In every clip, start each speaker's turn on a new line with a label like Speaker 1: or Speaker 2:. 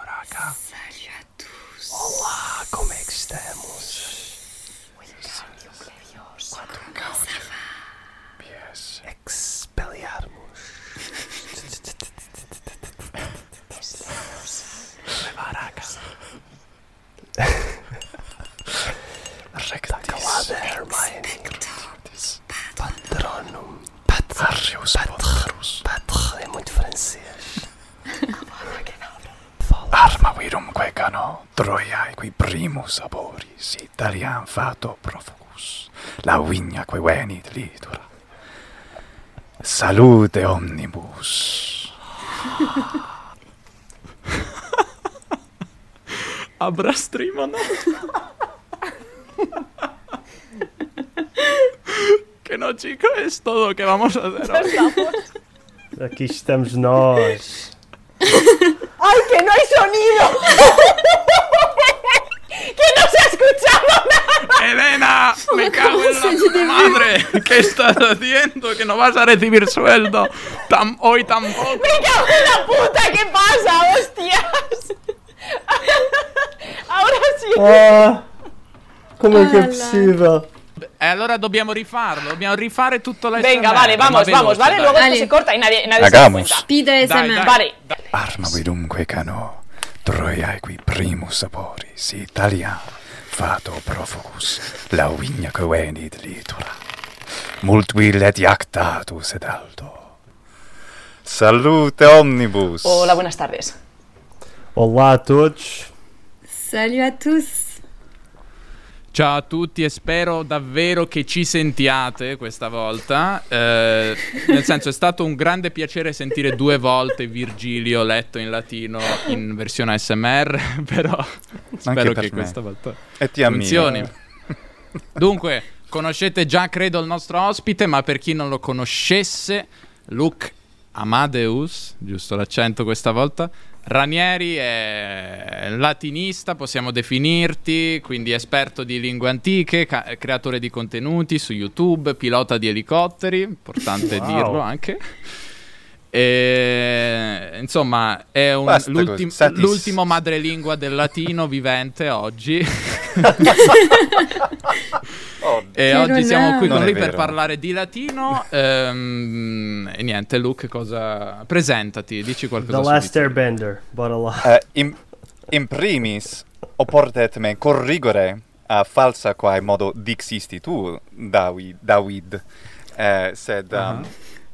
Speaker 1: Hola.
Speaker 2: Salut à tous.
Speaker 1: Hola, ¿cómo estamos?
Speaker 2: Cuatro ça va
Speaker 1: Yes. Expelliarmus. Baracas. Recta Hermione. Patronum. Patrus. Patrus. Patr. É muito francês. Fala.
Speaker 3: Arma virumque cano, Troiae qui primus aboris, Italian fato profugus, la vigna que venit litura. Salute omnibus.
Speaker 4: Abra streamano. que no, chico, es todo que vamos a hacer hoy.
Speaker 5: Aqui estamos nós.
Speaker 6: ¡Ay, que no hay sonido! ¡Que no se ha escuchado nada!
Speaker 4: ¡Elena! ¡Me cago en la puta madre! ¿Qué estás haciendo? Que no vas a recibir sueldo. Tam- hoy tampoco.
Speaker 6: ¡Me cago en la puta! ¿Qué pasa? ¡Hostias! Ahora sí.
Speaker 5: Ah, como é que é possível?
Speaker 4: E allora dobbiamo rifarlo. Dobbiamo rifare tutto la
Speaker 6: Venga,
Speaker 4: SMR,
Speaker 6: vale,
Speaker 4: ma
Speaker 6: vamos,
Speaker 4: veloce,
Speaker 6: vamos, ¿vale?
Speaker 4: dai.
Speaker 6: Luego
Speaker 2: Dale.
Speaker 6: esto se corta y nadie, nadie
Speaker 3: Hagamos.
Speaker 6: se da cuenta.
Speaker 4: Dai,
Speaker 2: Pide
Speaker 4: dai.
Speaker 2: SMR.
Speaker 6: Vale.
Speaker 3: Arma virumque cano, Troiae qui primus aboris, Italian fato profugus, la vigna que venit litura. Mult vil et iactatus et alto. Salute omnibus.
Speaker 6: Hola, buenas tardes.
Speaker 5: Olá a todos.
Speaker 2: Salut à tous.
Speaker 4: Ciao a tutti e spero davvero che ci sentiate questa volta. Eh, nel senso è stato un grande piacere sentire due volte Virgilio letto in latino in versione ASMR, però spero
Speaker 3: per me.
Speaker 4: che questa volta
Speaker 3: Et iam mio.
Speaker 4: funzioni. Dunque, conoscete già credo il nostro ospite, ma per chi non lo conoscesse, Luke Amadeus, giusto l'accento questa volta. Ranieri è latinista, possiamo definirti, quindi esperto di lingue antiche, ca- creatore di contenuti su YouTube, pilota di elicotteri, importante
Speaker 5: Wow.
Speaker 4: dirlo anche. E, insomma, è un-
Speaker 3: Basta così,
Speaker 4: l'ultim-
Speaker 3: satis.
Speaker 4: l'ultimo madrelingua del latino vivente oggi. E
Speaker 2: Che
Speaker 4: oggi siamo
Speaker 2: rollare.
Speaker 4: qui con
Speaker 3: Non è
Speaker 4: lui per
Speaker 3: vero.
Speaker 4: parlare di latino. ehm, e niente, Luke, cosa... presentati, dici qualcosa.
Speaker 5: The
Speaker 4: su
Speaker 5: Last
Speaker 4: di te.
Speaker 5: Airbender. Bora lá.
Speaker 3: Eh, in, in primis opportet me corrigere a eh, falsa quae modo dixisti tu, David, David eh, sed um,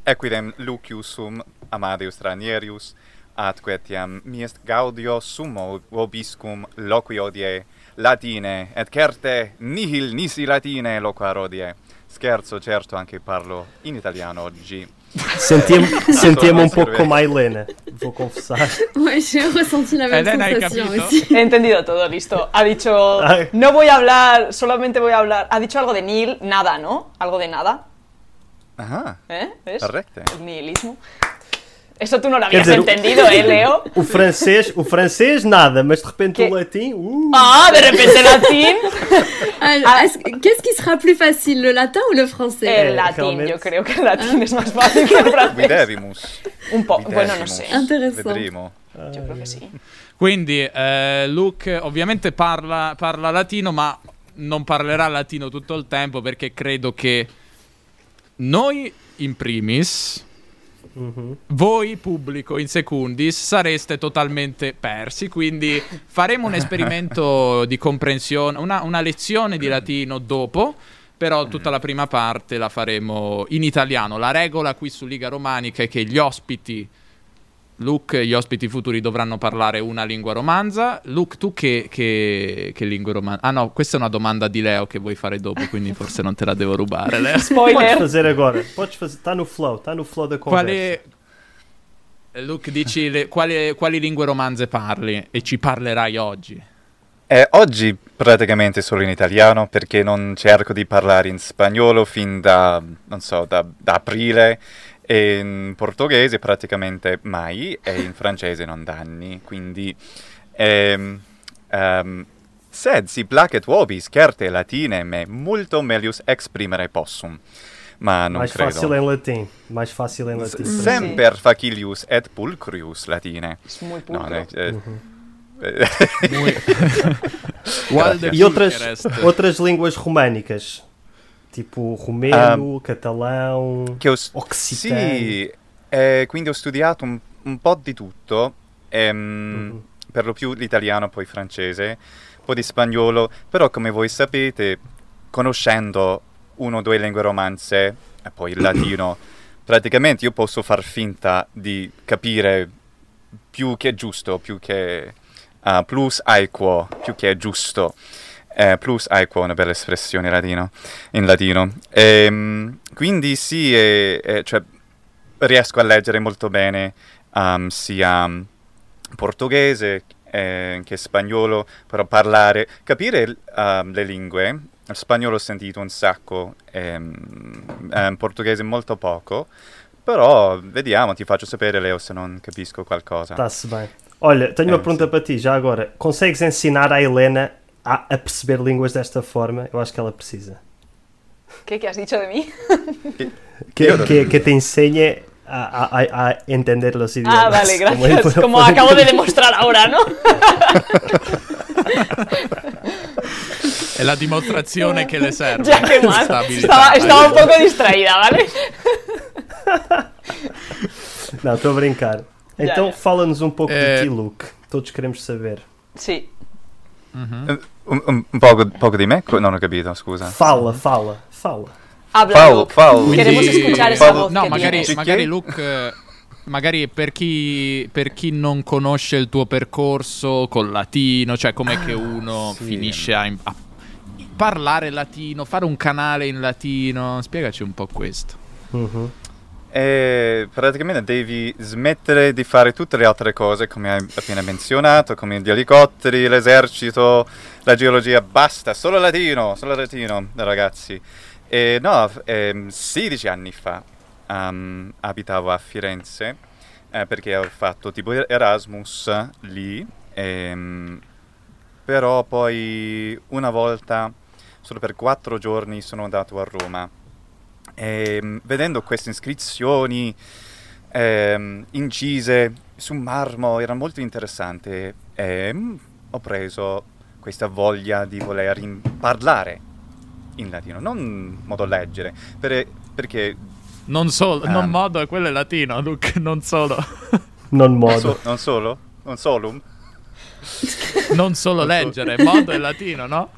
Speaker 3: equidem Lucius sum Amadeus Ranierius, atque etiam mi est gaudio sumo vobiscum loqui odie Latine, et certe nihil nisi Latine loquar odie. Scherzo, certo, anche parlo in italiano oggi.
Speaker 5: Ah. Senti-me senti
Speaker 3: Não
Speaker 5: um
Speaker 3: estou a
Speaker 5: pouco
Speaker 3: perceber.
Speaker 5: como a Helena. Vou confessar.
Speaker 2: Ouais, j'ai ressenti la même
Speaker 4: Hélène a
Speaker 2: sensation
Speaker 4: capito.
Speaker 2: aussi.
Speaker 6: He entendido todo, listo. Ha dicho,
Speaker 5: Ay.
Speaker 6: no voy a hablar, solamente voy a hablar. Ha dicho algo de Neil, nada, ¿no? Algo de nada,
Speaker 3: Ah,
Speaker 6: ¿eh? ¿Ves?
Speaker 3: correcte.
Speaker 6: El nihilismo. Eso tú no lo
Speaker 5: Quer
Speaker 6: habías
Speaker 5: dizer, o-
Speaker 6: entendido, ¿eh, Leo?
Speaker 5: O francês, o francês nada, mas de repente
Speaker 6: Que-
Speaker 5: o latim. Uh,
Speaker 6: Ah, de repente latín.
Speaker 2: Alors,
Speaker 6: Ah.
Speaker 2: est-ce que- Qu'est-ce qui sera plus facile, le latin ou le français
Speaker 5: Eh,
Speaker 6: El latín,
Speaker 5: realmente.
Speaker 6: yo creo que el latín es más fácil que el francés.
Speaker 3: Videvimus.
Speaker 6: Un poco, bueno, no sé.
Speaker 2: Intéressant.
Speaker 3: Vedremo.
Speaker 6: Yo creo que sí.
Speaker 4: Quindi, eh, Luke ovviamente parla, parla latino, ma non parlerà latino tutto il tempo perché credo che noi, in primis, voi, pubblico, in secundis, sareste totalmente persi. Quindi faremo un esperimento di comprensione, una, una lezione di latino dopo. Però tutta la prima parte la faremo in italiano. La regola qui su Liga Romanica è che gli ospiti Luke, gli ospiti futuri dovranno parlare una lingua romanza. Luke, tu che, che, che lingua romanza? Ah no, questa è una domanda di Leo che vuoi fare dopo, quindi forse non te la devo rubare. Leo.
Speaker 5: podes
Speaker 6: Spoiler.
Speaker 5: fazer agora. Podes fazer. Está no flow, está no flow da conversa.
Speaker 4: Quale... Luke, dici le- quali, quali lingue romanze parli e ci parlerai oggi?
Speaker 3: Eh, oggi praticamente solo in italiano perché non cerco di parlare in spagnolo fin da, non so, da, da aprile e in portoghese praticamente mai e in francese non da anni, quindi... ehm, ehm, sed si placet vobis, certe latine me multo melius exprimere possum, ma non
Speaker 5: Mais
Speaker 3: credo.
Speaker 5: fácil em latim. Mais fácil em latim.
Speaker 3: S- Semper facilius et pulcrius latine.
Speaker 6: Es muy
Speaker 3: No,
Speaker 6: pulcro.
Speaker 3: ne- eh,
Speaker 4: Walder
Speaker 5: E outras,
Speaker 4: Bucarest.
Speaker 5: outras línguas românicas. Tipo romeno, catalão.
Speaker 3: Che ho s-
Speaker 5: Occitano.
Speaker 3: Sì, eh, quindi ho studiato un, un po' di tutto, ehm,
Speaker 5: Mhm.
Speaker 3: per lo più l'italiano, poi francese, un po' di spagnolo, però come voi sapete, conoscendo uno o due lingue romanze, e poi il latino, praticamente io posso far finta di capire più che giusto, più che ah, plus aequo, più che giusto. Eh, plus aequo è una bella espressione in latino. In latino. Ehm, quindi sì, eh, eh, cioè, riesco a leggere molto bene ehm, sia mm, portoghese eh, che spagnolo, però parlare, capire ehm, le lingue. Il spagnolo ho sentito un sacco, ehm, ehm, portoghese molto poco, però vediamo, ti faccio sapere Leo se non capisco qualcosa.
Speaker 5: Está-se bem. Olha, tenho
Speaker 3: É,
Speaker 5: uma pergunta
Speaker 3: sim.
Speaker 5: para ti, já agora. Consegues ensinar a Helena a, a perceber línguas desta forma? Eu acho que ela precisa.
Speaker 6: ¿Qué, ¿Qué has dicho de mí?
Speaker 5: Que,
Speaker 3: Eu não-
Speaker 5: que, que te ensenhe a, a- a- a entender los idiomas.
Speaker 6: Ah, vale,
Speaker 5: ele
Speaker 6: gracias.
Speaker 5: foi-
Speaker 6: Como
Speaker 5: foi-
Speaker 6: acabo de demostrar ahora, ¿no?
Speaker 4: È la dimostrazione che le serve.
Speaker 6: Ya, qué mal.
Speaker 4: Questa abilità.
Speaker 6: Estaba, estaba un poco distraída, ¿vale?
Speaker 5: Não, estou a brincar. Então
Speaker 6: já.
Speaker 5: fala-nos um pouco
Speaker 4: É.
Speaker 5: de ti, Luke. Todos queremos saber.
Speaker 6: Sí.
Speaker 3: Eh, Un, un- un poco, poco di me? Co- Non ho capito, scusa.
Speaker 5: Fala, fala, fala.
Speaker 6: Habla,
Speaker 3: Fau,
Speaker 6: Luke.
Speaker 3: fau.
Speaker 6: Queremos
Speaker 4: Quindi-
Speaker 6: escuchar esa
Speaker 3: Fau.
Speaker 6: voz
Speaker 4: No,
Speaker 6: que
Speaker 4: magari,
Speaker 6: tienes.
Speaker 4: magari Luke, eh, magari per chi, per chi non conosce il tuo percorso col latino, cioè com'è che uno
Speaker 3: sì.
Speaker 4: finisce a, im- a parlare latino, fare un canale in latino, spiegaci un po' questo.
Speaker 5: Uhum.
Speaker 3: E praticamente devi smettere di fare tutte le altre cose come hai appena menzionato, come gli elicotteri, l'esercito, la geologia, basta, solo latino, solo latino, ragazzi. E no, f- ehm, 16 anni fa ehm, abitavo a Firenze eh, perché ho fatto tipo er- Erasmus lì, ehm, però poi una volta, solo per quattro giorni, sono andato a Roma. Ehm, vedendo queste iscrizioni ehm, incise su marmo era molto interessante e ho preso questa voglia di voler im- parlare in latino, non modo leggere, per- perché
Speaker 4: Non solo,
Speaker 3: Ah.
Speaker 4: non modo, quello è latino, Luke, non solo,
Speaker 5: Non
Speaker 3: non,
Speaker 5: modo.
Speaker 3: so- non solo, non solum,
Speaker 4: non solo leggere, modo è latino, no?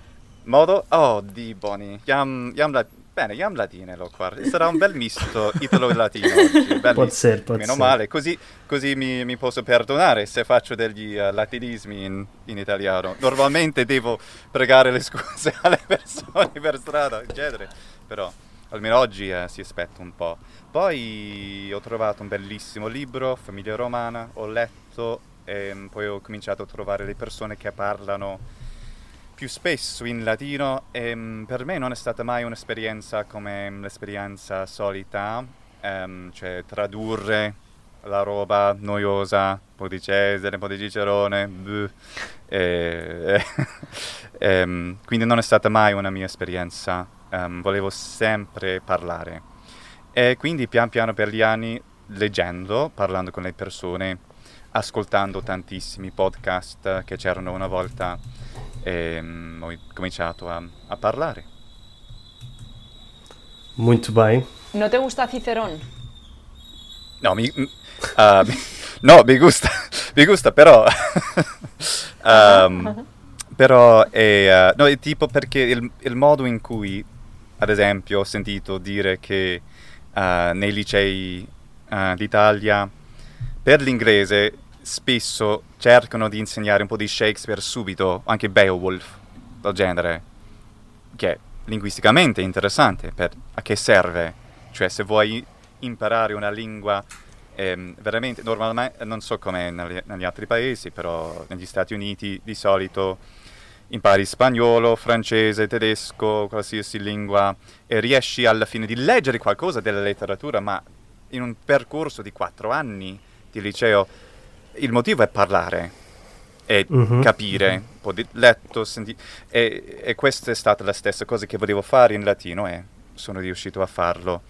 Speaker 3: modo, oh di boni, iam, iam la- bene, iam latine lo qua, sarà un bel misto italo-latino oggi,
Speaker 5: Pode
Speaker 3: bellissimo.
Speaker 5: ser, pode
Speaker 3: Meno
Speaker 5: ser.
Speaker 3: male, così, così mi, mi posso perdonare se faccio degli eh, latinismi in, in italiano. Normalmente devo pregare le scuse alle persone per strada, in genere, però almeno oggi eh, si aspetta un po'. Poi ho trovato un bellissimo libro, Famiglia Romana, ho letto e poi ho cominciato a trovare le persone che parlano più spesso in latino e mm, per me non è stata mai un'esperienza come mm, l'esperienza solita, ehm, cioè tradurre la roba noiosa, un po' di Cesare, un po' di Cicerone, buh. E- ehm, quindi non è stata mai una mia esperienza, ehm, volevo sempre parlare. E quindi pian piano per gli anni, leggendo, parlando con le persone, ascoltando tantissimi podcast che c'erano una volta, ehm, ho cominciato a, a parlare.
Speaker 5: Muito bem.
Speaker 6: ¿No te gusta Cicerón?
Speaker 3: No, mi, m- ah, mi- no, mi gusta, mi gusta però... Ehm, però è, eh, no, è tipo perché il, il modo in cui, ad esempio, ho sentito dire che eh, nei licei eh, d'Italia per l'inglese spesso cercano di insegnare un po' di Shakespeare subito, anche Beowulf, del genere, che linguisticamente è interessante, per, a che serve? Cioè se vuoi imparare una lingua ehm, veramente, normalmente, non so com'è negli, negli altri paesi, però negli Stati Uniti di solito impari spagnolo, francese, tedesco, qualsiasi lingua e riesci alla fine di leggere qualcosa della letteratura, ma in un percorso di quattro anni di liceo il motivo è parlare e
Speaker 5: Mhm.
Speaker 3: capire, un po' di letto, senti- e, e questa è stata la stessa cosa che volevo fare in latino e sono riuscito a farlo.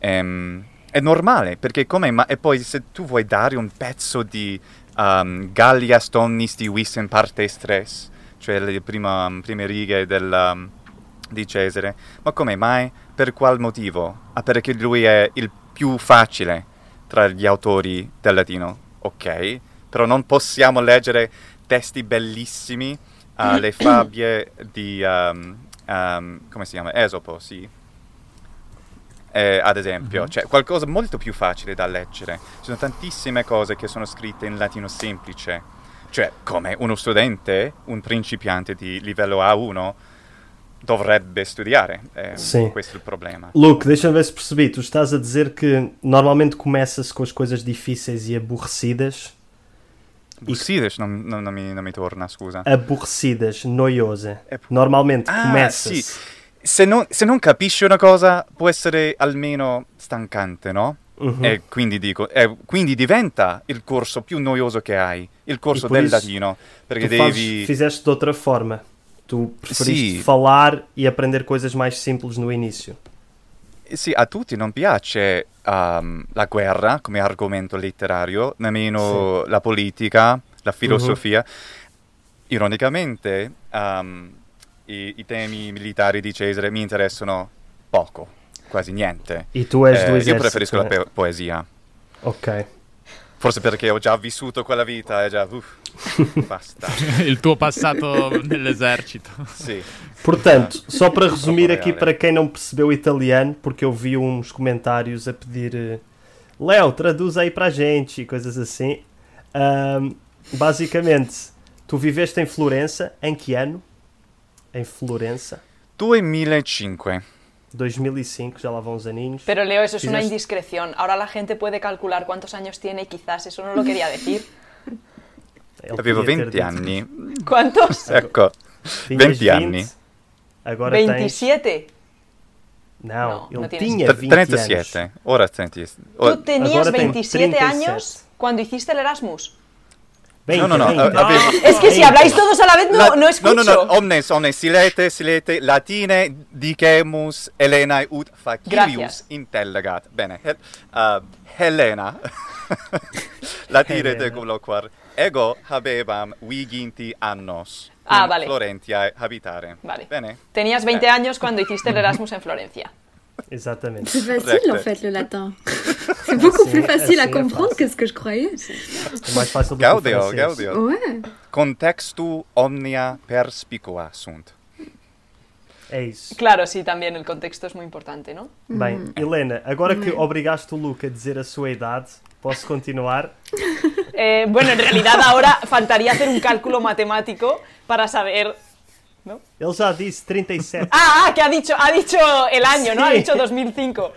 Speaker 3: Ehm, è normale, perché come... Ma, e poi se tu vuoi dare un pezzo di um, Gallias domnis divisen partes tres, cioè le prima- prime righe del, um, di Cesare. Ma come mai? Per qual motivo? Ah, perché lui è il più facile tra gli autori del latino. Ok, però non possiamo leggere testi bellissimi alle fabbie di... um, um, come si chiama? Esopo, sì. Eh, ad esempio,
Speaker 5: Mhm.
Speaker 3: cioè qualcosa molto più facile da leggere. Ci sono tantissime cose che sono scritte in latino semplice, cioè come uno studente, un principiante di livello A1 dovrebbe studiare. Eh,
Speaker 5: Sì.
Speaker 3: Questo è il problema.
Speaker 5: Luke, deixa-me ver se percebi. Tu estás a dizer que normalmente começa-se com as coisas difíceis e aborrecidas.
Speaker 3: Bussides non, non- non mi, non mi torna, scusa.
Speaker 5: Eh. Aborrecidas, noiosa.
Speaker 3: É-
Speaker 5: Normalmente
Speaker 3: Ah,
Speaker 5: começa-se.
Speaker 3: sì. Se non, se non capisci una cosa, può essere almeno stancante, no?
Speaker 5: Uhum.
Speaker 3: E quindi dico, e quindi diventa il corso più noioso che hai, il corso
Speaker 5: E por
Speaker 3: del
Speaker 5: isso
Speaker 3: latino, perché
Speaker 5: tu
Speaker 3: devi...
Speaker 5: fazes- fizeste de outra forma. Tu preferiste
Speaker 3: Sim.
Speaker 5: falar e aprender coisas mais simples no início.
Speaker 3: Eh, Sì, a tutti non piace um, la guerra come argomento letterario, nemmeno la politica, la filosofia. Ironicamente, um, i, i temi militari di Cesare mi interessano poco, quasi niente.
Speaker 5: E tu és
Speaker 3: Eh,
Speaker 5: do exército.
Speaker 3: io preferisco la
Speaker 5: né?
Speaker 3: pe- poesia,
Speaker 5: Ok.
Speaker 3: forse perché ho già vissuto quella vita, è già... uff, basta,
Speaker 4: il tuo passato nell'esercito.
Speaker 3: sì.
Speaker 5: Portanto, só para resumir
Speaker 3: Troppo
Speaker 5: aqui
Speaker 3: reale.
Speaker 5: para quem não percebeu italiano, porque eu vi uns comentários a pedir eh, Léo, traduz aí para a gente, e coisas assim. Ahm, basicamente, tu viveste em Florença, em que ano? Em Florença,
Speaker 3: 2005.
Speaker 5: 2005, já lá vão uns aninhos.
Speaker 6: Pero Leo, eso es una
Speaker 5: Quizás-
Speaker 6: indiscreción. Ahora la gente puede calcular cuántos años tiene y quizás eso no lo quería decir.
Speaker 5: Ele
Speaker 3: Avevo
Speaker 5: podia ter
Speaker 3: 20
Speaker 5: dito-
Speaker 3: anni,
Speaker 6: ¿Cuántos?
Speaker 3: ecco,
Speaker 5: Tinhas
Speaker 3: 20 anni.
Speaker 5: Agora tens...
Speaker 6: 27.
Speaker 5: Não,
Speaker 6: Não,
Speaker 5: ele
Speaker 6: não tienes.
Speaker 5: tinha 20
Speaker 3: 37,
Speaker 5: anos.
Speaker 3: ora 30.
Speaker 6: Tú tenías
Speaker 5: Ahora tengo
Speaker 6: 27
Speaker 5: 37.
Speaker 6: anos cuando hiciste el Erasmus.
Speaker 3: No, no, no,
Speaker 5: 20,
Speaker 3: a-
Speaker 5: 20.
Speaker 3: avevo...
Speaker 6: Es que si habláis todos a la vez
Speaker 3: La-
Speaker 6: no, no escucho.
Speaker 3: No, no, no, omnes, omnes, silete, silete, latine dicemus Helenae ut facilius
Speaker 6: Gracias.
Speaker 3: intellegat. Bene, Hel- uh, Helena, latire
Speaker 5: Helena.
Speaker 3: te colloquar, ego habebam viginti annos
Speaker 6: Ah,
Speaker 3: in
Speaker 6: vale.
Speaker 3: Florentiae habitare.
Speaker 6: Vale.
Speaker 3: Bene,
Speaker 6: Tenías 20
Speaker 3: Eh.
Speaker 6: años cuando hiciste el Erasmus en Florencia.
Speaker 5: Exatamente.
Speaker 2: C'est facile
Speaker 3: Correct.
Speaker 2: en fait le latin. C'est beaucoup
Speaker 5: C'est-
Speaker 2: plus facile à
Speaker 5: c'est
Speaker 2: comprendre
Speaker 5: facile.
Speaker 2: que ce que je croyais.
Speaker 5: É mais fácil do que o
Speaker 3: gaudio,
Speaker 5: francês.
Speaker 3: gaudio.
Speaker 2: Ouais.
Speaker 3: Contextu omnia perspicua sunt.
Speaker 5: É isso.
Speaker 6: Claro, sí, también el contexto es muy importante, ¿no? Hum.
Speaker 5: Bem, Helena, agora que obrigaste o Luke a dizer a sua idade, posso continuar?
Speaker 6: Eh, bueno, en realidad ahora faltaría hacer un cálculo matemático para saber. ¿no?
Speaker 5: Ele já disse 37
Speaker 6: Ah, ah, que ha dicho, ha dicho el año, ¿no? Ha
Speaker 5: Sí.
Speaker 6: dicho 2005.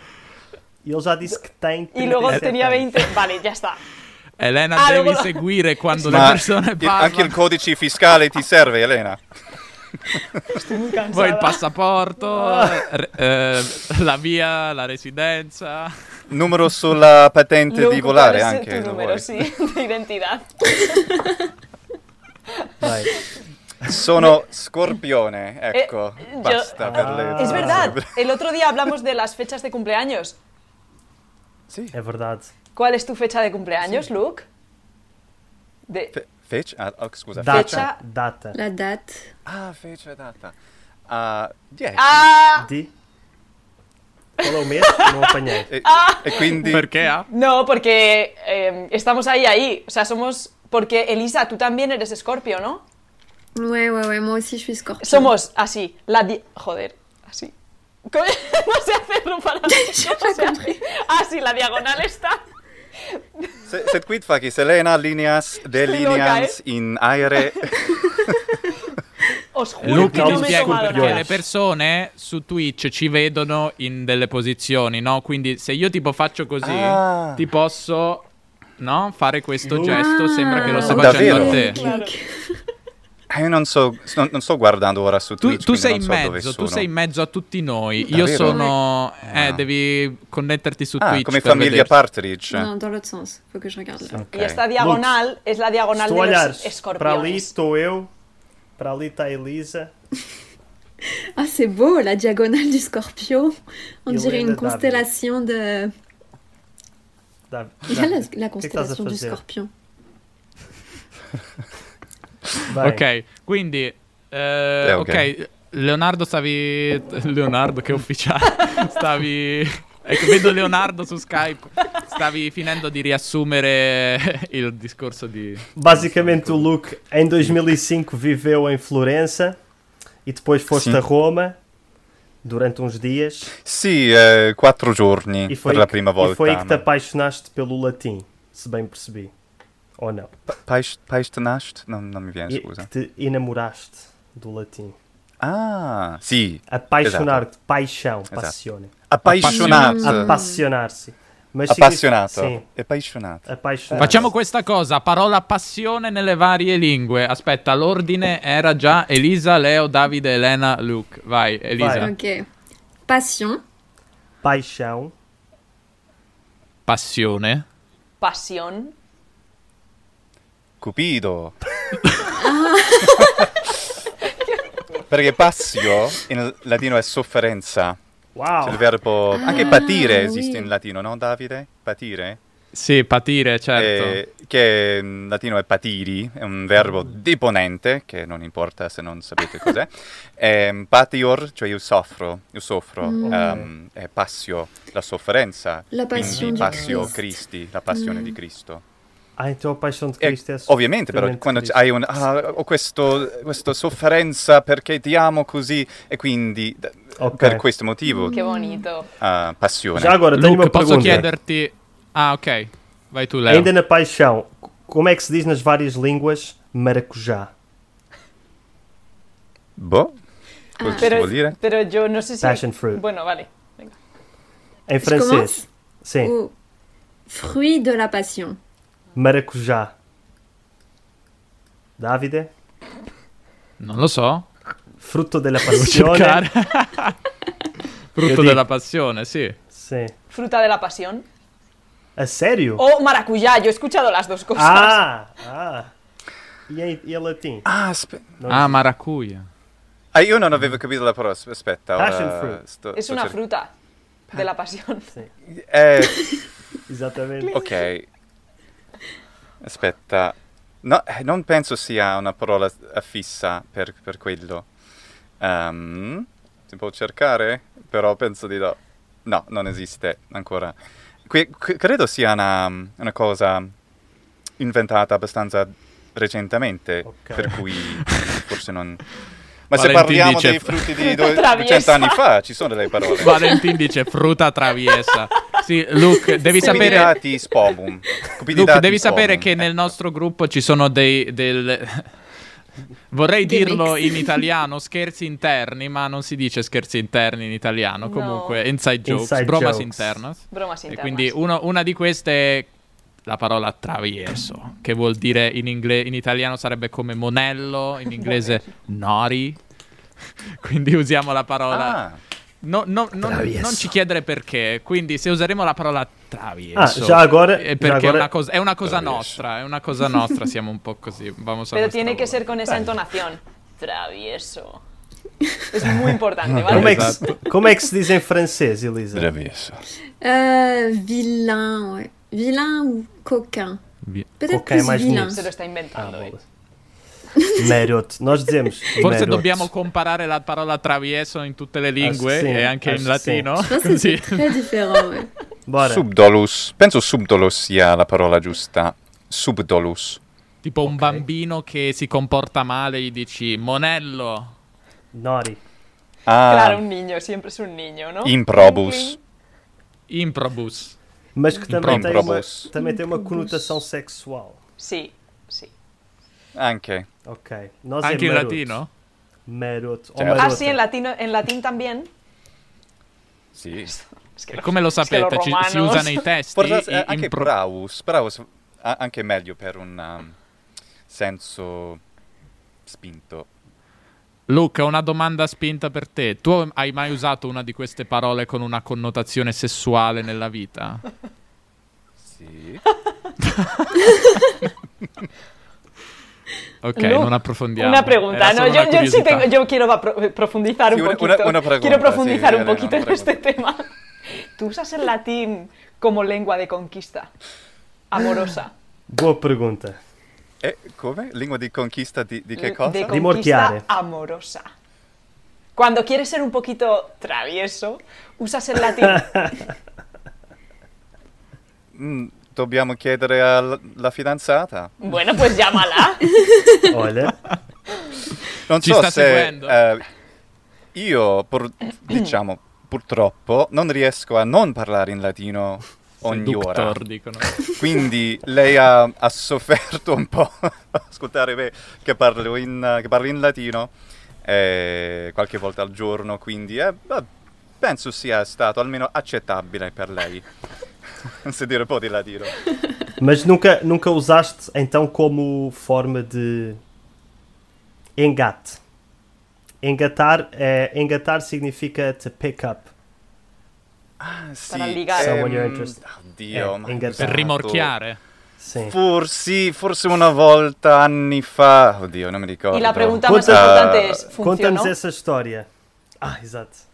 Speaker 5: e ele já disse que tem 37
Speaker 6: Y luego tenía
Speaker 5: anos.
Speaker 6: 20. Vale, ya está.
Speaker 4: Elena,
Speaker 6: Ah,
Speaker 4: devi
Speaker 6: lo volevo-
Speaker 4: seguire quando le
Speaker 3: Ma
Speaker 4: persone
Speaker 3: il- anche il
Speaker 4: parlano.
Speaker 3: codice fiscale ti serve, Elena?
Speaker 6: Muy
Speaker 4: Poi il
Speaker 6: cansada.
Speaker 4: passaporto, re- eh, la via, la residenza.
Speaker 3: Numero sulla patente
Speaker 6: Luego,
Speaker 3: di volare
Speaker 6: ¿cuál es
Speaker 3: anche.
Speaker 6: Tu
Speaker 3: lo
Speaker 6: número,
Speaker 3: vuoi.
Speaker 6: sí, de identidad.
Speaker 5: Bem,
Speaker 3: Sono scorpione, ecco,
Speaker 6: Eh, io-
Speaker 3: basta per
Speaker 4: Ah.
Speaker 3: le...
Speaker 6: Es verdad, el otro día hablamos de las fechas de cumpleaños.
Speaker 3: Sì,
Speaker 5: é verdade.
Speaker 6: ¿Cuál es tu fecha de cumpleaños, Luke? De-
Speaker 3: fe- fece... Ah, oh, scusa,
Speaker 5: Data,
Speaker 3: fece...
Speaker 6: Fecha.
Speaker 5: data.
Speaker 2: La date.
Speaker 3: Ah, fece data. Ah, 10.
Speaker 6: ¡Ah!
Speaker 5: De... Qual é o mês? Não apanhei.
Speaker 3: E, e quindi...
Speaker 4: Perché ah?
Speaker 6: No, porque eh, estamos ahí, ahí. O sea, somos. Porque Elisa, tú también eres Escorpio, ¿no?
Speaker 2: Ouais, ouais, ouais, moi aussi je suis scorpion.
Speaker 6: Somos así. La di- Joder, así. Co- No sé hacerlo para.
Speaker 2: pas compris.
Speaker 6: Así, Ah, la diagonal está.
Speaker 3: Se, sed quid facis Elena lineas delineans in aere...
Speaker 6: Os juro
Speaker 4: Luke,
Speaker 6: que
Speaker 4: ti
Speaker 6: no me he
Speaker 4: spiego
Speaker 6: tomado
Speaker 4: perché
Speaker 6: nada.
Speaker 4: le persone su Twitch ci vedono in delle posizioni, no? Quindi se io tipo faccio così,
Speaker 3: Ah.
Speaker 4: ti posso no? fare questo
Speaker 5: Luke.
Speaker 4: gesto, sembra che lo stia
Speaker 3: Ah,
Speaker 4: facendo a
Speaker 3: davvero?
Speaker 4: te.
Speaker 6: Claro.
Speaker 3: Ah, Io non so, non, non sto guardando ora su
Speaker 4: Tu,
Speaker 3: Twitch,
Speaker 4: tu
Speaker 3: quindi
Speaker 4: sei in
Speaker 3: non so dove
Speaker 4: mezzo,
Speaker 3: sono.
Speaker 4: tu sei in mezzo a tutti noi. Io
Speaker 3: Davvero?
Speaker 4: sono... Eh, devi connetterti su
Speaker 3: Ah,
Speaker 4: Twitch
Speaker 3: come
Speaker 4: per
Speaker 3: famiglia
Speaker 4: vederci.
Speaker 3: Partridge.
Speaker 2: Non, dans l'autre sens. Faut que je regarde là.
Speaker 3: Ok.
Speaker 6: Y esta diagonal es la
Speaker 5: Se
Speaker 6: diagonal
Speaker 5: tu
Speaker 6: de los
Speaker 5: olhares para ali
Speaker 6: escorpiones.
Speaker 5: estou eu, para ali está a Elisa.
Speaker 2: Ah, c'est beau, la diagonale du scorpion. On
Speaker 5: Et
Speaker 2: dirait
Speaker 5: ouais,
Speaker 2: une
Speaker 5: la dame.
Speaker 2: constellation de.
Speaker 5: Dá,
Speaker 2: Il y a la,
Speaker 5: dá.
Speaker 2: la
Speaker 5: O que é que estás a
Speaker 2: constellation du
Speaker 5: fazer?
Speaker 2: scorpion.
Speaker 5: Vai.
Speaker 4: Ok, quindi... eh,
Speaker 3: Eh, ok.
Speaker 4: ok, Leonardo stavi... Leonardo che ufficiale. stavi... Ecco, vedo Leonardo su Skype. Stavi finendo di riassumere il discorso di...
Speaker 5: Basicamente, o Luke em 2005 viveu em Florença e depois foste
Speaker 3: Sim.
Speaker 5: a Roma durante uns dias
Speaker 3: Sì, eh, quattro giorni
Speaker 5: e foi,
Speaker 3: per la
Speaker 5: que-
Speaker 3: prima
Speaker 5: e foi
Speaker 3: volta.
Speaker 5: aí que te apaixonaste pelo latim, se bem percebi. Ou não?
Speaker 3: Paistnast? Non, non mi viene,
Speaker 5: E
Speaker 3: scusa.
Speaker 5: que te enamoraste do latim.
Speaker 3: Ah, sì,
Speaker 5: Apaixonar-te, paixão,
Speaker 3: Exato.
Speaker 5: passione.
Speaker 3: appassionato.
Speaker 5: Appassionar-se. Mas significa-
Speaker 3: Appassionato.
Speaker 5: Sim,
Speaker 3: Appassionato.
Speaker 5: apaixonar
Speaker 4: Facciamo questa cosa, parola passione nelle varie lingue. Aspetta, l'ordine era già Elisa, Leo, Davide, Elena, Luke. Vai, Elisa.
Speaker 5: Vai.
Speaker 2: Ok. Passion,
Speaker 5: Paixão,
Speaker 4: Passione.
Speaker 6: Pasión.
Speaker 3: Cupido. Perché passio in latino è sofferenza. C'è il
Speaker 5: uau!
Speaker 3: verbo...
Speaker 2: Ah,
Speaker 3: Anche patire esiste
Speaker 2: oui.
Speaker 3: in latino, no Davide? Patire?
Speaker 4: Sì, patire, certo.
Speaker 3: Eh, che in latino è patiri, è un verbo deponente, che non importa se non sapete cos'è. Ehm, patior, cioè io soffro, io soffro, ehm, è passio, la sofferenza.
Speaker 2: Mm. La passione
Speaker 3: quindi
Speaker 2: di
Speaker 3: passio
Speaker 2: Cristo. Mm.
Speaker 3: Cristi, la passione di Cristo.
Speaker 5: Ah, então a paixão de
Speaker 3: E
Speaker 5: Cristo é só-
Speaker 3: ovviamente però
Speaker 5: Cristo.
Speaker 3: quando c- hai un ah, ho questo, questa sofferenza perché ti amo così e quindi d-
Speaker 5: Ok.
Speaker 3: per questo motivo
Speaker 6: Qué bonito.
Speaker 3: ah, passione.
Speaker 5: Já agora, tenho
Speaker 4: Luke,
Speaker 5: uma
Speaker 4: posso
Speaker 5: pergunta.
Speaker 4: chiederti... Ah, ok. Vai tu, Leo.
Speaker 5: Ainda na paixão, c- como é que se diz nas várias línguas maracujá?
Speaker 3: Boh, cosa si
Speaker 6: Pero,
Speaker 3: vuol dire?
Speaker 6: pero yo no sé si.
Speaker 5: Passion fruit.
Speaker 6: Bueno, vale.
Speaker 5: Em
Speaker 2: je
Speaker 5: francês?
Speaker 2: commence
Speaker 5: Sim,
Speaker 2: ou fruit de la passion.
Speaker 5: maracujá. Davide?
Speaker 4: Non lo so.
Speaker 5: Frutto della
Speaker 4: Devo
Speaker 5: passione?
Speaker 4: cercare. Frutto
Speaker 5: dico.
Speaker 4: della passione, sì.
Speaker 5: Sim.
Speaker 6: Fruta de la pasión.
Speaker 5: A sério?
Speaker 6: O maracuyá. Yo he escuchado las dos cosas.
Speaker 5: Ah! Ah! E, em, e a latim?
Speaker 3: Ah, aspe-
Speaker 5: Não- é?
Speaker 4: Ah, maracuja.
Speaker 3: Ah, io non avevo capito la parola, as- aspetta.
Speaker 5: Passion
Speaker 3: ora
Speaker 5: fruit.
Speaker 3: sto-
Speaker 6: Es
Speaker 3: sto
Speaker 6: una
Speaker 3: cer-
Speaker 6: fruta de la pasión.
Speaker 3: Eh,
Speaker 5: Exatamente.
Speaker 3: ok. Aspetta. No, eh, non penso sia una parola s- eh, fissa per, per quello. Ehm, si può cercare? Però penso di no. No, non esiste ancora. Que- que- credo sia una, una cosa inventata abbastanza recentemente,
Speaker 5: Ok.
Speaker 3: per cui forse non... Ma se
Speaker 4: Valentin
Speaker 3: parliamo
Speaker 4: dice-
Speaker 3: dei frutti di
Speaker 6: Frutta
Speaker 3: due-
Speaker 6: traviesa.
Speaker 3: 200 anni fa, ci sono delle parole.
Speaker 4: Valentin dice frutta traviesa. Sì, Luke, devi sapere...
Speaker 3: Cupiditatis popum.
Speaker 4: Luke,
Speaker 3: Cupiditatis
Speaker 4: devi sapere
Speaker 3: popum.
Speaker 4: che nel nostro gruppo ci sono dei. del- Vorrei
Speaker 2: Dei
Speaker 4: dirlo
Speaker 2: mix.
Speaker 4: in italiano, scherzi interni, ma non si dice scherzi interni in italiano.
Speaker 6: No.
Speaker 4: Comunque, inside jokes,
Speaker 5: Inside
Speaker 4: bromas
Speaker 5: jokes.
Speaker 4: internas.
Speaker 6: Bromas
Speaker 4: E
Speaker 6: internas.
Speaker 4: quindi uno- una di queste è la parola travieso, che vuol dire in, ingle- in italiano sarebbe come monello, in inglese nori. Quindi usiamo la parola.
Speaker 3: Ah,
Speaker 4: No- no- non,
Speaker 1: Travieso.
Speaker 4: non ci chiedere perché, quindi se useremo la parola travieso,
Speaker 5: Ah, già agora-
Speaker 4: è
Speaker 5: già
Speaker 4: perché
Speaker 5: agora-
Speaker 4: è una cosa, è una cosa
Speaker 3: Travieso.
Speaker 4: nostra, è una cosa nostra, siamo un po' così, vamos a
Speaker 6: Pero
Speaker 4: nuestra
Speaker 6: tiene que
Speaker 4: bola.
Speaker 6: ser con esa entonación. Travieso. Es muy importante,
Speaker 5: Como é,
Speaker 6: ¿vale?
Speaker 5: que se, como é que se diz em francês, Elisa?
Speaker 3: Traviesa.
Speaker 2: Euh, vilain, ouais. Vilain ou coquin.
Speaker 4: Vi-
Speaker 2: Peut-être
Speaker 5: Coquin,
Speaker 2: plus
Speaker 5: moi, je
Speaker 2: vilain.
Speaker 5: nie.
Speaker 6: Se lo está
Speaker 5: Ah,
Speaker 6: inventando. eh.
Speaker 5: bolas. Maroto. Nós dizemos.
Speaker 4: Forse
Speaker 5: maroto.
Speaker 4: dobbiamo comparare la parola travieso in tutte le lingue
Speaker 5: Ah, sì,
Speaker 4: e anche in
Speaker 5: ass-
Speaker 4: latino,
Speaker 2: Je pense que c'est
Speaker 4: così.
Speaker 2: très différent, ouais.
Speaker 5: Bora.
Speaker 3: Subdolus. Penso subdolus sia la parola giusta. Subdolus.
Speaker 4: tipo un bambino che si comporta male, gli dici monello,
Speaker 5: Nori.
Speaker 3: Ah,
Speaker 6: Claro, un niño, siempre es un niño, ¿no?
Speaker 3: improbus.
Speaker 4: improbus.
Speaker 5: Mas que também tem, uma,
Speaker 3: Improbus.
Speaker 5: também tem uma conotação sexual.
Speaker 6: Sí, sí.
Speaker 3: Anche.
Speaker 5: Ok. Nós
Speaker 4: Anche
Speaker 5: é
Speaker 4: in
Speaker 5: maroto.
Speaker 4: latino?
Speaker 5: Maroto. Ou
Speaker 3: Certo.
Speaker 6: Ah,
Speaker 5: marota.
Speaker 6: sí, en, latino, en latín también.
Speaker 3: Sì.
Speaker 6: Es que
Speaker 4: E
Speaker 6: los-
Speaker 4: come lo
Speaker 6: es que los
Speaker 4: sapete, ci- si
Speaker 6: romanos-
Speaker 4: usano i testi.
Speaker 3: Forse
Speaker 4: i-
Speaker 3: eh, anche
Speaker 4: impro-
Speaker 3: braus. Braus a- anche meglio per un um, senso spinto.
Speaker 4: Luca, una domanda spinta per te. Tu hai mai usato una di queste parole con una connotazione sessuale nella vita?
Speaker 3: Sì.
Speaker 4: Ok,
Speaker 6: Lu,
Speaker 4: non approfondiamo.
Speaker 6: Una
Speaker 4: Era
Speaker 6: pregunta,
Speaker 4: solo
Speaker 6: no, yo,
Speaker 4: una
Speaker 6: yo sí
Speaker 4: curiosità.
Speaker 6: tengo, yo quiero va- pro- eh, profundizar
Speaker 3: Sí,
Speaker 6: un
Speaker 3: una-
Speaker 6: poquito.
Speaker 3: una- una pregunta,
Speaker 6: quiero profundizar
Speaker 3: sí,
Speaker 6: un
Speaker 3: dale,
Speaker 6: poquito
Speaker 3: una
Speaker 6: en este tema. ¿Tú usas el latín como lengua de conquista amorosa?
Speaker 5: Boa pergunta.
Speaker 3: Eh, come? Lingua di conquista di, di che
Speaker 6: De
Speaker 3: cosa?
Speaker 6: conquista
Speaker 5: Rimorchiare.
Speaker 6: amorosa. Cuando quieres ser un poquito travieso, usas el latín.
Speaker 3: Mm, dobbiamo chiedere alla fidanzata.
Speaker 6: bueno, pues llámala.
Speaker 5: Olha,
Speaker 3: Non
Speaker 4: Ci
Speaker 3: so
Speaker 4: sta
Speaker 3: se
Speaker 4: seguendo?
Speaker 3: eh, io, pur- diciamo, purtroppo non riesco a non parlare in latino ogni ora.
Speaker 4: Ductor, dicono.
Speaker 3: Quindi lei ha, ha sofferto un po' ascoltare me che parlo in, che parlo in latino eh, qualche volta al giorno, quindi eh, beh, penso sia stato almeno accettabile per lei. Se dire un po' di latino.
Speaker 5: mas nunca, nunca usaste então como forma de engate. Engatar, é, engatar significa to pick up.
Speaker 3: Ah, Sì,
Speaker 6: Sarà legato.
Speaker 5: Someone you're interested.
Speaker 3: Oddio,
Speaker 5: Eh,
Speaker 3: ma
Speaker 5: in-
Speaker 4: Per
Speaker 3: esatto.
Speaker 4: rimorchiare.
Speaker 5: Sim.
Speaker 3: Forse, forse una volta anni fa. Oddio, non mi ricordo.
Speaker 6: Y la pregunta más
Speaker 5: Conta-
Speaker 6: importante es, ¿funcionó?
Speaker 5: Conta-nos essa história. Ah, exato.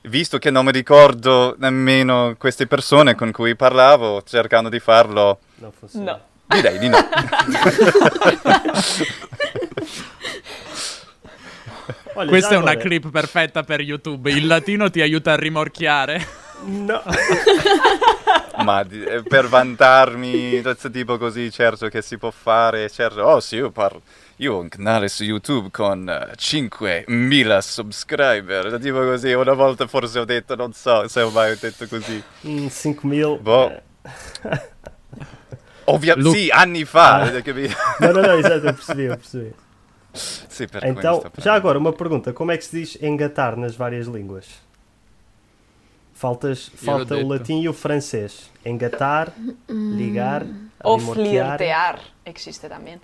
Speaker 3: Visto che non mi ricordo nemmeno queste persone con cui parlavo, cercando di farlo,
Speaker 5: Não funciona.
Speaker 6: No.
Speaker 3: direi di no.
Speaker 5: Olha,
Speaker 4: Questa
Speaker 5: já
Speaker 4: è una
Speaker 5: agora-
Speaker 4: clip perfetta per YouTube. Il latino ti aiuta a rimorchiare.
Speaker 5: Não.
Speaker 3: Ma di- eh, per vantarmi, questo tipo così, certo che si può fare, certo. Oh sì, io parlo. Io ho un canale su YouTube con eh, 5.000 subscriber, tipo così, una volta forse ho detto, non so se ho mai detto così.
Speaker 5: Hum, 5 mil.
Speaker 3: Boh. Ovviamente,
Speaker 4: Lu-
Speaker 3: sì, anni fa,
Speaker 5: Ah.
Speaker 3: eh, capito?
Speaker 5: Não, não, não, exato, eu percebi, eu percebi.
Speaker 3: Sì, per
Speaker 5: Então,
Speaker 3: questo.
Speaker 5: já agora, uma pergunta. Como é que se diz engatar nas várias línguas? Faltas, falta o
Speaker 4: deito.
Speaker 5: latim e o francês. Engatar, ligar,
Speaker 6: O
Speaker 5: limorquear,
Speaker 6: flirtear existe también.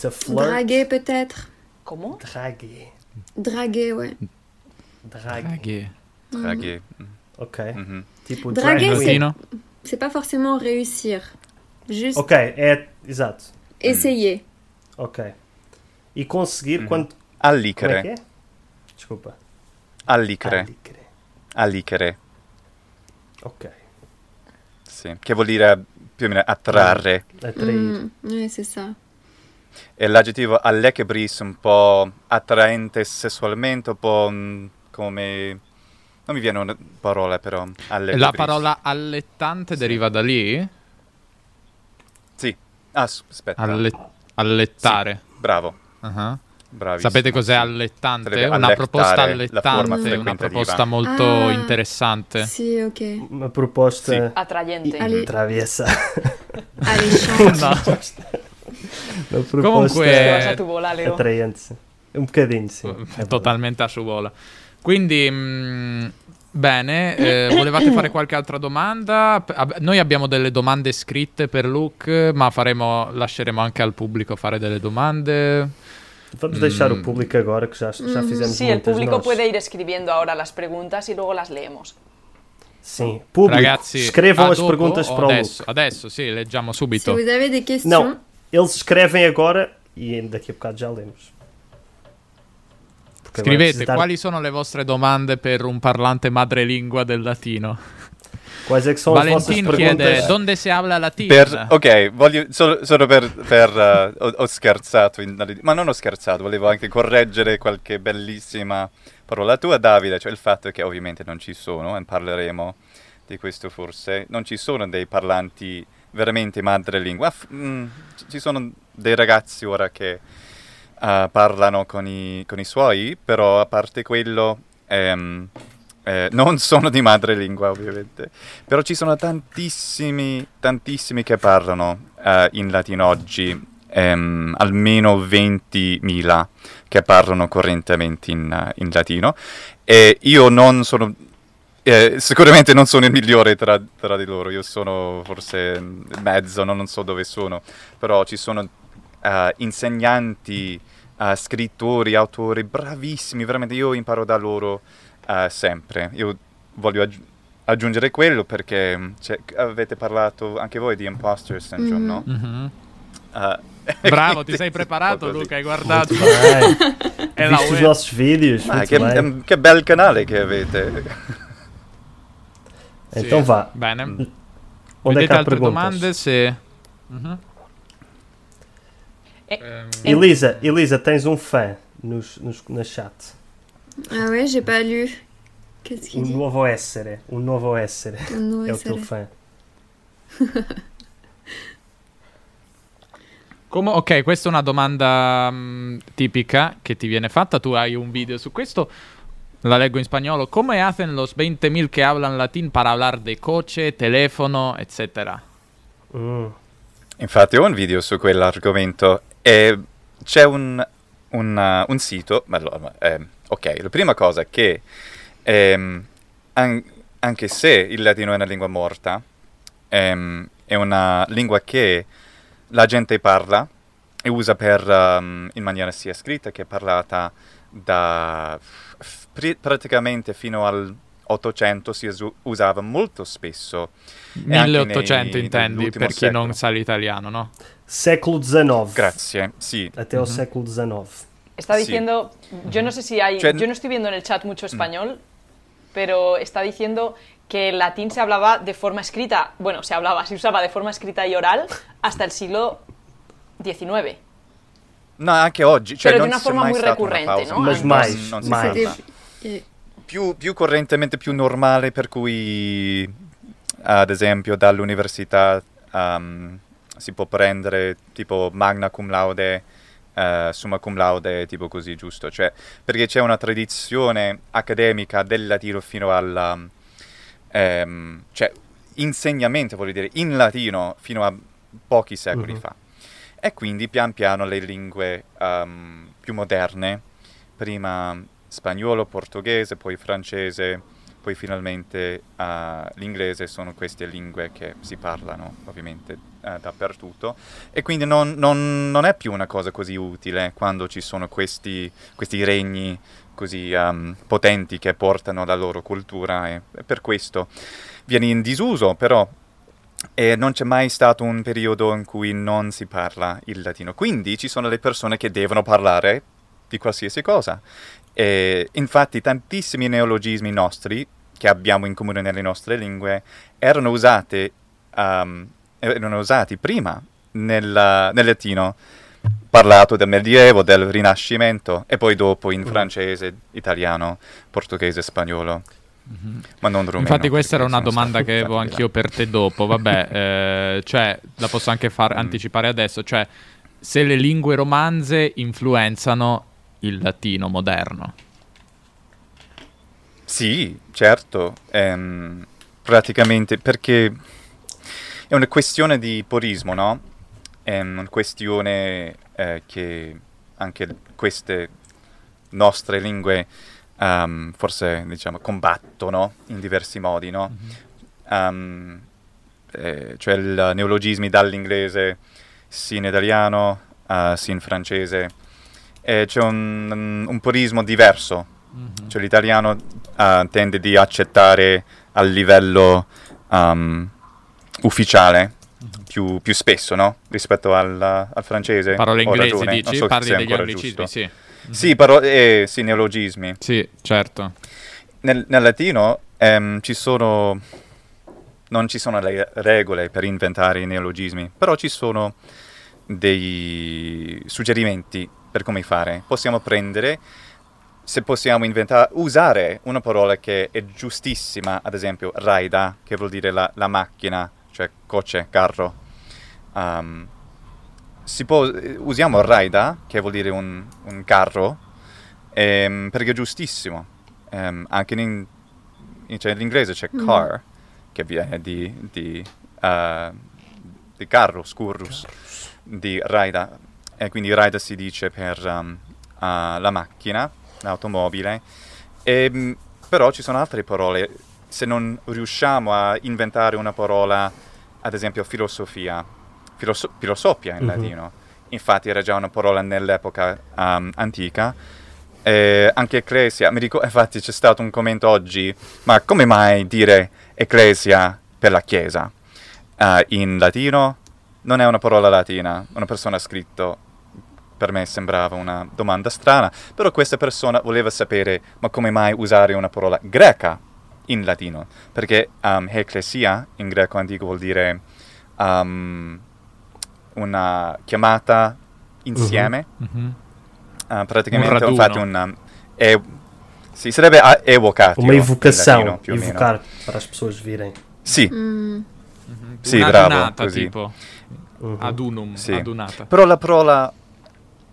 Speaker 5: to flirt,
Speaker 2: Draguer peut-être.
Speaker 6: ¿Cómo?
Speaker 5: drague,
Speaker 2: Draguer, ouais.
Speaker 5: drague.
Speaker 3: Ah, che-
Speaker 5: Ok,
Speaker 3: mhm.
Speaker 5: tipo
Speaker 4: Eh,
Speaker 2: Draguer,
Speaker 5: drag
Speaker 4: in
Speaker 2: c'est-
Speaker 5: queen.
Speaker 4: latino?
Speaker 2: C'est pas forcément réussir. Juste
Speaker 5: Ok, é, exato.
Speaker 2: essayer.
Speaker 5: Ok. E conseguir quando... Como é que
Speaker 3: Allichere,
Speaker 5: é? Desculpa.
Speaker 3: allichere,
Speaker 5: Alicre.
Speaker 3: allichere,
Speaker 5: Ok.
Speaker 3: sì. Che vuol dire più o meno attrarre.
Speaker 5: Atrair.
Speaker 2: Mm, ouais, c'est ça.
Speaker 3: E l'aggettivo allecebris un po' attraente sessualmente, un po' mm, come... Non mi viene una parola però, allecebris.
Speaker 4: La parola allettante deriva da lì?
Speaker 3: Esatto. Sì. Ah, s- aspetta.
Speaker 4: Alle- allettare.
Speaker 3: Bravo,
Speaker 4: Ah.
Speaker 3: bravissimo.
Speaker 4: Sapete cos'è
Speaker 3: Sì.
Speaker 4: allettante?
Speaker 3: Sarebbe
Speaker 4: Una proposta
Speaker 3: allettare, la forma
Speaker 4: allettante, una
Speaker 3: frequentativa.
Speaker 4: proposta molto
Speaker 2: Ah.
Speaker 4: interessante.
Speaker 2: Si, ok.
Speaker 5: Uma proposta
Speaker 3: Sim.
Speaker 6: Ah, Atrayente.
Speaker 2: Allez,
Speaker 5: travessa.
Speaker 2: alléchant.
Speaker 4: No.
Speaker 5: Uma proposta
Speaker 6: Te
Speaker 4: Comunque-
Speaker 6: vas a tu bola, Leo.
Speaker 5: atraente. sim. Um bocadinho, sim. É verdade.
Speaker 4: totalmente a su vola. Quindi, mh, bene, eh, volevate fare qualche altra domanda? P- ab- noi abbiamo delle domande scritte per Luke, ma faremo, lasceremo anche al pubblico fare delle domande.
Speaker 5: Vamos deixar o público agora, que já, já fizemos
Speaker 6: Sí, el
Speaker 5: muitas
Speaker 6: público
Speaker 5: nós.
Speaker 6: puede ir escribiendo ahora las preguntas y luego las leemos.
Speaker 5: Sim, público,
Speaker 4: Ragazzi,
Speaker 5: escrevam
Speaker 4: a
Speaker 5: as
Speaker 4: dopo
Speaker 5: perguntas
Speaker 4: o
Speaker 5: para o
Speaker 4: adesso,
Speaker 5: Luke.
Speaker 4: adesso, sì, leggiamo
Speaker 2: Si
Speaker 4: subito.
Speaker 2: vous avez des questions,
Speaker 5: Não, eles escrevem agora e daqui a bocado já lemos. Porque agora é
Speaker 4: Scrivete
Speaker 5: preciso dar-
Speaker 4: quali sono le vostre domande per un parlante madrelingua del latino.
Speaker 5: Quais é que são as
Speaker 4: Valentin
Speaker 5: vossas
Speaker 4: chiede:
Speaker 5: perguntas?
Speaker 4: Donde si habla latino?
Speaker 3: Per- ok, voglio, solo, solo per, per, eh, ho, ho scherzato, in- ma non ho scherzato, volevo anche correggere qualche bellissima parola tua Davide, cioè il fatto che ovviamente non ci sono, e parleremo di questo forse, non ci sono dei parlanti veramente madrelingua, f- mm, ci- ci sono dei ragazzi ora che eh, parlano con i, con i suoi, però a parte quello... ehm, eh, non sono di madrelingua ovviamente, però ci sono tantissimi, tantissimi che parlano eh, in latino oggi, ehm, almeno 20.000 che parlano correntemente in, eh, in latino e io non sono, eh, sicuramente non sono il migliore tra, tra di loro, io sono forse mm, mezzo, no? non so dove sono, però ci sono eh, insegnanti, eh, scrittori, autori bravissimi, veramente io imparo da loro eh, sempre. Io voglio aggi- aggiungere quello perché mh, cioè, avete parlato anche voi di imposter syndrome,
Speaker 2: Mhm.
Speaker 3: no?
Speaker 4: Mhm.
Speaker 3: Eh,
Speaker 4: Bravo,
Speaker 3: quindi
Speaker 4: ti sei
Speaker 3: un po'
Speaker 4: preparato,
Speaker 3: così.
Speaker 4: Luca. Hai
Speaker 5: Muito
Speaker 4: guardato.
Speaker 5: bem.
Speaker 4: È la
Speaker 5: Viste os
Speaker 4: web.
Speaker 5: nossos vídeos,
Speaker 3: Ah,
Speaker 5: muito
Speaker 3: che,
Speaker 5: bem.
Speaker 3: ehm, che bel canale che avete.
Speaker 5: Então
Speaker 4: Sì.
Speaker 5: vá.
Speaker 4: Bene.
Speaker 5: Onde é que
Speaker 3: Mm.
Speaker 4: Vedete
Speaker 5: há
Speaker 4: altre
Speaker 5: perguntas?
Speaker 4: domande? Se... Mhm.
Speaker 5: Elisa, Elisa, tens um fã nos, nos, na chat.
Speaker 2: Ah ouais, j'ai pas lu. Qu'est-ce
Speaker 5: O
Speaker 2: qu'il dit
Speaker 5: novo Essere. O novo Essere.
Speaker 2: Ton nom
Speaker 5: É
Speaker 2: est
Speaker 5: o teu
Speaker 2: serré.
Speaker 5: fã.
Speaker 4: Come- ok, questa è una domanda mm, tipica che ti viene fatta. Tu hai un video su questo. La leggo in spagnolo. Come hacen los 20.000 que hablan latín para hablar de coche, telefono, eccetera?
Speaker 5: Hum.
Speaker 3: Infatti ho un video su quell'argomento e c'è un, un, uh, un sito, ma allora, ma, ehm, ok, la prima cosa è che ehm, an- anche se il latino è una lingua morta, ehm, è una lingua che la gente parla e usa per, um, in maniera sia scritta che parlata da f- pri- praticamente fino al 800 si usu- usava molto spesso
Speaker 4: 1800
Speaker 3: nei-
Speaker 4: intendi,
Speaker 3: nell'ultimo
Speaker 4: per chi non
Speaker 3: secolo.
Speaker 4: sa l'italiano, no?
Speaker 5: Século XIX.
Speaker 3: Grazie, sì.
Speaker 5: Até ao século XIX.
Speaker 6: Está
Speaker 3: Sí.
Speaker 6: diciendo, yo no sé si hay,
Speaker 3: Chen-
Speaker 6: yo no estoy viendo en el chat mucho español, pero está diciendo que el latín se hablaba de forma escrita, bueno, se hablaba, se usaba de forma escrita y oral hasta el siglo XIX.
Speaker 3: No, anche oggi. Cioè,
Speaker 6: Però
Speaker 3: non
Speaker 6: di una
Speaker 3: c'è
Speaker 6: forma
Speaker 3: mai
Speaker 6: muy
Speaker 3: stata una
Speaker 6: recurrente,
Speaker 3: pausa,
Speaker 6: no?
Speaker 3: non-
Speaker 6: Ma
Speaker 3: non-
Speaker 5: mai,
Speaker 3: non si
Speaker 5: mai.
Speaker 3: parla.
Speaker 2: C'était- et-
Speaker 3: Più, più correntemente, più normale, per cui, ad esempio, dall'università ehm, si può prendere tipo magna cum laude, eh, summa cum laude, tipo così, giusto? Cioè, perché c'è una tradizione accademica del latino fino alla... ehm, cioè, insegnamento, voglio dire, in latino fino a pochi secoli fa. E quindi pian piano le lingue ehm, più moderne, prima spagnolo, portoghese, poi francese, poi finalmente eh, l'inglese, sono queste lingue che si parlano ovviamente eh, dappertutto. E quindi non, non- non è più una cosa così utile quando ci sono questi, questi regni così ehm, potenti che portano la loro cultura e, e per questo viene in disuso, però e non c'è mai stato un periodo in cui non si parla il latino. Quindi ci sono le persone che devono parlare di qualsiasi cosa. E infatti tantissimi neologismi nostri che abbiamo in comune nelle nostre lingue erano usate um, erano usati prima nella- nel latino parlato del Medioevo, del Rinascimento e poi dopo
Speaker 4: Mm.
Speaker 3: in francese, italiano, portoghese, spagnolo. Ma non rumeno.
Speaker 4: Mm-hmm. Infatti, questa era
Speaker 3: perché
Speaker 4: una
Speaker 3: sono
Speaker 4: domanda
Speaker 3: stati
Speaker 4: che avevo
Speaker 3: usati di là.
Speaker 4: anch'io per te dopo. Vabbè, eh, cioè, la posso anche
Speaker 3: Mm.
Speaker 4: far anticipare adesso. Cioè, se le lingue romanze influenzano il latino moderno.
Speaker 3: Sì, certo, ehm, praticamente perché è una questione di purismo, no? È una questione eh, che anche queste nostre lingue ehm, forse diciamo combattono in diversi modi, no? Ehm, eh, cioè il neologismi dall'inglese sì in italiano, eh, sì in francese. Eh, c'è un, un purismo diverso,
Speaker 4: Mhm.
Speaker 3: cioè l'italiano eh, tende di accettare a livello ehm, ufficiale
Speaker 4: Mhm.
Speaker 3: più, più spesso, no? Rispetto al, al francese.
Speaker 4: Parole
Speaker 3: Ho
Speaker 4: inglesi,
Speaker 3: ragione, non
Speaker 4: dici?
Speaker 3: so
Speaker 4: Parli
Speaker 3: se è
Speaker 4: degli
Speaker 3: ancora
Speaker 4: anglicismi,
Speaker 3: giusto.
Speaker 4: sì.
Speaker 3: Sì, paro- eh, sì, neologismi.
Speaker 4: Sì, certo.
Speaker 3: Nel, nel latino ehm, ci sono... non ci sono le regole per inventare i neologismi, però ci sono dei suggerimenti per come fare. Possiamo prendere, se possiamo inventare, usare una parola che è giustissima, ad esempio raida, che vuol dire la, la macchina, cioè coce, carro. Ehm, si può, eh, usiamo raida, che vuol dire un, un carro, ehm, perché è giustissimo. Ehm, anche in, in- cioè, in inglese c'è car, che viene di, di, eh, di carro, scurrus, di raida. E quindi raida si dice per ehm, ah, la macchina, l'automobile. Ehm, però ci sono altre parole. Se non riusciamo a inventare una parola, ad esempio filosofia, filoso- filosofia in latino, infatti era già una parola nell'epoca ehm, antica, eh, anche ecclesia, mi ricordo, infatti c'è stato un commento oggi, ma come mai dire ecclesia per la chiesa? Ah, in latino non è una parola latina, una persona ha scritto, per me sembrava una domanda strana, però questa persona voleva sapere, ma come mai usare una parola greca in latino? Perché um, ecclesia in greco antico vuol dire um, una chiamata insieme.
Speaker 4: Mhm.
Speaker 3: Ah, praticamente
Speaker 4: Un
Speaker 3: ho fatto
Speaker 4: raduno.
Speaker 3: un... eh, sì, sarebbe a- evocatio.
Speaker 5: Uma
Speaker 3: in
Speaker 5: evocação.
Speaker 3: latino, più o meno.
Speaker 5: Evocar para as pessoas virem.
Speaker 3: Sì,
Speaker 2: Mm.
Speaker 3: sì,
Speaker 4: Una
Speaker 3: bravo,
Speaker 4: adunata,
Speaker 3: così.
Speaker 4: tipo.
Speaker 5: Uhum.
Speaker 4: Adunum,
Speaker 3: Sì.
Speaker 4: adunata.
Speaker 3: Però la parola...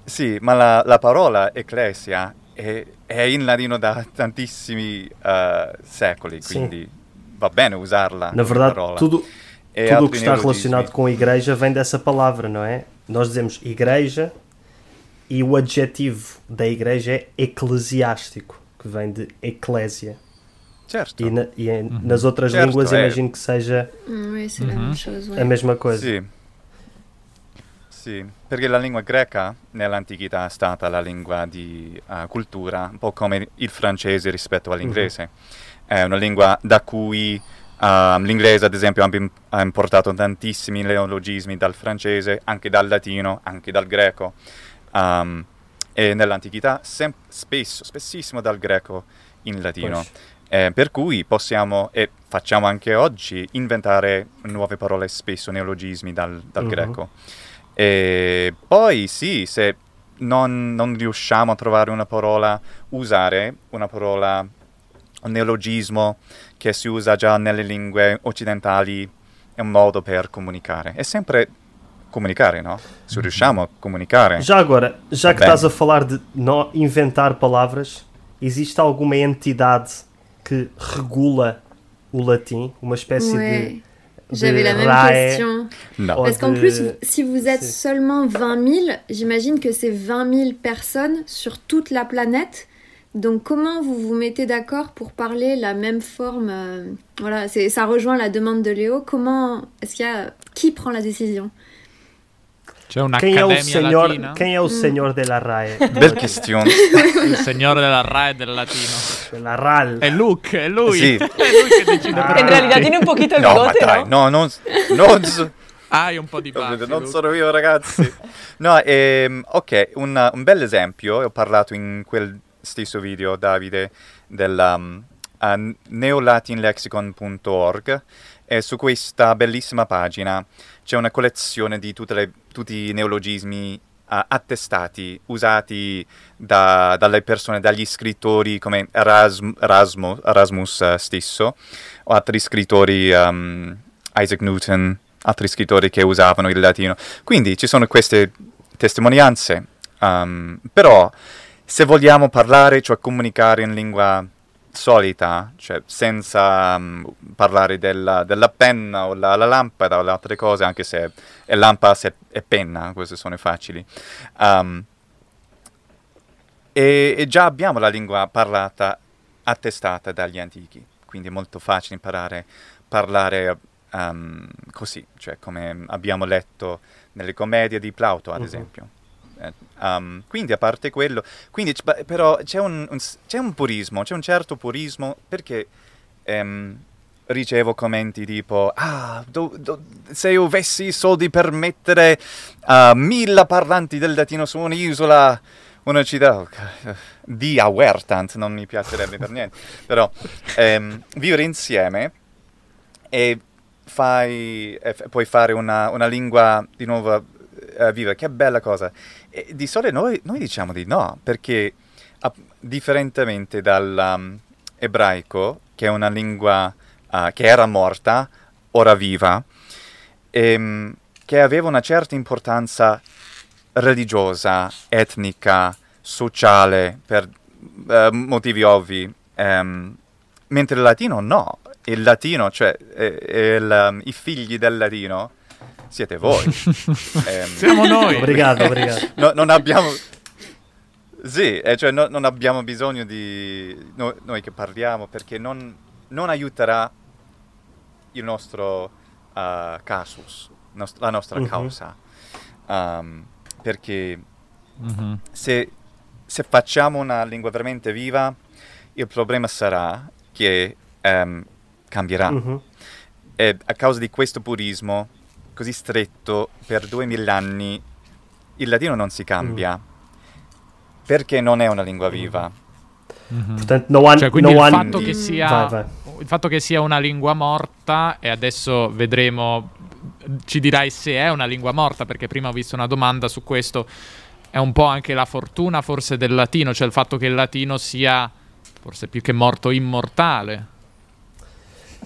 Speaker 3: Sì, ma la, la parola ecclesia è, è in latino da tantissimi eh, secoli,
Speaker 5: Sì.
Speaker 3: quindi va bene usarla.
Speaker 5: Na
Speaker 3: come
Speaker 5: verdade,
Speaker 3: parola.
Speaker 5: tudo,
Speaker 3: E
Speaker 5: tudo o
Speaker 3: altri
Speaker 5: que está
Speaker 3: neologismi.
Speaker 5: relacionado com igreja vem dessa palavra, não é? Nós dizemos igreja e o adjetivo da igreja é eclesiástico, que vem de eclésia.
Speaker 3: Certo.
Speaker 5: E, na- e em- nas outras
Speaker 3: Ah. Certo,
Speaker 5: línguas
Speaker 3: é.
Speaker 5: imagino que seja
Speaker 2: Mm, oui, c'est la
Speaker 4: Mhm.
Speaker 2: même chose. ouais.
Speaker 5: a mesma coisa.
Speaker 3: Sì. Sì, perché la lingua greca nell'antichità è stata la lingua di eh, cultura, un po' come il francese rispetto all'inglese. È una lingua da cui ehm, l'inglese, ad esempio, ha im- ha importato tantissimi neologismi dal francese, anche dal latino, anche dal greco. Ehm, e nell'antichità sem- spesso, spessissimo dal greco in
Speaker 5: Pois.
Speaker 3: latino. Eh, per cui possiamo, e facciamo anche oggi, inventare nuove parole, spesso neologismi dal, dal
Speaker 5: Mhm.
Speaker 3: greco. E poi sì, se non, non riusciamo a trovare una parola, usare una parola, un neologismo che si usa già nelle lingue occidentali, è un modo per comunicare. È sempre comunicare, no? Se riusciamo a comunicare.
Speaker 5: Já agora, já que
Speaker 3: Bem.
Speaker 5: estás a falar de no- inventar palavras, existe alguma entidade que regula o latim? Uma espécie
Speaker 2: Ouais.
Speaker 5: de.
Speaker 2: J'avais
Speaker 5: de
Speaker 2: la même
Speaker 5: RAE?
Speaker 2: question.
Speaker 3: No.
Speaker 5: Oh,
Speaker 2: Parce qu'en
Speaker 5: de-
Speaker 2: plus, vous- si vous êtes
Speaker 5: c'est-
Speaker 2: seulement 20 000, j'imagine que c'est 20 000 personnes sur toute la planète. Donc comment vous vous mettez d'accord pour parler la même forme euh, Voilà, c'est ça rejoint la demande de Léo. Comment est-ce qu'il y a qui prend la décision
Speaker 4: C'è una
Speaker 5: Quem é o
Speaker 4: accademia
Speaker 5: senhor,
Speaker 4: latina.
Speaker 5: quem é o senhor de la RAE?
Speaker 3: Bel question.
Speaker 4: Il signore della RAE del latino.
Speaker 5: De la RAL.
Speaker 4: È Luke, è lui.
Speaker 3: Sì.
Speaker 4: è lui che decide per
Speaker 5: Ah.
Speaker 6: En
Speaker 4: tutti.
Speaker 6: realidad tiene un poquito el
Speaker 3: No, ma
Speaker 6: bigote,
Speaker 3: dai, no,
Speaker 6: ¿no?
Speaker 3: non, s- non s-
Speaker 4: Hai un po' di
Speaker 3: Capito,
Speaker 4: baffi,
Speaker 3: non
Speaker 4: Luke.
Speaker 3: sono io, ragazzi. No, ehm, ok, un, un bel esempio, ho parlato in quel stesso video, Davide, del um, a neolatinlexicon.org e su questa bellissima pagina c'è una collezione di tutte le- tutti i neologismi ah, attestati, usati da- dalle persone, dagli scrittori come Erasm- Erasmo- Erasmus eh, stesso, o altri scrittori, um, Isaac Newton, altri scrittori che usavano il latino. Quindi ci sono queste testimonianze, um, però se vogliamo parlare, cioè comunicare in lingua solita, cioè senza um, parlare della, della penna o la, la lampada o le altre cose, anche se è lampada se- e penna, queste sono facili. Um, e, e già abbiamo la lingua parlata, attestata dagli antichi, quindi è molto facile imparare a parlare ehm, così, cioè come abbiamo letto nelle commedie di Plauto, ad
Speaker 5: Mhm.
Speaker 3: esempio. Eh, ehm, quindi a parte quello, quindi c- beh, però c'è un, un s- c'è un purismo, c'è un certo purismo perché ehm, ricevo commenti tipo ah, do- do- se io avessi i soldi per mettere a mille parlanti del latino su un'isola, una città oh, ca- di Awertant, non mi piacerebbe per niente, però ehm, vivere insieme e fai, e f- puoi fare una, una lingua di nuovo eh, viva, che bella cosa. E di solito noi, noi diciamo di no, perché a- differentemente dall'ebraico, che è una lingua ah, che era morta, ora viva, ehm, che aveva una certa importanza religiosa, etnica, sociale, per eh, motivi ovvi, ehm, mentre il latino no. Il latino, cioè eh, eh, il, um, i figli del latino, siete voi. Ehm,
Speaker 4: Siamo noi.
Speaker 5: Obrigado, obrigado.
Speaker 3: no- non abbiamo... Sì, eh, cioè no- non abbiamo bisogno di... no- noi che parliamo perché non, non aiuterà il nostro eh, casus, nos- la nostra
Speaker 5: Mhm.
Speaker 3: causa. Um, perché
Speaker 4: Mhm.
Speaker 3: se, se facciamo una lingua veramente viva, il problema sarà che ehm, cambierà.
Speaker 5: Uhum.
Speaker 3: E a causa di questo purismo così stretto per 2000 anni, il latino non si cambia. Perché non è una lingua viva.
Speaker 5: Portanto, não há,
Speaker 4: Cioè, quindi
Speaker 5: não
Speaker 4: il
Speaker 5: há
Speaker 4: fatto che sia
Speaker 5: Vai, vai.
Speaker 4: il fatto che sia una lingua morta e adesso vedremo ci dirai se è una lingua morta, perché prima ho visto una domanda su questo. È un po' anche la fortuna forse del latino, cioè il fatto che il latino sia forse più che morto immortale.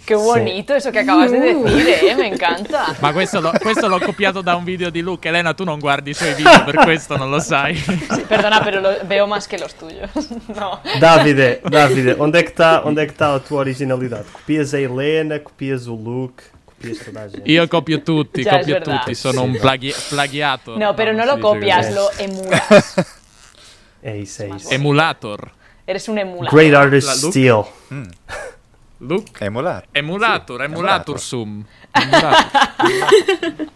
Speaker 6: Qué bonito eso que acabas de decir, ¿eh? Me encanta.
Speaker 4: Ma questo, l'ho- questo l'ho copiato da un video di Luke. Elena, tu non guardi i suoi video, per questo non lo sai.
Speaker 6: Sí, perdona, pero lo- veo más que los tuyos. No.
Speaker 5: Davide, Davide, onde é que está onde é que tá a tua originalidade? Copias a Helena, copias o Luke, copias toda a gente.
Speaker 4: Io copio tutti,
Speaker 6: Già,
Speaker 4: copio
Speaker 6: è verdad.
Speaker 4: tutti, sono un plaghi- plagiato.
Speaker 6: No, pero no
Speaker 4: si
Speaker 6: lo
Speaker 4: dice così.
Speaker 6: copias,
Speaker 5: sí.
Speaker 6: lo emulas.
Speaker 5: É isso, é isso.
Speaker 4: Emulator.
Speaker 6: Eres un emula.
Speaker 5: Great artist
Speaker 4: La Luke.
Speaker 5: still.
Speaker 4: Luke.
Speaker 3: Emular. emulator.
Speaker 4: Emulator, emulator sum. Emulator.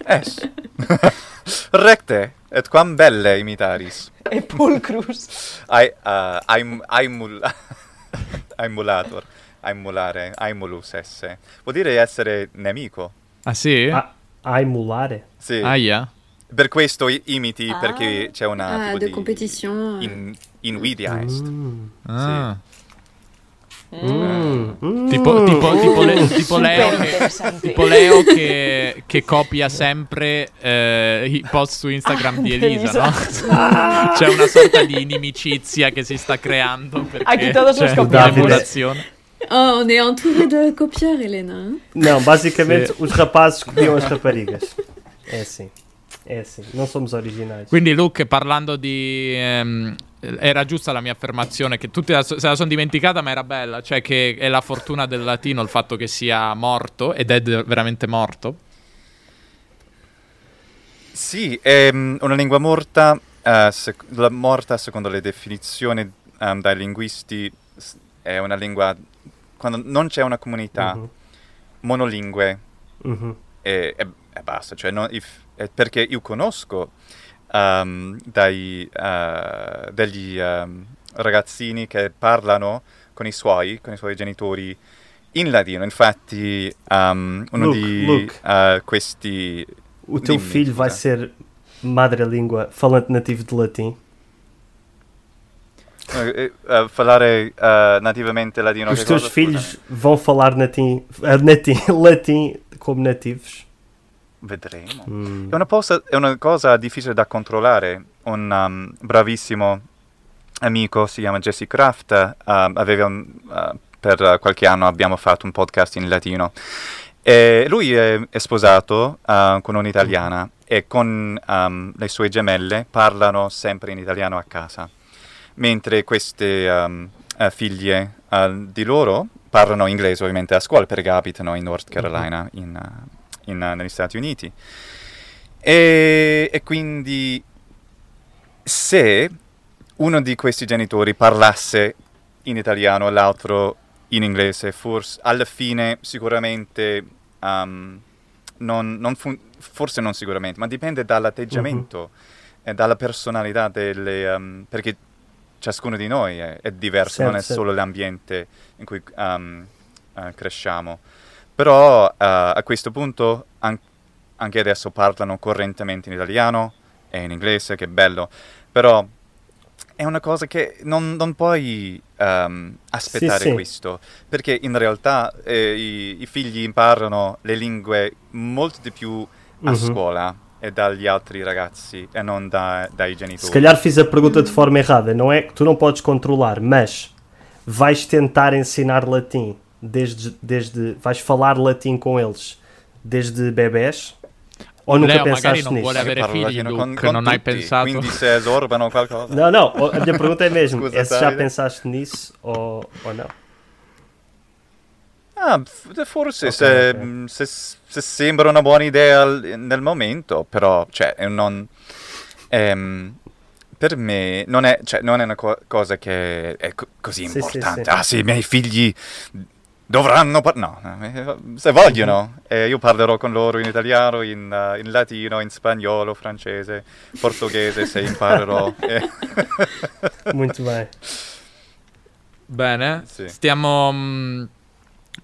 Speaker 3: Es. Recte, et quam belle imitaris.
Speaker 6: Epulcrus.
Speaker 3: Ai, uh, aim, aimul... aimulator. Aimulare. Aimulus esse. Vuol dire essere nemico.
Speaker 4: Ah sì?
Speaker 5: Ah, Ai mulare.
Speaker 3: Sì.
Speaker 4: Aia.
Speaker 3: Per questo i- imiti, perché c'è una
Speaker 2: Ah,
Speaker 3: tipo
Speaker 2: de
Speaker 3: di-
Speaker 2: compétition. euh.
Speaker 3: In, invidia est.
Speaker 4: Ah.
Speaker 5: Hum,
Speaker 4: Tipo, tipo, tipo, le- tipo Leo, che,
Speaker 6: Superinteresante.
Speaker 4: tipo Leo che, che copia sempre eh, i post su Instagram di
Speaker 6: di
Speaker 4: Elisa, no? C'è una sorta di inimicizia che si sta creando perché
Speaker 6: Anche todos
Speaker 4: c'è
Speaker 6: nos copiamo.
Speaker 4: un'emulazione.
Speaker 2: Oh, on est entouré de copieurs, Elena. hein.
Speaker 5: Não, basicamente
Speaker 4: Sim.
Speaker 5: os rapazes copiam as raparigas. É assim. É assim. Não somos originais.
Speaker 4: Quindi Luke, parlando di... ehm, era giusta la mia affermazione che tutti la so- se la sono dimenticata ma era bella, cioè che è la fortuna del latino il fatto che sia morto ed è de- veramente morto.
Speaker 3: Sì, è mm, una lingua morta, eh, sec- la morta secondo le definizioni ehm, dai linguisti s- è una lingua quando non c'è una comunità
Speaker 5: Uhum,
Speaker 3: monolingue
Speaker 5: uhum.
Speaker 3: e, e- e basta, cioè, no, if- eh, perché io conosco ehm, dai, eh, degli ehm, ragazzini che parlano con i suoi, con i suoi genitori in ladino, infatti ehm, uno
Speaker 5: Luke,
Speaker 3: di
Speaker 5: Luke.
Speaker 3: eh, questi...
Speaker 5: O teu
Speaker 3: Dimmi,
Speaker 5: filho vai
Speaker 3: scusa.
Speaker 5: ser madrelíngua falante nativo de latim.
Speaker 3: Eh, eh, eh, parlare eh, nativamente ladino.
Speaker 5: Os
Speaker 3: che
Speaker 5: teus
Speaker 3: cosa?
Speaker 5: filhos vão falar natim, eh, natim, latim como nativos.
Speaker 3: Vedremo.
Speaker 5: Hum.
Speaker 3: È una, posa- è una cosa difficile da controllare. Un um, bravissimo amico, si chiama Jesse Kraft, um, aveva un- uh, per uh, qualche anno abbiamo fatto un podcast in latino. E Eh, lui è, è sposato uh, con un'italiana e con um, le sue gemelle parlano sempre in italiano a casa, mentre queste um, eh, figlie uh, di loro parlano inglese ovviamente a scuola perché abitano in North Carolina, in, uh, in, uh, negli Stati Uniti. E, e quindi se uno di questi genitori parlasse in italiano e l'altro in inglese, forse alla fine sicuramente um, non, non fun- forse non sicuramente, ma dipende dall'atteggiamento
Speaker 5: Mm-hmm.
Speaker 3: e dalla personalità delle um, perché ciascuno di noi è, è diverso,
Speaker 5: Certo,
Speaker 3: non è
Speaker 5: certo.
Speaker 3: solo l'ambiente in cui um, eh, cresciamo. Però eh, a questo punto an- anche adesso parlano correntemente in italiano e in inglese, che bello. Però è una cosa che non, non puoi ehm, aspettare
Speaker 5: sì.
Speaker 3: questo, perché in realtà eh, i, i figli imparano le lingue molto di più a
Speaker 5: Mhm.
Speaker 3: scuola e dagli altri ragazzi e non da- dai
Speaker 5: Se
Speaker 3: genitori.
Speaker 5: calhar fiz a pergunta de forma errada. Não é que tu não podes controlar, mas vais tentar ensinar latim desde. desde vais falar latim com eles desde bebés? Ou nunca
Speaker 4: Leo, magari
Speaker 5: pensaste
Speaker 4: non
Speaker 5: nisso?
Speaker 4: vuole avere
Speaker 3: Parlo
Speaker 4: figli,
Speaker 3: latino
Speaker 4: Luke,
Speaker 3: con-
Speaker 4: non
Speaker 3: con
Speaker 4: hai
Speaker 3: tutti,
Speaker 4: pensato.
Speaker 3: Quindi se esorbano qualcosa...
Speaker 5: Não, não. o- A minha pergunta é mesmo:
Speaker 3: Escusa,
Speaker 5: é se já
Speaker 3: Davide.
Speaker 5: pensaste nisso ou, ou não?
Speaker 3: Ah, f- forse
Speaker 5: Ok,
Speaker 3: se,
Speaker 5: ok.
Speaker 3: mh, se s- se sembra una buona idea al- nel momento, però cioè, è un non, ehm, per me non è, cioè, non è una co- cosa che è co- così
Speaker 5: Sì, sì,
Speaker 3: importante.
Speaker 5: sì.
Speaker 3: Ah sì, i miei figli dovranno parlare. No, eh, se vogliono,
Speaker 5: Mm-hmm.
Speaker 3: eh, io parlerò con loro in italiano, in, eh, in latino, in spagnolo, francese, portoghese se imparerò. Eh,
Speaker 5: Muito bem.
Speaker 4: Bene,
Speaker 3: Sì.
Speaker 4: stiamo... mh,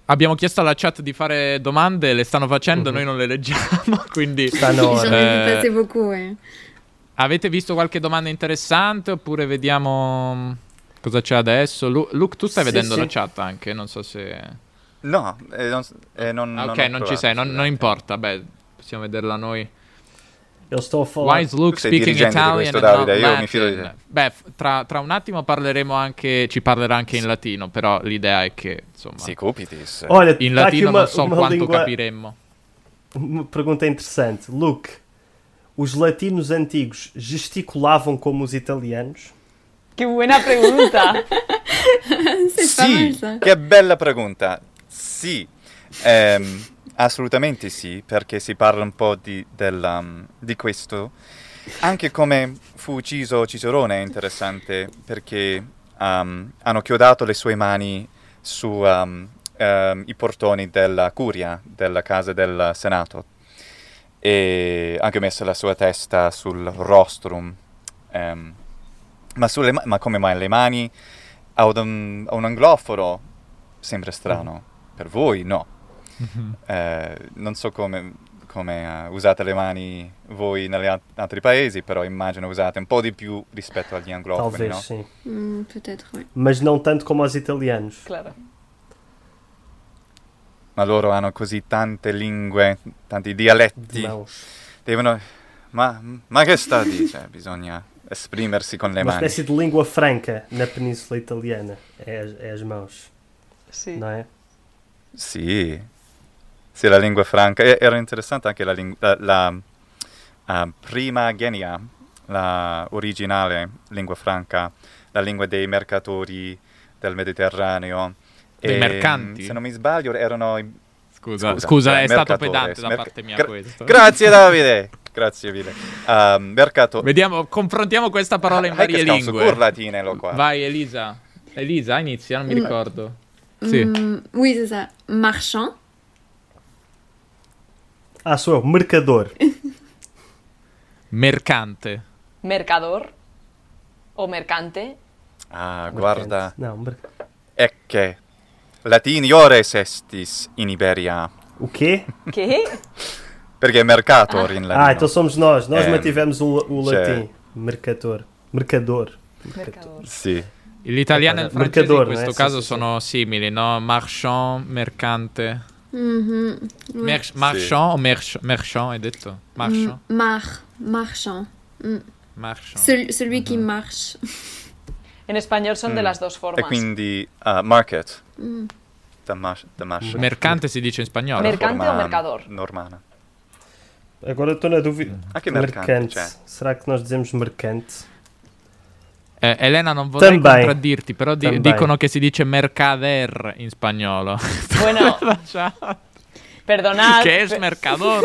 Speaker 4: abbiamo chiesto alla chat di fare domande, le stanno facendo, noi non le leggiamo, quindi...
Speaker 5: Está na
Speaker 2: J'en
Speaker 5: hora.
Speaker 2: ai
Speaker 4: Eh.
Speaker 2: vu passer beaucoup, ouais.
Speaker 4: Avete visto qualche domanda interessante oppure vediamo mh, cosa c'è adesso? Lu- Luke, tu stai
Speaker 5: Sì,
Speaker 4: vedendo
Speaker 5: sì.
Speaker 4: la chat anche, non so se...
Speaker 3: no, eh, non, s- eh, non-
Speaker 4: Ah,
Speaker 3: non
Speaker 4: ok,
Speaker 3: ho
Speaker 4: non
Speaker 3: provato,
Speaker 4: ci sei, non, non
Speaker 3: scusate.
Speaker 4: importa, beh, possiamo vederla noi.
Speaker 5: Eu estou a falar.
Speaker 4: Why is Luke
Speaker 3: Tu sei
Speaker 4: speaking
Speaker 3: dirigente di
Speaker 4: Italian
Speaker 3: questo,
Speaker 4: and not
Speaker 3: Davide, io mi fido di
Speaker 4: Latin? Beh, f- tra, tra un attimo parleremo anche, ci parlerà anche in latino, però l'idea è che, insomma,
Speaker 3: Sì, cupitis.
Speaker 5: Olha,
Speaker 4: in
Speaker 5: tá aqui
Speaker 4: latino
Speaker 5: uma,
Speaker 4: non so
Speaker 5: uma
Speaker 4: quanto
Speaker 5: língua-
Speaker 4: capiremmo.
Speaker 5: Uma pergunta interessante. Luke, os latinos antigos gesticulavam como os italianos?
Speaker 6: ¡Qué buena pregunta!
Speaker 2: C'est pas
Speaker 3: Sì,
Speaker 2: mal ça.
Speaker 3: che bella pregunta. Sì, ehm, assolutamente sì, perché si parla un po' di, della- di questo. Anche come fu ucciso Cicerone è interessante perché ehm, hanno chiodato le sue mani su ehm, ehm, i portoni della curia, della casa del Senato e anche messo la sua testa sul rostrum. ehm. ma, sulle ma- ma come mai le mani? a un, a un angloforo sembra strano, per voi no. Eh, non so come, come, eh, usate le mani voi negli al- altri paesi, però immagino usate un po' di più rispetto agli anglofoni,
Speaker 5: Talvez,
Speaker 3: no?
Speaker 5: sim.
Speaker 2: Hmm, Peut-être, ouais.
Speaker 5: Mas não tanto como aos italianos.
Speaker 6: Claro.
Speaker 3: Ma loro hanno così tante lingue, tanti dialetti.
Speaker 5: De mãos.
Speaker 3: Devono... Ma, ma che sta a dire? Cioè, bisogna esprimersi con le
Speaker 5: uma
Speaker 3: mani.
Speaker 5: espécie de língua franca na Península Italiana. É, as- é as mãos,
Speaker 6: Sí.
Speaker 5: não é?
Speaker 3: Sì, sì, la lingua franca. E- era interessante anche la, ling- la- la, ah, prima genia, la originale lingua franca, la lingua dei mercatori del Mediterraneo.
Speaker 4: Dei
Speaker 3: E,
Speaker 4: mercanti?
Speaker 3: Se non mi sbaglio, erano... i-
Speaker 4: Scusa,
Speaker 3: Scusa,
Speaker 4: scusa,
Speaker 3: eh,
Speaker 4: è stato
Speaker 3: mercatore,
Speaker 4: pedante da
Speaker 3: merca-
Speaker 4: parte mia
Speaker 3: gra-
Speaker 4: questo.
Speaker 3: Grazie Davide! Grazie mille. Ah, mercato...
Speaker 4: Vediamo, confrontiamo questa parola in
Speaker 3: Ah, hai che eh.
Speaker 4: varie
Speaker 3: scalzo,
Speaker 4: lingue.
Speaker 3: cur latine lo qua.
Speaker 4: Vai Elisa. Elisa, inizia, non mi
Speaker 2: Mm.
Speaker 4: ricordo. Sì.
Speaker 2: Hmm, oui, c'est ça. Marchand.
Speaker 5: Ah, sou eu, mercador.
Speaker 4: Mercante.
Speaker 6: Mercador o mercante.
Speaker 3: Ah, guarda.
Speaker 5: Não, merc-
Speaker 3: Ecce. Latiniores estis in Iberia.
Speaker 5: O quê?
Speaker 6: ¿Qué?
Speaker 3: Perché è mercator in latino.
Speaker 5: Ah, então somos nós. Nós
Speaker 3: É,
Speaker 5: mantivemos o, la- o
Speaker 3: já é.
Speaker 5: latim. Mercator. Mercador.
Speaker 6: Mercador.
Speaker 3: Sì.
Speaker 4: L'italiano e il
Speaker 5: Eh,
Speaker 4: francese
Speaker 5: mercatore,
Speaker 4: in questo
Speaker 5: eh, sì,
Speaker 4: caso
Speaker 5: sì,
Speaker 4: sono simili, no? Marchand, mercante.
Speaker 2: Mhm. Ouais.
Speaker 4: Mer- Marchand o merch- merchant, hai detto? Marchand.
Speaker 2: Hmm, Mar. Marchand.
Speaker 4: Marchand.
Speaker 2: Cel- celui qui marche.
Speaker 6: En español son
Speaker 4: Mm.
Speaker 6: de las dos
Speaker 3: E
Speaker 6: formas.
Speaker 3: quindi ah, market. Damas- Damasco.
Speaker 4: Mercante si dice in spagnolo.
Speaker 3: Una
Speaker 6: Mercante
Speaker 3: forma
Speaker 6: Mm. o mercador?
Speaker 3: Normana.
Speaker 5: Agora estou na dúvida.
Speaker 3: Anche Hum. mercante, cioè.
Speaker 5: Será que nós dizemos mercante?
Speaker 4: Eh, Elena, non vorrei
Speaker 5: Tambay.
Speaker 4: contraddirti, però di-
Speaker 5: Tambay.
Speaker 4: dicono che si dice mercader in spagnolo.
Speaker 6: Ah, Bueno,
Speaker 4: Ciao.
Speaker 6: perdonad.
Speaker 4: che es
Speaker 6: pe-
Speaker 4: mercador.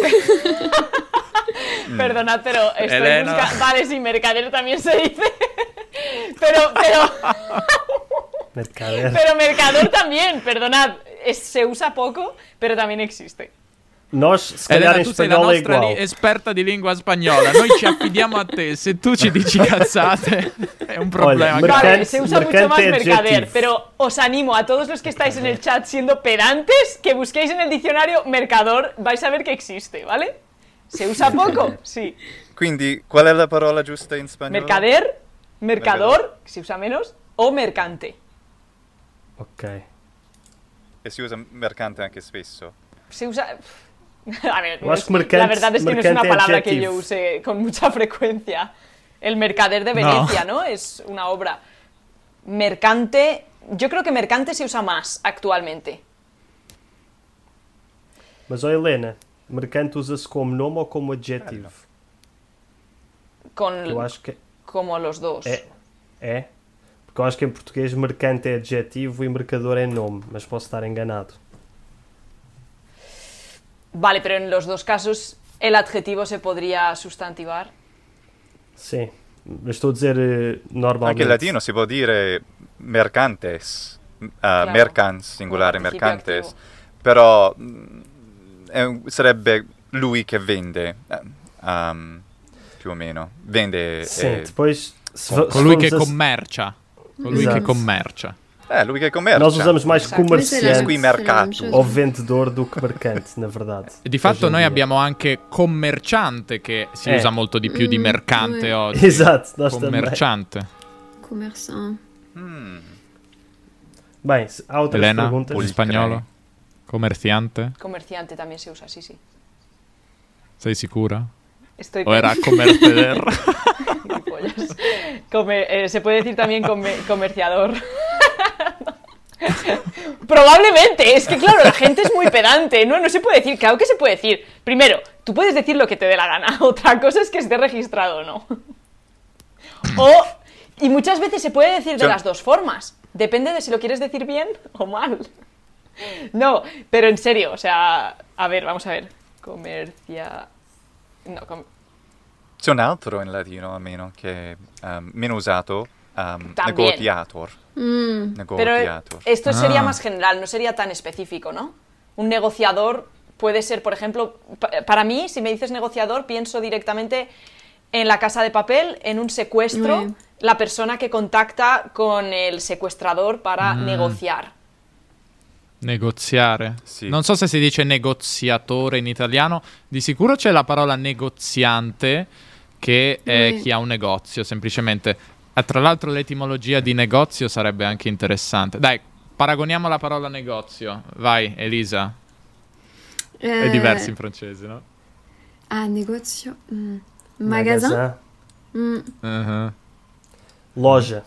Speaker 6: Perdonad, pero estoy
Speaker 4: Elena.
Speaker 6: busca- Vale, sí, mercader también se dice. Pero, pero,
Speaker 5: Mercader.
Speaker 6: pero mercador también, perdonad. Es- se usa poco, pero también existe.
Speaker 5: Nós, se calhar
Speaker 4: Elena,
Speaker 5: em
Speaker 4: tu sei la
Speaker 5: espanhol é
Speaker 4: nostra
Speaker 5: igual.
Speaker 4: li- esperta di lingua spagnola. Noi ci affidiamo a te. Se tu ci dici cazzate, è un problema.
Speaker 5: Olha,
Speaker 6: Vale,
Speaker 5: Mercante-
Speaker 6: se usa mucho
Speaker 5: mercante
Speaker 6: más
Speaker 5: adjective.
Speaker 6: mercader, pero os animo a todos los que estáis en el chat siendo pedantes que busquéis en el diccionario mercador, vais a ver que existe, ¿vale? ¿Se usa poco? Sí.
Speaker 3: Quindi, qual è la parola giusta in spagnolo?
Speaker 6: Mercader, mercador,
Speaker 3: Mercador.
Speaker 6: que se usa menos, o mercante.
Speaker 5: Ok.
Speaker 3: E si usa mercante anche spesso.
Speaker 6: Se usa. A ver,
Speaker 5: Yo acho que
Speaker 6: es-
Speaker 5: mercante-
Speaker 6: la verdad es que no es una
Speaker 5: mercante
Speaker 6: palabra que
Speaker 5: adjective.
Speaker 6: yo use con mucha frecuencia. El mercader de
Speaker 4: No.
Speaker 6: Venecia, ¿no? Es una obra. Mercante. Yo creo que mercante se usa más actualmente.
Speaker 5: Mas, ó Helena, mercante usa-se como nome ou como adjetivo?
Speaker 6: Con,
Speaker 5: Eu acho que
Speaker 6: como los dos.
Speaker 5: é. É? Porque eu acho que em português mercante é adjetivo e mercador é nome, mas posso estar enganado.
Speaker 6: Vale, pero en los dos casos el adjetivo se podría sustantivar.
Speaker 5: Sim. Mas estou a dizer eh, normalmente.
Speaker 3: Anche in é latino si può dire mercantes. ah, Mercans, singolare,
Speaker 6: Come participio
Speaker 3: mercantes. Però mm, è un- sarebbe lui che vende, eh, um, più o meno. Vende...
Speaker 5: Sim,
Speaker 3: eh,
Speaker 5: depois. Se, va- se
Speaker 4: Colui che
Speaker 5: formos a-
Speaker 4: commercia. Colui
Speaker 5: Esatto.
Speaker 4: che commercia.
Speaker 3: eh, lui che commercia.
Speaker 5: Nós usamos mais
Speaker 6: Exacto.
Speaker 2: Comerciante.
Speaker 5: comerciante
Speaker 3: Qui mercato.
Speaker 5: ou vendedor do que mercante, na verdade.
Speaker 4: E Di fatto
Speaker 5: Hoje em
Speaker 4: noi
Speaker 5: dia.
Speaker 4: abbiamo anche commerciante che si
Speaker 5: Eh. Esatto.
Speaker 4: usa molto di più di
Speaker 2: Mm,
Speaker 4: mercante
Speaker 2: eh.
Speaker 4: oggi.
Speaker 5: Exato, nós também.
Speaker 4: Commerciante.
Speaker 2: Commerçant.
Speaker 5: Bem, se há outras
Speaker 4: Elena,
Speaker 5: perguntas.
Speaker 4: in spagnolo. Commerciante.
Speaker 6: Comerciante también se usa, sí, sí.
Speaker 4: Sei sicura?
Speaker 6: Estoy
Speaker 4: O era commercialer?
Speaker 6: gilipollas. Comer- eh, se puede decir también come- comerciador. Probablemente, es que claro, la gente es muy pedante, ¿no? No se puede decir, claro que se puede decir. Primero, tú puedes decir lo que te dé la gana, otra cosa es que esté registrado o no. O, y muchas veces se puede decir de
Speaker 3: Yo-
Speaker 6: las dos formas, depende de si lo quieres decir bien o mal. No, pero en serio, o sea, a ver, vamos a ver. Comercia... No, com-
Speaker 3: C'è un altro in latino almeno che ehm, meno usato, ehm,
Speaker 6: También. Mm,
Speaker 3: negotiator.
Speaker 6: Pero
Speaker 3: Negotiator.
Speaker 6: esto sería
Speaker 4: Ah.
Speaker 6: más general, no sería tan específico, ¿no? Un negociador puede ser, por ejemplo, pa- para mí, si me dices negociador, pienso directamente en la casa de papel, en un secuestro,
Speaker 2: Mm.
Speaker 6: la persona que contacta con el secuestrador para negociar.
Speaker 4: Negoziare.
Speaker 3: Sì.
Speaker 4: Non so se si dice negoziatore in italiano, di sicuro c'è la parola negoziante che è
Speaker 2: Mm.
Speaker 4: chi ha un negozio, semplicemente. Ah, tra l'altro l'etimologia di negozio sarebbe anche interessante. Dai, paragoniamo la parola negozio. Vai, Elisa. È
Speaker 2: Euh,
Speaker 4: diverso in francese, no?
Speaker 2: Ah, negozio. hmm. Magasin. Hmm.
Speaker 4: Mhm.
Speaker 5: Loja.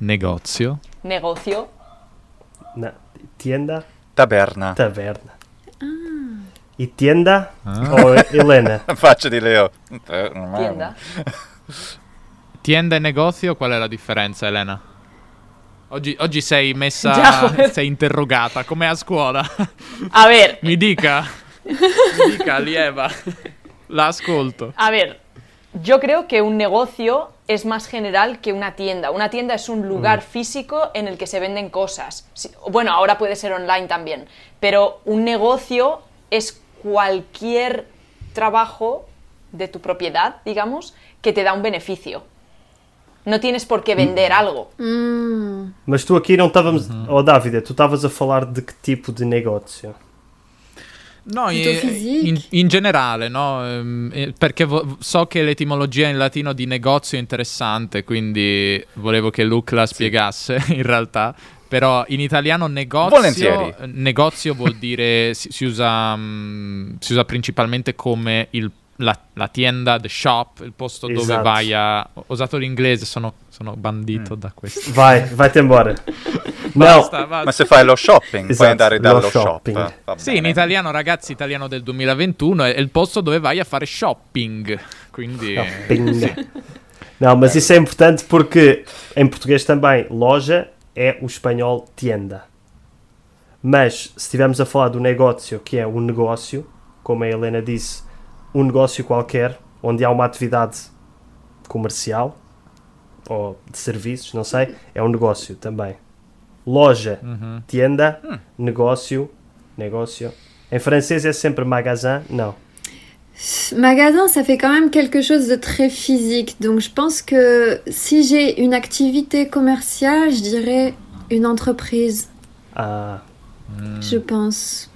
Speaker 4: Negozio.
Speaker 6: Negocio.
Speaker 5: Na- tienda.
Speaker 3: Taberna.
Speaker 5: Taverna. E tienda
Speaker 4: Ah.
Speaker 5: Oh, ou Helena?
Speaker 3: Faccia di Leo.
Speaker 6: Tienda.
Speaker 4: Tienda e negozio, qual è la differenza, Elena? Oggi, oggi sei
Speaker 6: Già,
Speaker 4: messa,
Speaker 6: joder.
Speaker 4: sei interrogata, come a scuola.
Speaker 6: A ver,
Speaker 4: Mi dica, mi dica, Lieva. La ascolto.
Speaker 6: a ver. Yo creo que un negocio es más general que una tienda. Una tienda es un lugar físico en el que se venden cosas. Si- Bueno, ahora puede ser online también, pero un negocio es cualquier trabajo de tu propiedad, digamos, que te da un beneficio. No tienes por qué vender algo.
Speaker 2: Hmm.
Speaker 5: Mas tu aqui não estávamos.
Speaker 4: Uhum.
Speaker 5: Oh, Dávida, tu estavas a falar de que tipo de negócio?
Speaker 4: No,
Speaker 2: Tutto
Speaker 4: eh,
Speaker 2: physique.
Speaker 4: in, in generale, no? ehm, eh, Perché vo- so che l'etimologia in latino di negozio è interessante, quindi volevo che Luke la spiegasse in realtà. Però in italiano negozio,
Speaker 3: Volentieri.
Speaker 4: eh, negozio vuol dire, si, si usa, mm, si usa principalmente come il- la, la tienda, the shop, il posto dove
Speaker 5: Esatto.
Speaker 4: vai a... Ho usato l'inglese, sono, sono bandito
Speaker 3: Mm.
Speaker 4: da questo.
Speaker 5: Vai, vai-te embora.
Speaker 4: Basta, basta.
Speaker 3: Oh, Ma se fai lo shopping
Speaker 5: Esatto,
Speaker 3: puoi andare
Speaker 5: lo
Speaker 3: dallo shop.
Speaker 5: shopping.
Speaker 3: Va
Speaker 4: Sì, in
Speaker 3: bene.
Speaker 4: italiano, ragazzi, italiano del 2021 è è il posto dove vai a fare shopping. Quindi,
Speaker 5: Não, pinga. Não, mas isso é importante porque em português também loja é o espanhol tienda. Mas se estivermos a falar do negócio, que é um negócio, como a Helena disse, um negócio qualquer, onde há uma atividade comercial ou de serviços, não sei, é um negócio também. Loja, tienda, negócio, negócio. Em francês é sempre magasin? Não.
Speaker 2: Magasin, ça fait quand même quelque chose de très physique. Donc je pense que si j'ai une activité commerciale, je dirais une entreprise,
Speaker 5: Ah,
Speaker 2: je pense.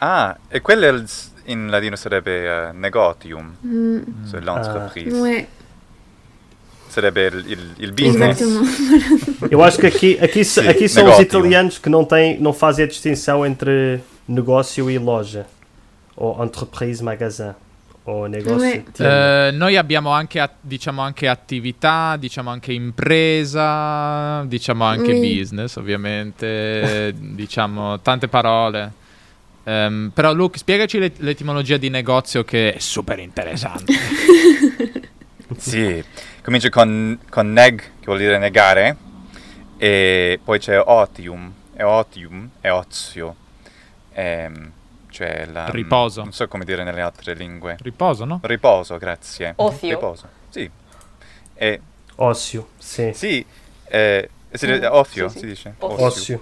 Speaker 3: Ah, e quello è il s- in latino sarebbe eh, negotium,
Speaker 2: Hmm,
Speaker 6: Mm.
Speaker 3: so l'entreprise.
Speaker 5: Ah.
Speaker 2: Ouais,
Speaker 3: Sarebbe il, il- il business.
Speaker 2: exactement.
Speaker 5: Eu acho que aqui, aqui, se-
Speaker 3: Sim,
Speaker 5: aqui são
Speaker 3: negócio.
Speaker 5: os italianos que não, têm, não fazem a distinção entre negócio e loja. Ou entreprise, magasin. Ou negócio.
Speaker 2: Ué.
Speaker 5: tienda.
Speaker 4: eh, noi abbiamo anche, a- diciamo, anche attività, diciamo anche impresa, diciamo anche
Speaker 2: Oui.
Speaker 4: business, ovviamente, diciamo tante parole. Ehm, però, Luke, spiegaci l'et- l'etimologia di negozio che è super interessante.
Speaker 3: Sì, comincia con, con neg, che vuol dire negare, e poi c'è otium, e otium è ozio, ehm, cioè la...
Speaker 4: Riposo.
Speaker 3: Non so come dire nelle altre lingue.
Speaker 4: Riposo, no?
Speaker 3: Riposo, grazie.
Speaker 6: Ozio.
Speaker 3: Riposo, sì. E,
Speaker 5: Ócio. Sim.
Speaker 3: sì, eh, si,
Speaker 6: Mm,
Speaker 3: ozio
Speaker 6: sì, sì.
Speaker 3: si dice?
Speaker 6: Ozio.
Speaker 5: Ócio.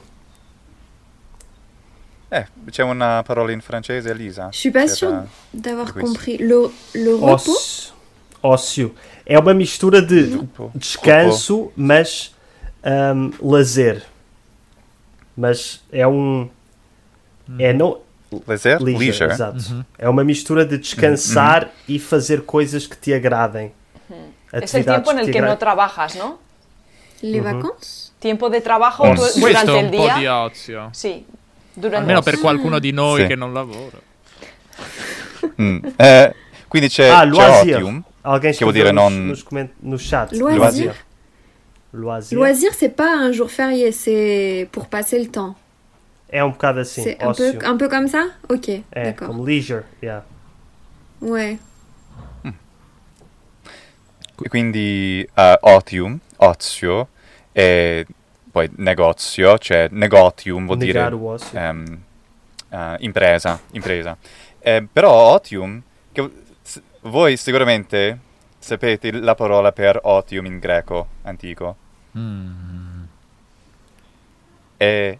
Speaker 3: Eh, c'è una parola in francese, Elisa?
Speaker 2: Je suis pas
Speaker 3: C'era-
Speaker 2: sûre d'avoir
Speaker 3: Oui.
Speaker 2: compris. Le, le
Speaker 5: Oh,
Speaker 2: repos
Speaker 5: Ócio. Ócio. É uma mistura de
Speaker 3: Gruppo.
Speaker 5: descanso, mas ahm, lazer. Mas é um. É não.
Speaker 3: Gruppo. eh, Leisure?
Speaker 5: Leisure, Uhum.
Speaker 3: Leisure.
Speaker 6: esatto.
Speaker 5: exato. É uma mistura de descansar e fazer coisas que te agradem.
Speaker 6: Es el tiempo en el que no
Speaker 5: agradem.
Speaker 6: trabajas, ¿no?
Speaker 2: Les vacances
Speaker 6: Tiempo de trabajo
Speaker 3: Mm.
Speaker 6: du-
Speaker 3: Questo
Speaker 4: Questo
Speaker 6: durante
Speaker 4: è
Speaker 6: el
Speaker 4: un po' di
Speaker 6: día.
Speaker 4: ozio.
Speaker 6: Sí, durante
Speaker 4: Almeno per qualcuno di noi
Speaker 3: Sì.
Speaker 4: che non lavora.
Speaker 3: Mm. Eh, quindi c'è,
Speaker 5: ah,
Speaker 3: c'è
Speaker 5: loisir.
Speaker 3: Otium.
Speaker 5: Alguém
Speaker 3: Que eu
Speaker 5: escreveu
Speaker 3: diga,
Speaker 5: nos,
Speaker 3: não-
Speaker 5: nos coment- no chat.
Speaker 2: Loisir.
Speaker 5: Loisir.
Speaker 2: Loisir, c'est pas un jour férié, c'est pour passer le temps.
Speaker 5: É um bocado assim,
Speaker 2: c'est un
Speaker 5: ócio.
Speaker 2: peu, un peu comme ça Ok,
Speaker 5: É,
Speaker 2: d'accord.
Speaker 5: como leisure, yeah.
Speaker 2: Ouais.
Speaker 3: E quindi eh, otium, ozio, e poi negozio, cioè negotium vuol
Speaker 5: Negar
Speaker 3: dire
Speaker 5: o ócio.
Speaker 3: ehm, eh, impresa, impresa. Eh, però otium, che v- s- voi sicuramente sapete la parola per otium in greco antico, è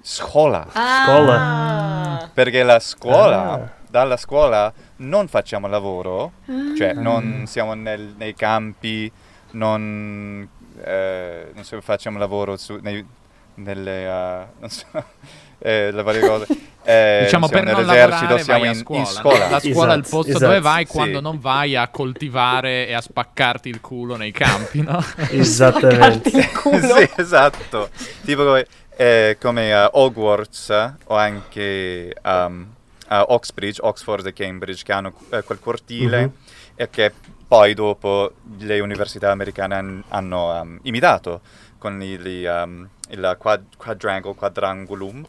Speaker 3: scola.
Speaker 6: Ah.
Speaker 3: Perché la scuola,
Speaker 5: Ah.
Speaker 3: dalla scuola non facciamo lavoro, cioè
Speaker 4: Ah.
Speaker 3: non siamo nel- nei campi, non, eh, non so, facciamo lavoro su, nei- nelle, eh, non so, eh, le varie cose. Eh,
Speaker 4: diciamo
Speaker 3: siamo
Speaker 4: per non
Speaker 3: nell'esercito,
Speaker 4: lavorare
Speaker 3: siamo
Speaker 4: vai a
Speaker 3: in-
Speaker 4: scuola.
Speaker 3: in scuola.
Speaker 4: La scuola è il
Speaker 5: Esatto,
Speaker 4: posto
Speaker 5: esatto.
Speaker 4: dove vai
Speaker 3: Sì.
Speaker 4: quando non vai a coltivare e a spaccarti il culo nei campi, no?
Speaker 5: Exatamente.
Speaker 6: Carti il culo.
Speaker 3: sì, esatto. Tipo come, eh, come a Hogwarts eh, o anche um, a Oxbridge, Oxford e Cambridge, che hanno eh, quel cortile
Speaker 5: Mhm.
Speaker 3: e che poi dopo le università americane han- hanno um, imitato con i- gli, um, il quad- quadrangle, quadrangulum.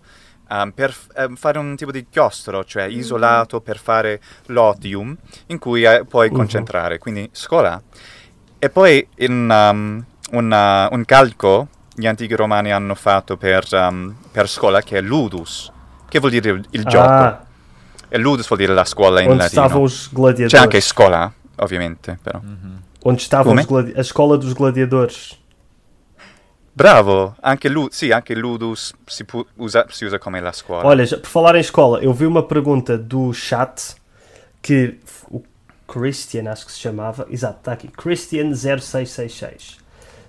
Speaker 3: um, per f- ehm, fare un tipo di chiostro, cioè
Speaker 5: Mhm.
Speaker 3: isolato per fare l'odium, in cui eh, puoi
Speaker 5: Mhm.
Speaker 3: concentrare. Quindi scuola e poi in, um, un, uh, un calco gli antichi romani hanno fatto per, um, per scuola che è ludus, che vuol dire il, il gioco.
Speaker 5: Ah,
Speaker 3: E ludus vuol dire la scuola in
Speaker 5: onde estavam
Speaker 3: latino.
Speaker 5: os gladiadores.
Speaker 3: C'è anche scuola, ovviamente, però.
Speaker 5: Onde estavam
Speaker 3: Come?
Speaker 5: os gladi- a escola dos gladiadores.
Speaker 3: Bravo, anche, lu- sì, anche ludus si, pu- usa, si usa come la scuola.
Speaker 5: Olha, já- por falar em escola, eu vi uma pergunta do chat que f- o Christian, acho que se chamava, exato, está aqui, Christian0666.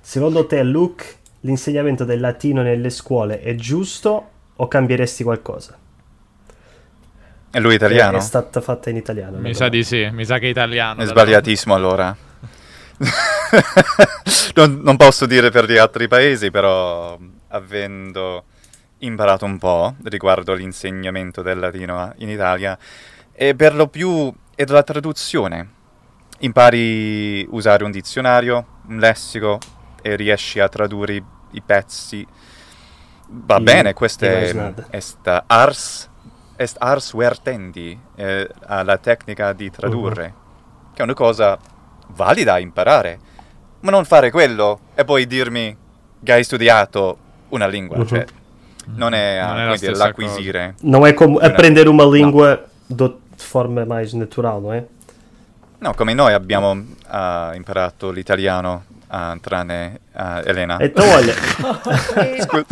Speaker 5: Secondo te, Luke, l'insegnamento del latino nelle scuole è giusto o cambieresti qualcosa?
Speaker 3: E lui è
Speaker 5: È
Speaker 3: italiano?
Speaker 5: stata fatta in italiano.
Speaker 4: Mi
Speaker 5: la
Speaker 4: sa
Speaker 5: domanda.
Speaker 4: di sì, mi sa che è italiano.
Speaker 3: È sbagliatissimo allora. non, non posso dire per gli altri paesi, però avendo imparato un po' riguardo l'insegnamento del latino a- in Italia, e per lo più è la traduzione. Impari a usare un dizionario, un lessico e riesci a tradurre i, i pezzi. Va
Speaker 5: Io-
Speaker 3: bene, questa
Speaker 5: io
Speaker 3: è,
Speaker 5: immaginate.
Speaker 3: est ars, est ars vertendi, eh, alla tecnica di tradurre che è una cosa valida a imparare, ma non fare quello e poi dirmi che hai studiato una lingua,
Speaker 5: Mhm.
Speaker 3: cioè non è,
Speaker 4: Non è la
Speaker 3: come dire,
Speaker 4: stessa
Speaker 3: l'acquisire.
Speaker 5: Não é como
Speaker 3: Quindi-
Speaker 5: aprender uma língua do- de forma mais natural, não é?
Speaker 3: No, come noi abbiamo ah, imparato l'italiano, ah, tranne ah, Elena.
Speaker 5: Então, olha,
Speaker 2: Et, euh,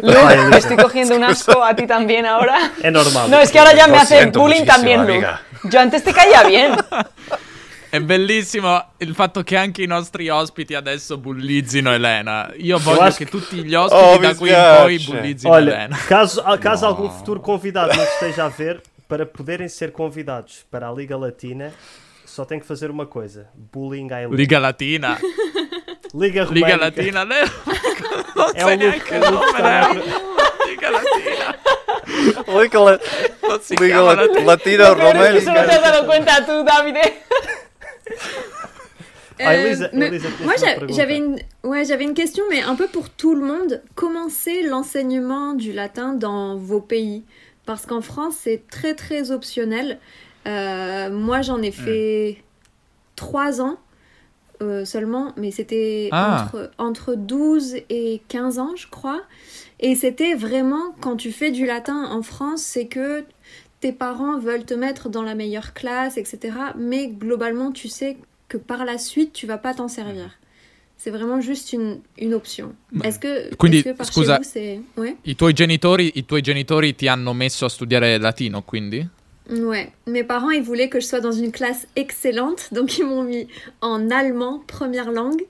Speaker 5: Vale,
Speaker 6: Luke,
Speaker 5: Luke.
Speaker 6: estoy cogiendo un asco a ti también ahora.
Speaker 5: é normal.
Speaker 6: No, es que ahora ya me
Speaker 3: Lo
Speaker 6: hace
Speaker 3: siento
Speaker 6: bullying
Speaker 3: muchísimo,
Speaker 6: también, Luke.
Speaker 3: amiga.
Speaker 6: Yo antes te caía bien.
Speaker 4: È bellissimo il fatto che anche i nostri ospiti adesso bullizzino Elena. Io voglio
Speaker 5: acho-
Speaker 4: che tutti gli ospiti
Speaker 3: Oh, mi
Speaker 4: da qui in
Speaker 3: spiace.
Speaker 4: poi bullizzino
Speaker 5: Olha,
Speaker 4: Elena.
Speaker 5: caso, ah, caso algum futuro convidado nos esteja a ver, para poderem ser convidados para a Liga Latina, só tem que fazer uma coisa: bullying à elite.
Speaker 4: Liga Latina,
Speaker 5: Liga Românica.
Speaker 4: Liga Latina, lei non
Speaker 5: É
Speaker 4: sai
Speaker 5: o Luke,
Speaker 4: neanche
Speaker 5: é
Speaker 4: il
Speaker 5: o
Speaker 4: nome,
Speaker 5: Luke
Speaker 4: lei.
Speaker 5: Carvalho.
Speaker 4: Liga Latina,
Speaker 3: Dico la-
Speaker 4: non si
Speaker 3: dico
Speaker 4: chiama
Speaker 3: la-
Speaker 4: Latina.
Speaker 3: latino
Speaker 6: Pero es que solo te
Speaker 3: romano.
Speaker 6: has dado cuenta tú, David.
Speaker 5: Ah,
Speaker 2: euh,
Speaker 5: Elisa-
Speaker 2: mais-
Speaker 5: Elisa,
Speaker 2: moi,
Speaker 5: laisse-moi
Speaker 2: j'a-
Speaker 5: te
Speaker 2: j'avais une, ouais, j'avais une question, mais un peu pour tout le monde. Comment c'est l'enseignement du latin dans vos pays Parce qu'en France, c'est très très optionnel. Euh, moi, j'en ai fait trois ans euh, seulement, mais c'était
Speaker 4: Ah.
Speaker 2: entre, entre 12 et 15 ans, je crois. Et c'était vraiment, quand tu fais du latin en France, c'est que tes parents veulent te mettre dans la meilleure classe, etc. Mais globalement, tu sais que par la suite, tu vas pas t'en servir. C'est vraiment juste une, une option. Est-ce que,
Speaker 4: Quindi,
Speaker 2: est-ce que par
Speaker 4: scusa-
Speaker 2: chez vous, c'est... Ouais.
Speaker 4: I tuoi genitori, i tuoi genitori ti hanno messo a studiare latino, quindi?
Speaker 2: Ouais. Mes parents, ils voulaient que je sois dans une classe excellente, donc ils m'ont mis en allemand, première langue,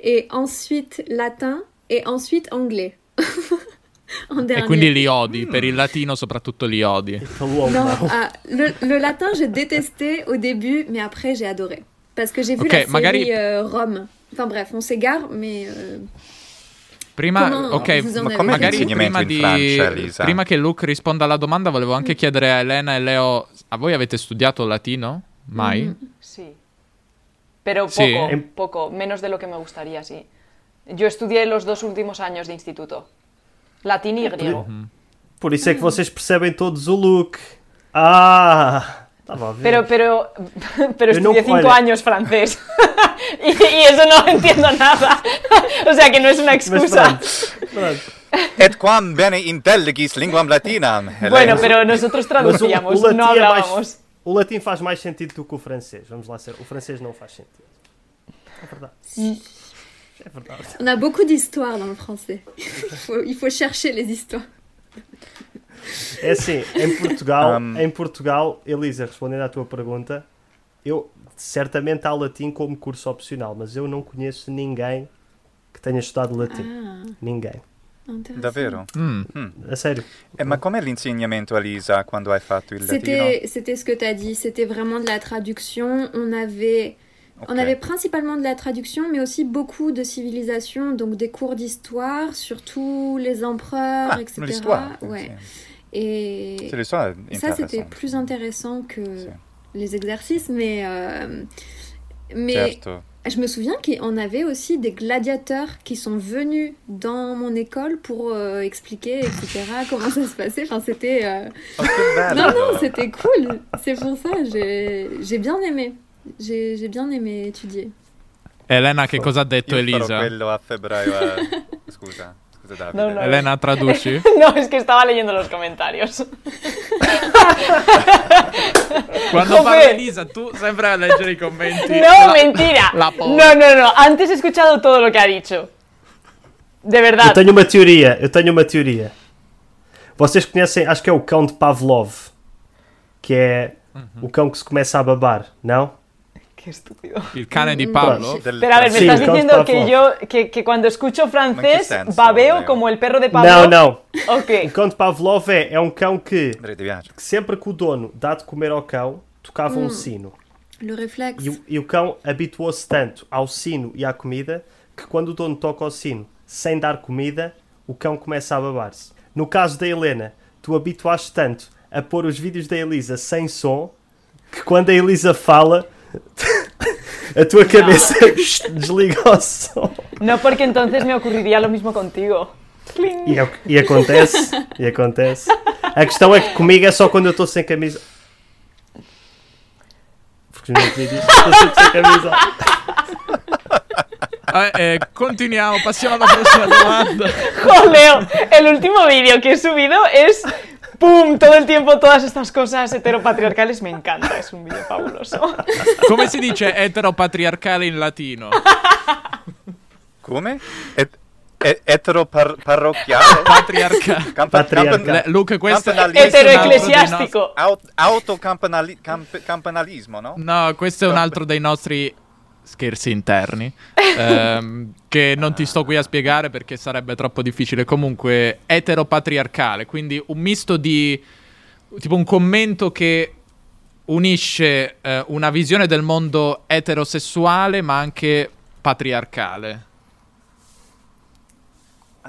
Speaker 2: et ensuite latin, et ensuite anglais. en dernier.
Speaker 4: E quindi li odi, per il latino soprattutto li odi.
Speaker 5: Falou
Speaker 2: Non,
Speaker 5: alemão.
Speaker 2: ah, le, le latin, j'ai détesté au début, mais après, j'ai adoré. Parce que j'ai vu
Speaker 4: Ok,
Speaker 2: la
Speaker 4: Magari-
Speaker 2: série euh, Rome. Enfin bref, on s'égare, mais... euh,
Speaker 4: Prima,
Speaker 2: Come-
Speaker 4: ok,
Speaker 2: vous en
Speaker 3: Ma
Speaker 2: avez
Speaker 3: com'è
Speaker 2: ragione.
Speaker 4: magari
Speaker 3: l'insegnamento
Speaker 4: prima,
Speaker 3: in
Speaker 4: di-
Speaker 3: Francia, Elisa?
Speaker 4: Mm. prima che Luke risponda alla domanda, volevo anche chiedere a Elena e Leo a voi avete studiato latino? Mai?
Speaker 6: Sí. Pero poco,
Speaker 4: Sí.
Speaker 5: Em-
Speaker 6: poco, menos de lo que me gustaría, sí. Yo estudié los dos últimos años de instituto. Latín y griego.
Speaker 4: Uhum.
Speaker 5: Por isso é que vocês percebem todos o look. Ah! Estava a ver.
Speaker 6: Pero, pero, pero
Speaker 5: Yo no
Speaker 6: estudié cinco
Speaker 5: puedo.
Speaker 6: años francés. y, y eso no entiendo nada. o sea que no es una
Speaker 5: Mas
Speaker 6: excusa.
Speaker 5: pronto, pronto.
Speaker 3: Et quam bene intelligis linguam latinam.
Speaker 6: Bueno,
Speaker 3: Helena.
Speaker 6: pero
Speaker 5: Mas
Speaker 6: nosotros
Speaker 5: o,
Speaker 6: traducíamos,
Speaker 5: o latim
Speaker 6: no
Speaker 5: é
Speaker 6: hablábamos.
Speaker 5: mais, o latim faz mais sentido do que o francês. Vamos lá ser. O francês não faz sentido. É verdade. É verdade.
Speaker 2: On a beaucoup d'histoires dans le français. il, faut, il faut chercher les histoires.
Speaker 5: É assim, em Portugal,
Speaker 3: Um.
Speaker 5: em Portugal, Elisa, respondendo à tua pergunta, eu certamente há latim como curso opcional, mas eu não conheço ninguém que tenha estudado latim.
Speaker 2: Ah,
Speaker 5: Ninguém.
Speaker 2: intéressant.
Speaker 3: Davvero?
Speaker 4: Mm.
Speaker 5: A sério.
Speaker 3: Eh, ma com'è l'insegnamento, Elisa, quando hai fatto il latino?
Speaker 2: C'était c'était ce que tu as dit, c'était vraiment de la traduction. On avait
Speaker 3: Ok.
Speaker 2: On avait principalement de la traduction, mais aussi beaucoup de civilisation, donc des cours d'histoire, surtout les empereurs,
Speaker 3: Ah,
Speaker 2: etc.
Speaker 3: l'histoire. Sì.
Speaker 2: Ouais. Et
Speaker 3: Sì, l'histoire è
Speaker 2: ça, c'était
Speaker 3: interessante.
Speaker 2: plus intéressant que
Speaker 3: Sì,
Speaker 2: les exercices, mais euh, mais
Speaker 3: Certo.
Speaker 2: je me souviens qu'on avait aussi des gladiateurs qui sont venus dans mon école pour euh, expliquer, etc. comment ça se passait. Enfin, c'était euh,
Speaker 3: Oh, che bello.
Speaker 2: non, non, c'était cool. C'est pour ça, j'ai j'ai bien aimé. J'ai j'ai bien aimé étudier.
Speaker 4: Elena, che cosa ha detto
Speaker 3: Io farò
Speaker 4: Elisa?
Speaker 3: quello a febbraio. eh. Scusa. Scusa Davide.
Speaker 6: No, no.
Speaker 4: Elena, traduci.
Speaker 6: No, es que estaba leyendo los comentarios.
Speaker 4: Quando
Speaker 6: Come?
Speaker 4: parla Elisa, tu sembra a leggere i commenti.
Speaker 6: No,
Speaker 4: La-
Speaker 6: mentira.
Speaker 4: la pobre.
Speaker 6: no, no, no. Antes he escuchado todo lo que ha dicho. De verdad.
Speaker 5: Eu tenho uma teoria, eu tenho uma teoria. Vocês conhecem, acho que é o cão de Pavlov, que é o cão que se começa a babar, não?
Speaker 6: Qué estúpido.
Speaker 4: Il cane di Pablo.
Speaker 3: Del-
Speaker 6: Pero a ver, me
Speaker 5: Sí,
Speaker 6: estás
Speaker 5: Count
Speaker 6: diciendo que
Speaker 5: Pavlov.
Speaker 6: yo, que, que cuando escucho francés,
Speaker 3: sense,
Speaker 6: babeo
Speaker 3: babeo.
Speaker 6: como el perro de Pablo.
Speaker 5: Não, não. O
Speaker 6: Ok.
Speaker 5: cão de Pavlov é, é um cão que,
Speaker 3: Andrea, ti piace?
Speaker 5: que sempre que o dono dá de comer ao cão, tocava um sino.
Speaker 2: Le réflexe.
Speaker 5: E, o- e o cão habituou-se tanto ao sino e à comida que quando o dono toca ao sino sem dar comida, o cão começa a babar-se. No caso da Helena, tu habituaste tanto a pôr os vídeos da Elisa sem som que quando a Elisa fala, a tua cabeça desliga o som.
Speaker 6: No, porque entonces me ocurriría lo mismo contigo. Cling.
Speaker 5: E, é o que- e acontece, e acontece. A questão é que comigo é só quando eu estou sem camisa. Porque não te digo, estou sempre sem camisa.
Speaker 4: Eh, eh, continuiamo, passiamo alla prossima domanda.
Speaker 6: Joleo, el último vídeo que he subido es ¡Pum! Todo el tiempo todas estas cosas heteropatriarcales me encanta, es un vídeo fabuloso.
Speaker 4: Come si dice eteropatriarcale in latino?
Speaker 3: Come? Et- e- etero par- parrocchiale?
Speaker 4: Patriarcale.
Speaker 3: Campa-
Speaker 5: Patriarca.
Speaker 3: campan-
Speaker 4: Le- Luke, questo
Speaker 3: Campanali-
Speaker 4: questo è un altro dei nostri-
Speaker 6: Heteroeclesiástico.
Speaker 3: aut- autocampanali- camp- campanalismo, no?
Speaker 4: No, questo è un altro dei nostri scherzi interni. ehm, che non ti sto qui a spiegare perché sarebbe troppo difficile. Comunque, eteropatriarcale, quindi un misto di. tipo un commento che unisce eh, una visione del mondo eterosessuale ma anche patriarcale.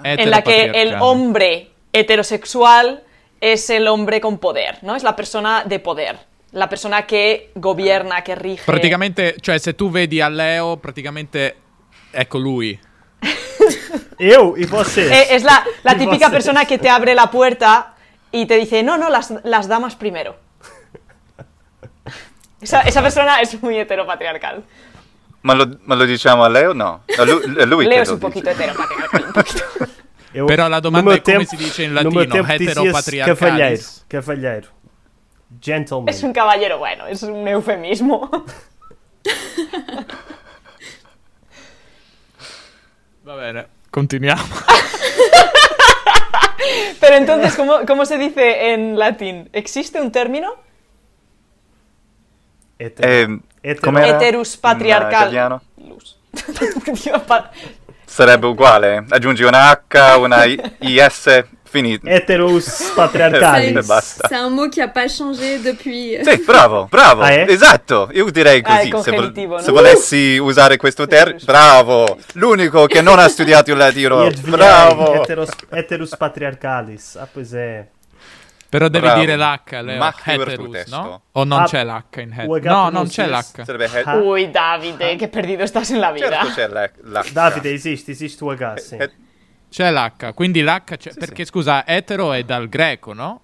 Speaker 6: en la que el
Speaker 4: Eteropatriarcale.
Speaker 6: hombre heterosexual es el hombre con poder, ¿no? Es la persona de poder, la persona que gobierna, que rige.
Speaker 4: Praticamente, cioè, se tu vedi a Leo, praticamente ecco lui.
Speaker 5: Eu e vocês.
Speaker 6: Eh, es la, la
Speaker 5: Y
Speaker 6: típica
Speaker 5: voces.
Speaker 6: persona que te abre la puerta y te dice, no, no, las, las damas primero. Esa, esa persona es muy heteropatriarcal.
Speaker 3: Ma lo, ma lo diciamo a Leo? No. A lu- a lui
Speaker 6: Leo
Speaker 3: che
Speaker 6: es
Speaker 3: lo
Speaker 6: un
Speaker 3: dice.
Speaker 6: poquito heteropatriarcal, un poquito.
Speaker 5: Eu,
Speaker 4: Però la domanda
Speaker 5: no meu
Speaker 4: è come
Speaker 5: tempo-
Speaker 4: si dice in
Speaker 5: no meu
Speaker 4: latino,
Speaker 5: tempo
Speaker 4: heteropatriarcalis.
Speaker 5: dizia-se Cavalheiro, cavalheiro. Gentleman.
Speaker 6: Es un caballero, bueno, es un eufemismo.
Speaker 4: Va bene, continuiamo.
Speaker 6: Pero entonces, ¿cómo, cómo se dice en latín? ¿Existe un término?
Speaker 5: Hetero.
Speaker 3: Eh,
Speaker 5: Etero.
Speaker 3: com'era
Speaker 6: Heterus
Speaker 3: in
Speaker 6: patriarcal.
Speaker 3: italiano?
Speaker 6: Luz. Dios, pa-
Speaker 3: Sarebbe uguale. Aggiungi una H, una I- IS, finito.
Speaker 5: Eh. Heteros
Speaker 2: C'est
Speaker 5: patriarcalis.
Speaker 3: Beh, basta.
Speaker 2: c'est un mot qui n'a pas changé depuis.
Speaker 3: Sì, bravo, bravo,
Speaker 5: Ah, eh?
Speaker 3: esatto, io direi
Speaker 6: Ah,
Speaker 3: così,
Speaker 6: il
Speaker 3: se,
Speaker 6: congenitivo, no?
Speaker 3: se volessi usare questo termine, bravo, l'unico che non ha studiato il
Speaker 5: E
Speaker 3: latino,
Speaker 5: adivinhei,
Speaker 3: bravo,
Speaker 5: Heteros, heteros patriarcalis. Ah, pois é.
Speaker 4: Però devi
Speaker 3: Bravo.
Speaker 4: dire l'H, Leo.
Speaker 3: Mac River
Speaker 4: Heterus,
Speaker 3: sul testo.
Speaker 4: no? O non
Speaker 5: Ah,
Speaker 4: c'è l'H in head?
Speaker 5: o è che
Speaker 4: No,
Speaker 5: la
Speaker 4: non c'è
Speaker 5: pronunci-
Speaker 4: l'H.
Speaker 3: Sarebbe head.
Speaker 5: Ah.
Speaker 6: Uy, Davide, qué perdido estás en la vida.
Speaker 3: Certo c'è la, la
Speaker 5: Davide, existe, existe o H, sim.
Speaker 3: Head-
Speaker 4: C'è l'H, quindi l'H c'è... perché, scusa, etero è dal greco, no?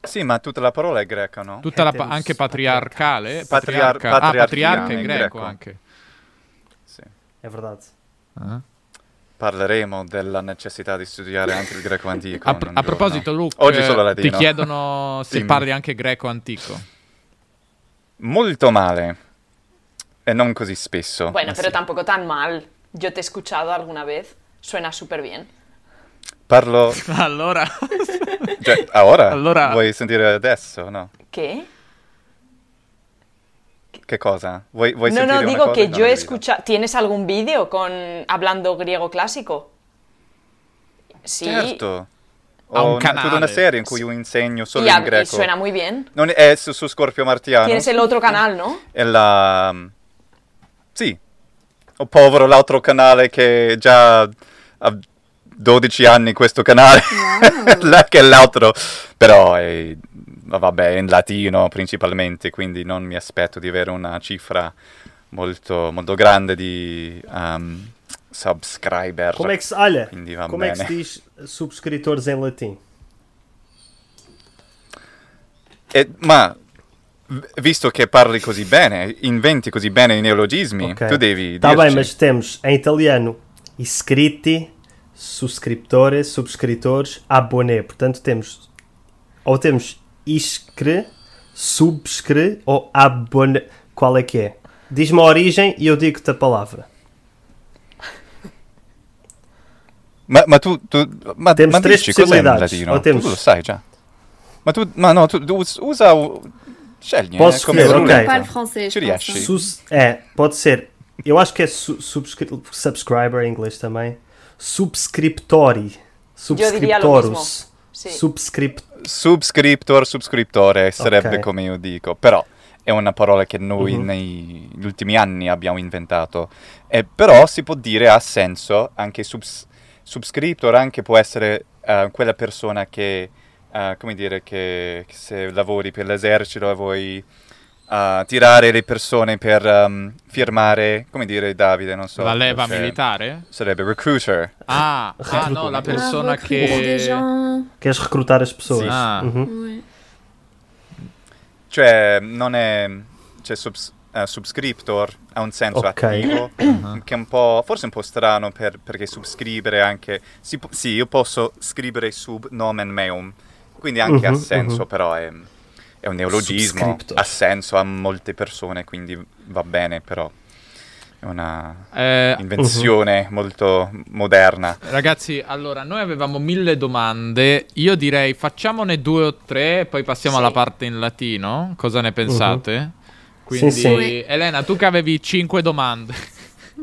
Speaker 3: Sì, ma tutta la parola è greca, no?
Speaker 4: Tutta la pa-
Speaker 5: Heterus,
Speaker 4: anche patriarcale?
Speaker 3: Patriar-
Speaker 4: patriarca. Ah, patriarca
Speaker 3: patriarchiana
Speaker 4: è
Speaker 3: in
Speaker 4: greco,
Speaker 3: greco.
Speaker 4: anche.
Speaker 3: Sì.
Speaker 5: É verdade.
Speaker 3: Parleremo della necessità di studiare anche il greco antico.
Speaker 4: A, pr-
Speaker 3: un
Speaker 4: a
Speaker 3: giorno.
Speaker 4: proposito, Luke,
Speaker 3: Oggi
Speaker 4: eh,
Speaker 3: solo
Speaker 4: ti
Speaker 3: latino.
Speaker 4: chiedono se
Speaker 3: Dimmi.
Speaker 4: parli anche greco antico.
Speaker 3: Molto male. E non così spesso.
Speaker 6: Bueno,
Speaker 3: ma
Speaker 6: pero
Speaker 3: sì.
Speaker 6: tampoco tan mal. Yo te he escuchado alguna vez. Suena súper bien.
Speaker 3: Parlo...
Speaker 4: Allora,
Speaker 3: Cioè, ah, ora?
Speaker 4: Allora-
Speaker 3: Vuoi sentire adesso, no?
Speaker 6: ¿Qué?
Speaker 3: Che cosa? Vuoi, vuoi
Speaker 6: No,
Speaker 3: sentire
Speaker 6: no,
Speaker 3: una
Speaker 6: digo
Speaker 3: cosa?
Speaker 6: que
Speaker 3: No,
Speaker 6: yo he
Speaker 3: capito.
Speaker 6: escuchado. ¿Tienes algún vídeo con hablando griego clásico? Sí.
Speaker 3: Certo.
Speaker 4: Ha un
Speaker 3: Ho una, tutta
Speaker 4: canale.
Speaker 3: una serie in cui io insegno solo
Speaker 6: Y,
Speaker 3: in
Speaker 6: hab- y
Speaker 3: greco.
Speaker 6: suena muy bien.
Speaker 3: Non è su, su Scorpio Martiano.
Speaker 6: Tienes el otro canal, ¿no?
Speaker 3: È la... Sì. Oh, povero l'altro canale che già ha 12 anni questo canale. La- che è l'altro. Però è... Vabbè, è in latino principalmente, quindi non mi aspetto di avere una cifra molto, molto grande di um, subscriber.
Speaker 5: Como é que se. Olha,
Speaker 3: Quindi va
Speaker 5: como é que se
Speaker 3: bene.
Speaker 5: diz subscritores em latim?
Speaker 3: E- ma v- visto che parli così bene, inventi così bene i neologismi,
Speaker 5: Ok.
Speaker 3: tu devi
Speaker 5: Tá bem,
Speaker 3: dirci.
Speaker 5: mas temos em italiano iscritti, subscriptore, subscritores, abonné. Portanto, temos ou temos iscre, subscre ou abonné. Qual é que é? Diz-me a origem e eu digo-te a palavra.
Speaker 3: Ma, ma tu, tu ma,
Speaker 5: Temos
Speaker 3: ma
Speaker 5: três
Speaker 3: dici cos'è in
Speaker 5: possibilidades.
Speaker 3: latino?
Speaker 5: Ou temos-
Speaker 3: Tu lo sai già. Ma tu, ma no, tu tu us- usa, u- scegli. eh,
Speaker 5: Posso
Speaker 3: come
Speaker 5: scegliere,
Speaker 3: volete.
Speaker 5: ok.
Speaker 2: Parlo francese,
Speaker 3: Ci
Speaker 2: je
Speaker 3: riesci?
Speaker 2: pense. hein.
Speaker 5: Sus- é, pode ser. Eu acho que é su- subscri- subscriber em inglês também. Subscriptori.
Speaker 6: diria lo
Speaker 5: Subscriptorus.
Speaker 6: mesmo. Sì.
Speaker 5: Subscript
Speaker 3: Subscriptor, subscriptore sarebbe
Speaker 5: Ok.
Speaker 3: come io dico, però è una parola che noi negli ultimi anni abbiamo inventato. E però si può dire ha senso anche subs- subscriptor, anche può essere eh, quella persona che, eh, come dire, che, che se lavori per l'esercito e vuoi eh, tirare le persone per ehm, firmare, come dire Davide, non so.
Speaker 4: la leva
Speaker 3: se-
Speaker 4: militare?
Speaker 3: Sarebbe recruiter.
Speaker 4: Ah, ah, no, la
Speaker 5: Ah,
Speaker 4: persona
Speaker 2: Ah, recruter des
Speaker 4: che...
Speaker 2: gens.
Speaker 5: Queres recrutar as pessoas.
Speaker 4: Sim. Ah.
Speaker 5: Uhum.
Speaker 2: Ouais.
Speaker 3: Cioè, non è... Cioè, subs- eh, subscriptor ha un senso
Speaker 5: Ok. Uh-huh.
Speaker 3: attivo, che è un po'... Forse un po' strano per- perché subscrivere anche... si po- sì, io posso scrivere sub nomen meum, quindi anche ha
Speaker 5: Mhm,
Speaker 3: senso, però è, è un neologismo.
Speaker 5: Subscriptor.
Speaker 3: Ha senso a molte persone, quindi va bene, però è una
Speaker 4: Eh,
Speaker 3: invenzione
Speaker 5: Uh-huh.
Speaker 3: molto moderna.
Speaker 4: Ragazzi, allora, noi avevamo mille domande. Io direi facciamone due o tre, poi passiamo
Speaker 6: Sì.
Speaker 4: alla parte in latino. Cosa ne pensate? Quindi,
Speaker 5: Sì, sì.
Speaker 4: Elena, tu che avevi cinque domande,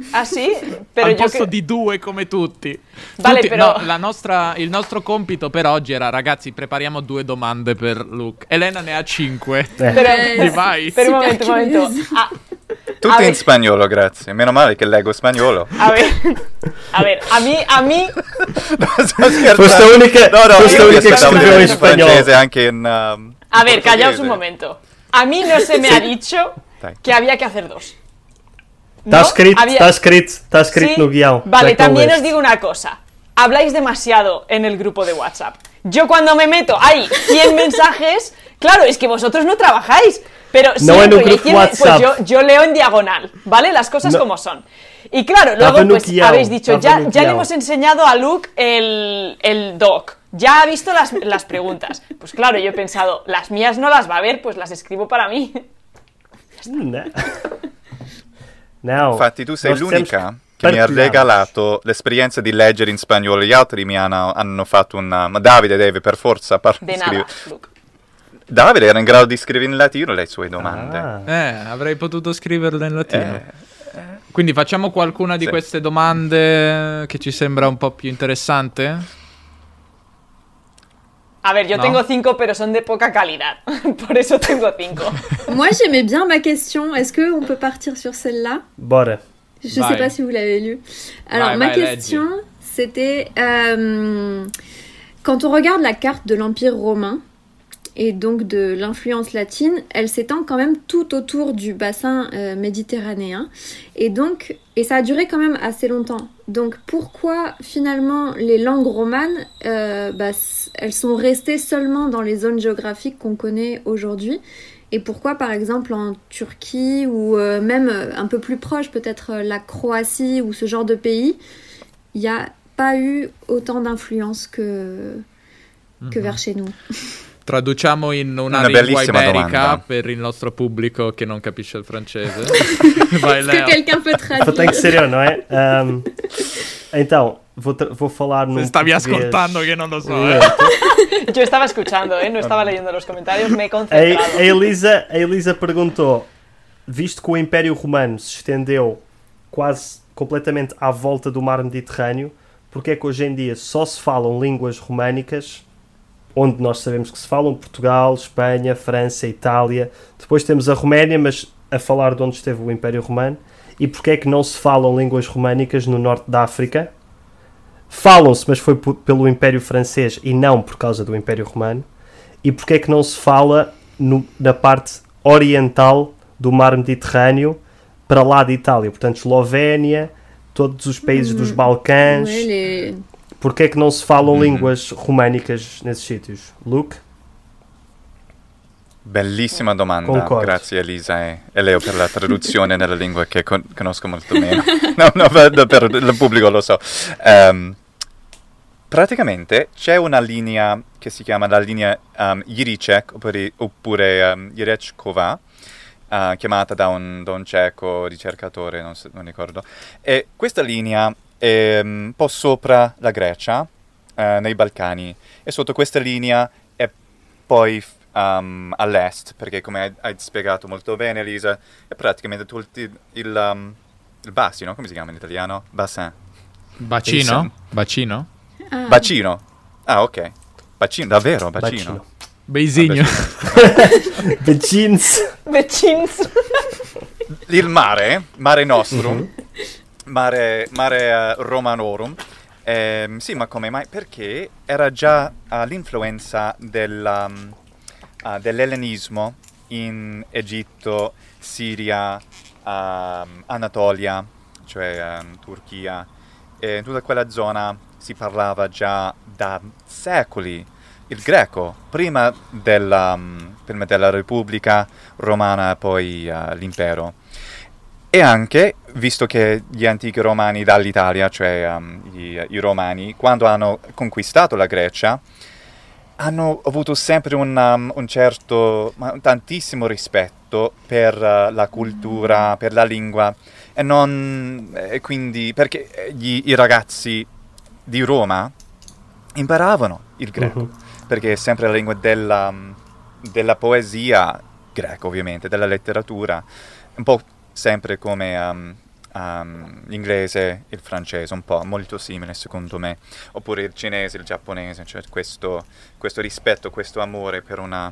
Speaker 6: Ah, sí, pero
Speaker 4: al
Speaker 6: yo
Speaker 4: posto
Speaker 6: que-
Speaker 4: di due come tutti.
Speaker 6: Vale,
Speaker 4: Tutti-
Speaker 6: però-
Speaker 4: no, la nostra- il nostro compito per oggi era, ragazzi, prepariamo due domande per Luke. Elena ne ha cinque.
Speaker 5: É.
Speaker 6: Pero,
Speaker 4: Ni vai.
Speaker 6: pero un momento, un momento. Ah,
Speaker 3: Tutto in
Speaker 6: ver.
Speaker 3: spagnolo, grazie. Meno male che leggo spagnolo.
Speaker 6: a ver, a ver, a mí, a mí,
Speaker 3: Sto scherzando.
Speaker 5: Foste l'unica-
Speaker 3: No, no,
Speaker 5: foste
Speaker 3: io
Speaker 5: l'unica
Speaker 3: mi
Speaker 5: che
Speaker 3: aspettavo
Speaker 5: scriveva in
Speaker 3: del
Speaker 5: spagnolo.
Speaker 3: francese anche in, um,
Speaker 6: a
Speaker 3: in
Speaker 6: ver, callaos
Speaker 3: portoghese.
Speaker 6: un momento. A mí no se me ha dicho
Speaker 3: Dai.
Speaker 6: que había que hacer dos.
Speaker 5: Está
Speaker 6: ¿No?
Speaker 5: Tá escrito,
Speaker 6: Había-
Speaker 5: está escrito, está escrito
Speaker 6: Sí.
Speaker 5: no guión. Ya que
Speaker 6: Vale, tá
Speaker 5: lo
Speaker 6: también os
Speaker 5: lees.
Speaker 6: digo una cosa. Habláis demasiado en el grupo de WhatsApp. Yo cuando me meto hay 100 mensajes, claro, es que vosotros no trabajáis, pero
Speaker 5: No en
Speaker 6: siempre
Speaker 5: un
Speaker 6: hay
Speaker 5: grupo
Speaker 6: 100 men- pues
Speaker 5: WhatsApp.
Speaker 6: yo, yo leo en diagonal, ¿vale? Las cosas
Speaker 5: No.
Speaker 6: como son. Y claro, luego pues
Speaker 5: Tabenuqueado,
Speaker 6: habéis dicho, ya, ya le
Speaker 5: tabenuqueado.
Speaker 6: hemos enseñado a Luke el, el doc, ya ha visto las, las preguntas. Pues claro, yo he pensado, las mías no las va a ver, pues las escribo para mí.
Speaker 5: Não. Não.
Speaker 3: Infatti tu sei
Speaker 5: Nós temos
Speaker 3: l'unica che mi ha
Speaker 5: partilhar.
Speaker 3: regalato l'esperienza di leggere in spagnolo. Gli altri mi hanno, hanno fatto una... Ma Davide deve per forza par-
Speaker 6: De
Speaker 3: scrivere.
Speaker 6: nada, Luke.
Speaker 3: Davide era in grado di scrivere in latino le sue domande.
Speaker 5: Ah,
Speaker 4: Eh, avrei potuto scriverlo in latino.
Speaker 3: Eh,
Speaker 4: Quindi facciamo qualcuna di
Speaker 3: Sì.
Speaker 4: queste domande che ci sembra un po' più interessante?
Speaker 6: A ver, yo
Speaker 4: No.
Speaker 6: tengo cinco, pero son de poca calidad. Por eso tengo cinco.
Speaker 2: Moi, j'aimais bien ma question. Est-ce que on peut partir sur celle-là
Speaker 5: bora.
Speaker 2: Je
Speaker 4: Bye.
Speaker 2: sais pas si vous l'avez lu. Alors,
Speaker 4: Bye,
Speaker 2: ma
Speaker 4: bye,
Speaker 2: question, c'était euh, Quand on regarde la carte de l'Empire romain et donc de l'influence latine, elle s'étend quand même tout autour du bassin euh, méditerranéen. Et donc, et ça a duré quand même assez longtemps. Donc pourquoi finalement les langues romanes, euh, bah, s- elles sont restées seulement dans les zones géographiques qu'on connaît aujourd'hui Et pourquoi par exemple en Turquie ou euh, même euh, un peu plus proche peut-être euh, la Croatie ou ce genre de pays, il n'y a pas eu autant d'influence que, que vers chez nous
Speaker 4: Traduciamo in una,
Speaker 3: Una
Speaker 4: lingua
Speaker 3: bellissima
Speaker 4: iberica
Speaker 3: domanda.
Speaker 4: per il nostro pubblico che non capisce il francese. Vai
Speaker 2: Est-ce que
Speaker 4: Leo.
Speaker 2: quelqu'un peut
Speaker 5: Só tem
Speaker 2: traduire
Speaker 5: que ser eu, não é? Ahm, então, vou, tra- vou falar no.
Speaker 4: Se stavi ascoltando che non lo so. eh.
Speaker 6: Yo estaba escuchando, ¿eh? no estaba leyendo los comentarios, me he
Speaker 5: A,
Speaker 6: concentrado.
Speaker 5: a Elisa, a Elisa perguntou: visto que o Império Romano se estendeu quase completamente à volta do mar Mediterrâneo, porque é que hoje em dia só se falam línguas românicas, onde nós sabemos que se falam Portugal, Espanha, França, Itália, depois temos a Roménia, mas a falar de onde esteve o Império Romano, e porque é que não se falam línguas românicas no norte da África? Falam-se, mas foi por- pelo Império Francês e não por causa do Império Romano. E porque é que não se fala no- na parte oriental do mar Mediterrâneo para lá de Itália? Portanto, Eslovénia, todos os países dos Balcãs.
Speaker 2: Ouais, les-
Speaker 5: Porquê é que não se falam
Speaker 3: Uhum.
Speaker 5: línguas românicas nesses sítios? Luke?
Speaker 6: Eh.
Speaker 3: Bellissima domanda,
Speaker 5: Concordo.
Speaker 3: grazie Elisa e, e Leo per la traduzione nella lingua che con- conosco molto meno. no, no, per, per il pubblico lo so. Ehm, praticamente c'è una linea che si chiama la linea um, Jiricek oppure, oppure um, Jireckova, eh, chiamata da un, da un cieco ricercatore, non, so- non ricordo. E questa linea è mm, un po' sopra la Grecia, eh, nei Balcani, e sotto questa linea è poi f- um, all'est, perché come hai, hai spiegato molto bene Elisa, è praticamente tutto il, il, um, il bassino, come si chiama in italiano? Bassin.
Speaker 4: Bacino? Bacino?
Speaker 2: Ah.
Speaker 3: Bacino. Ah, ok. Bacino, davvero, bacino.
Speaker 4: Beisigno.
Speaker 5: The jeans.
Speaker 6: De chins.
Speaker 3: Il mare, mare nostrum, mare, mare eh, romanorum. Ehm, sì, ma come mai? Perché era già ah, l'influenza della, mm, ah, dell'ellenismo in Egitto, Siria, ah, Anatolia, cioè ehm, Turchia, e in tutta quella zona si parlava già da secoli il greco, prima della, mm, prima della Repubblica Romana e poi eh, l'impero. E anche, visto che gli antichi romani dall'Italia, cioè um, gli- i romani, quando hanno conquistato la Grecia, hanno avuto sempre un, um, un certo, ma un tantissimo rispetto per uh, la cultura, per la lingua, e non, e quindi, perché eh, gli- i ragazzi di Roma imparavano il greco,
Speaker 5: Mhm.
Speaker 3: perché è sempre la lingua della, um, della poesia greca, ovviamente, della letteratura, un po' sempre come um, um, l'inglese e il francese, un po' molto simile secondo me, oppure il cinese, il giapponese, cioè questo, questo rispetto, questo amore per una,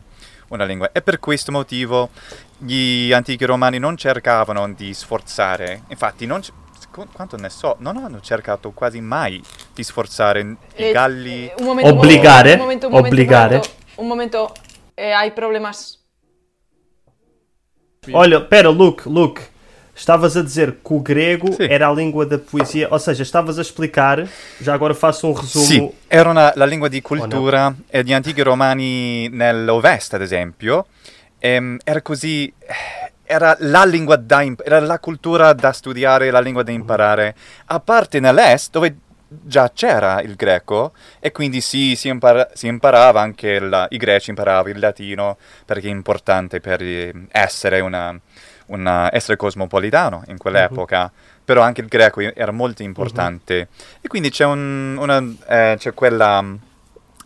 Speaker 3: una lingua. E per questo motivo gli antichi romani non cercavano di sforzare, infatti non... c- qu- Quanto ne so, non hanno cercato quasi mai di sforzare i
Speaker 6: Eh,
Speaker 3: galli.
Speaker 6: eh, un momento,
Speaker 5: Obbligar, eh?
Speaker 6: un momento, un momento,
Speaker 5: Obbligar,
Speaker 6: un momento, un momento. Eh, hay problemas.
Speaker 5: Olha, pera, Luke, Luke. Estavas a dizer que o grego
Speaker 3: Sim.
Speaker 5: era a língua da poesia, ou seja, estavas a explicar, já agora faço um resumo.
Speaker 3: Sì, era una- la lingua di cultura e gli antichi romani nell'Ovest, ad esempio, ehm, era così, eh, era la lingua da imp- era la cultura da studiare, la lingua da imparare, a parte nell'Est dove già c'era il greco e quindi sì, si, impara- si imparava anche il, i greci imparavano il latino perché è importante per eh, essere una, una- essere cosmopolitano in quell'epoca, però anche il greco i- era molto importante. E quindi c'è, un- una, eh, c'è quella mm,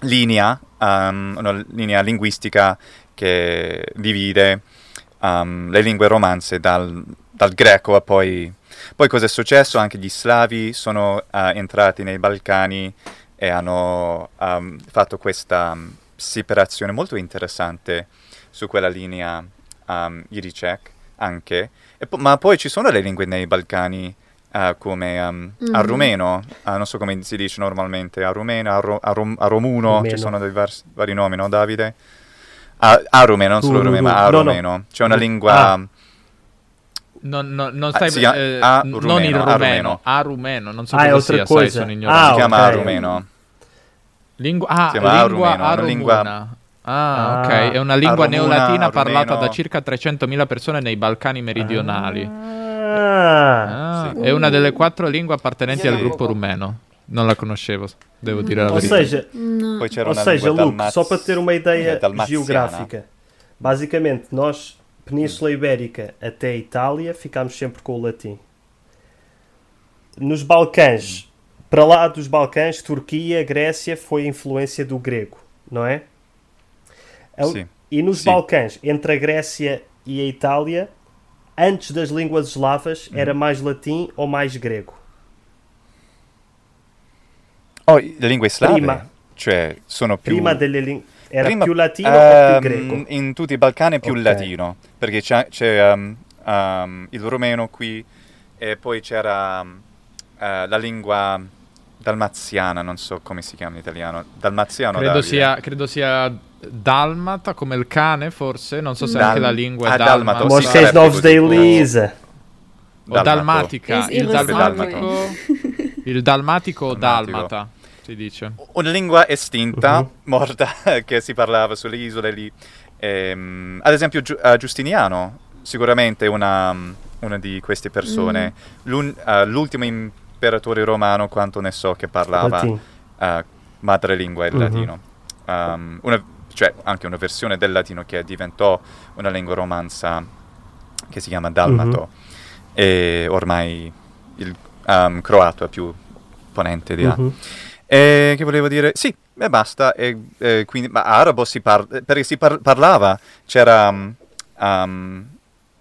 Speaker 3: linea, um, una linea linguistica che divide um, le lingue romanze dal, dal greco a poi... Poi cosa è successo? Anche gli slavi sono eh, entrati nei Balcani e hanno um, fatto questa mm, separazione molto interessante su quella linea ehm, um, Iricek anche. E po- ma poi ci sono le lingue nei Balcani, eh, eh, come ehm, a
Speaker 5: Mm.
Speaker 3: rumeno, eh, non so come si dice normalmente, a rumeno, a, ro- a rom- a romuno,
Speaker 5: Rumeno.
Speaker 3: ci sono diversi, vari nomi, no Davide? A, a rumeno, non solo
Speaker 5: Ru- ru-
Speaker 3: rumeno, ma a
Speaker 5: no, no.
Speaker 3: rumeno. C'è una
Speaker 5: Ru-
Speaker 3: lingua...
Speaker 5: ah.
Speaker 4: No, no, non
Speaker 3: Ah,
Speaker 4: stai
Speaker 3: si chiama-
Speaker 4: eh,
Speaker 3: a
Speaker 4: n- non
Speaker 3: rumeno,
Speaker 4: il
Speaker 3: a
Speaker 4: rumeno,
Speaker 3: rumeno.
Speaker 4: a rumeno, non so
Speaker 5: Ah, è
Speaker 4: cosa sia,
Speaker 5: otra
Speaker 4: sai,
Speaker 5: cosa.
Speaker 4: sono ignorante.
Speaker 5: Ah,
Speaker 3: si chiama
Speaker 5: ok.
Speaker 3: rumeno.
Speaker 4: Lingua, ah,
Speaker 3: Si chiama
Speaker 4: lingua
Speaker 3: rumeno, una lingua-
Speaker 4: aromuna. Ah,
Speaker 5: Ah,
Speaker 4: ok, è una lingua
Speaker 3: aromuna,
Speaker 4: neolatina parlata
Speaker 3: rumeno.
Speaker 4: da circa 300.000 persone nei Balcani meridionali.
Speaker 5: Ah,
Speaker 4: Ah,
Speaker 3: sì.
Speaker 4: È una delle quattro lingue appartenenti
Speaker 6: Io
Speaker 4: al
Speaker 6: non lo
Speaker 4: gruppo
Speaker 6: so.
Speaker 4: rumeno. Non la conoscevo, devo dire la
Speaker 5: ou
Speaker 4: verità.
Speaker 5: seja,
Speaker 2: Non.
Speaker 3: Poi c'era
Speaker 5: ou
Speaker 3: una
Speaker 5: seja,
Speaker 3: lingua
Speaker 5: Luke,
Speaker 3: dalmaz-
Speaker 5: só para ter uma
Speaker 3: eh,
Speaker 5: ideia
Speaker 3: dalmaziana.
Speaker 5: geográfica, basicamente nós, Península Ibérica até a Itália, ficámos sempre com o latim. Nos Balcãs, para lá dos Balcãs, Turquia, Grécia, foi a influência do grego, não é? A-
Speaker 3: Sì.
Speaker 5: E nos
Speaker 3: Sim.
Speaker 5: Balcãs, entre a Grécia e a Itália, antes das línguas eslavas,
Speaker 3: Uhum.
Speaker 5: era mais latim ou mais grego?
Speaker 3: Oh, le lingue slave?
Speaker 5: Prima.
Speaker 3: Cioè, sono più...
Speaker 5: Prima delle lingue. Era
Speaker 3: prima-
Speaker 5: più latino
Speaker 3: ehm,
Speaker 5: ou più greco?
Speaker 3: In tutti i Balcani è più
Speaker 5: Ok.
Speaker 3: latino, perché c'è, c'è, um, um, il rumeno qui e poi c'era um, eh, la lingua dalmaziana, non so come si chiama in italiano. Dalmaziano,
Speaker 4: Credo
Speaker 3: Davide?
Speaker 4: sia, credo sia dalmata, come il cane, forse. Non so se
Speaker 3: Dal-
Speaker 4: anche la lingua
Speaker 3: ah,
Speaker 4: è dalmata.
Speaker 3: dalmato,
Speaker 4: o
Speaker 3: sì,
Speaker 5: Most
Speaker 3: Moschese
Speaker 5: Days
Speaker 3: sarebbe
Speaker 5: Novs
Speaker 3: così,
Speaker 5: Day
Speaker 3: tipo-
Speaker 5: Lisa.
Speaker 4: o dalmatica.
Speaker 2: Dalmato.
Speaker 4: Il
Speaker 2: Is-
Speaker 4: dalmatico, il dalmatico o
Speaker 3: Dalmatico.
Speaker 4: dalmata, si dice.
Speaker 3: Una lingua estinta, morta, che si parlava sulle isole lì. Ehm, ad esempio Giu- eh, Giustiniano, sicuramente una, mm, una di queste persone. L'un- eh, l'ultimo imperatore romano, quanto ne so, che parlava...
Speaker 5: Latim.
Speaker 3: eh, madrelingua il
Speaker 5: Mhm.
Speaker 3: latino. Um, una- cioè, anche una versione del latino che diventò una lingua romanza che si chiama dalmato. E ormai il um, croato è più ponente di là.
Speaker 5: Mhm.
Speaker 3: E che volevo dire? Sì, e basta. E, e quindi, ma arabo si parla, perché si par- parlava, c'era um, um,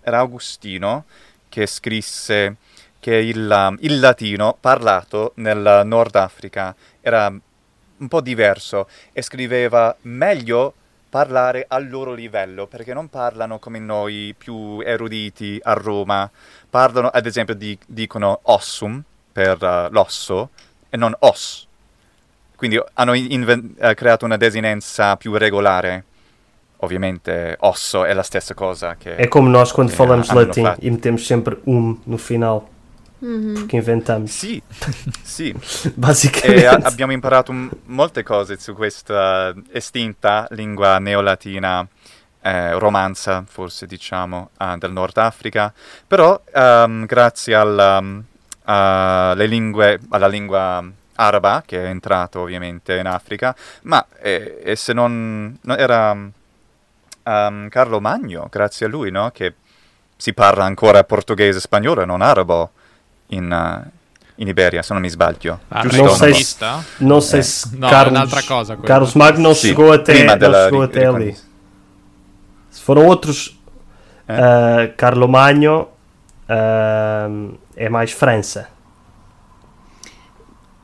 Speaker 3: era Agostino che scrisse che il, um, il latino parlato nel Nord Africa era un po' diverso e scriveva meglio parlare al loro livello perché non parlano come noi più eruditi a Roma parlano ad esempio di- dicono ossum per uh, l'osso e non os quindi hanno inven- eh, creato una desinenza più regolare ovviamente osso è la stessa cosa che
Speaker 5: É como nós quando
Speaker 3: É,
Speaker 5: falamos
Speaker 3: ah,
Speaker 5: latim
Speaker 3: não faz.
Speaker 5: e metemos sempre um no final. Porque inventamos.
Speaker 3: Sì, sì. E É, a-
Speaker 5: Basicamente.
Speaker 3: abbiamo imparato m- molte cose su questa estinta lingua neolatina, eh, romanza, forse diciamo, ah, del Nord Africa. Però ehm, grazie al, um, alle lingue- alla lingua araba, che è entrata ovviamente in Africa, ma eh, e se non... no, era um, Carlo Magno, grazie a lui, no? Che si parla ancora portoghese e spagnolo e non arabo in, uh, in Iberia, se non mi sbaglio.
Speaker 4: Ah,
Speaker 3: Giusto?
Speaker 5: non
Speaker 3: o
Speaker 5: sei-
Speaker 3: no?
Speaker 4: vista?
Speaker 5: Não sei se
Speaker 4: Não, é
Speaker 5: Carlos,
Speaker 4: outra coisa, coisa.
Speaker 5: Carlos Magno não
Speaker 3: Sì,
Speaker 5: chegou até,
Speaker 3: prima
Speaker 5: não
Speaker 3: della
Speaker 5: chegou
Speaker 3: ri-
Speaker 5: até ali.
Speaker 3: riconquista.
Speaker 5: Se foram outros,
Speaker 3: É.
Speaker 5: ah, Carlo Magno ah, é mais França.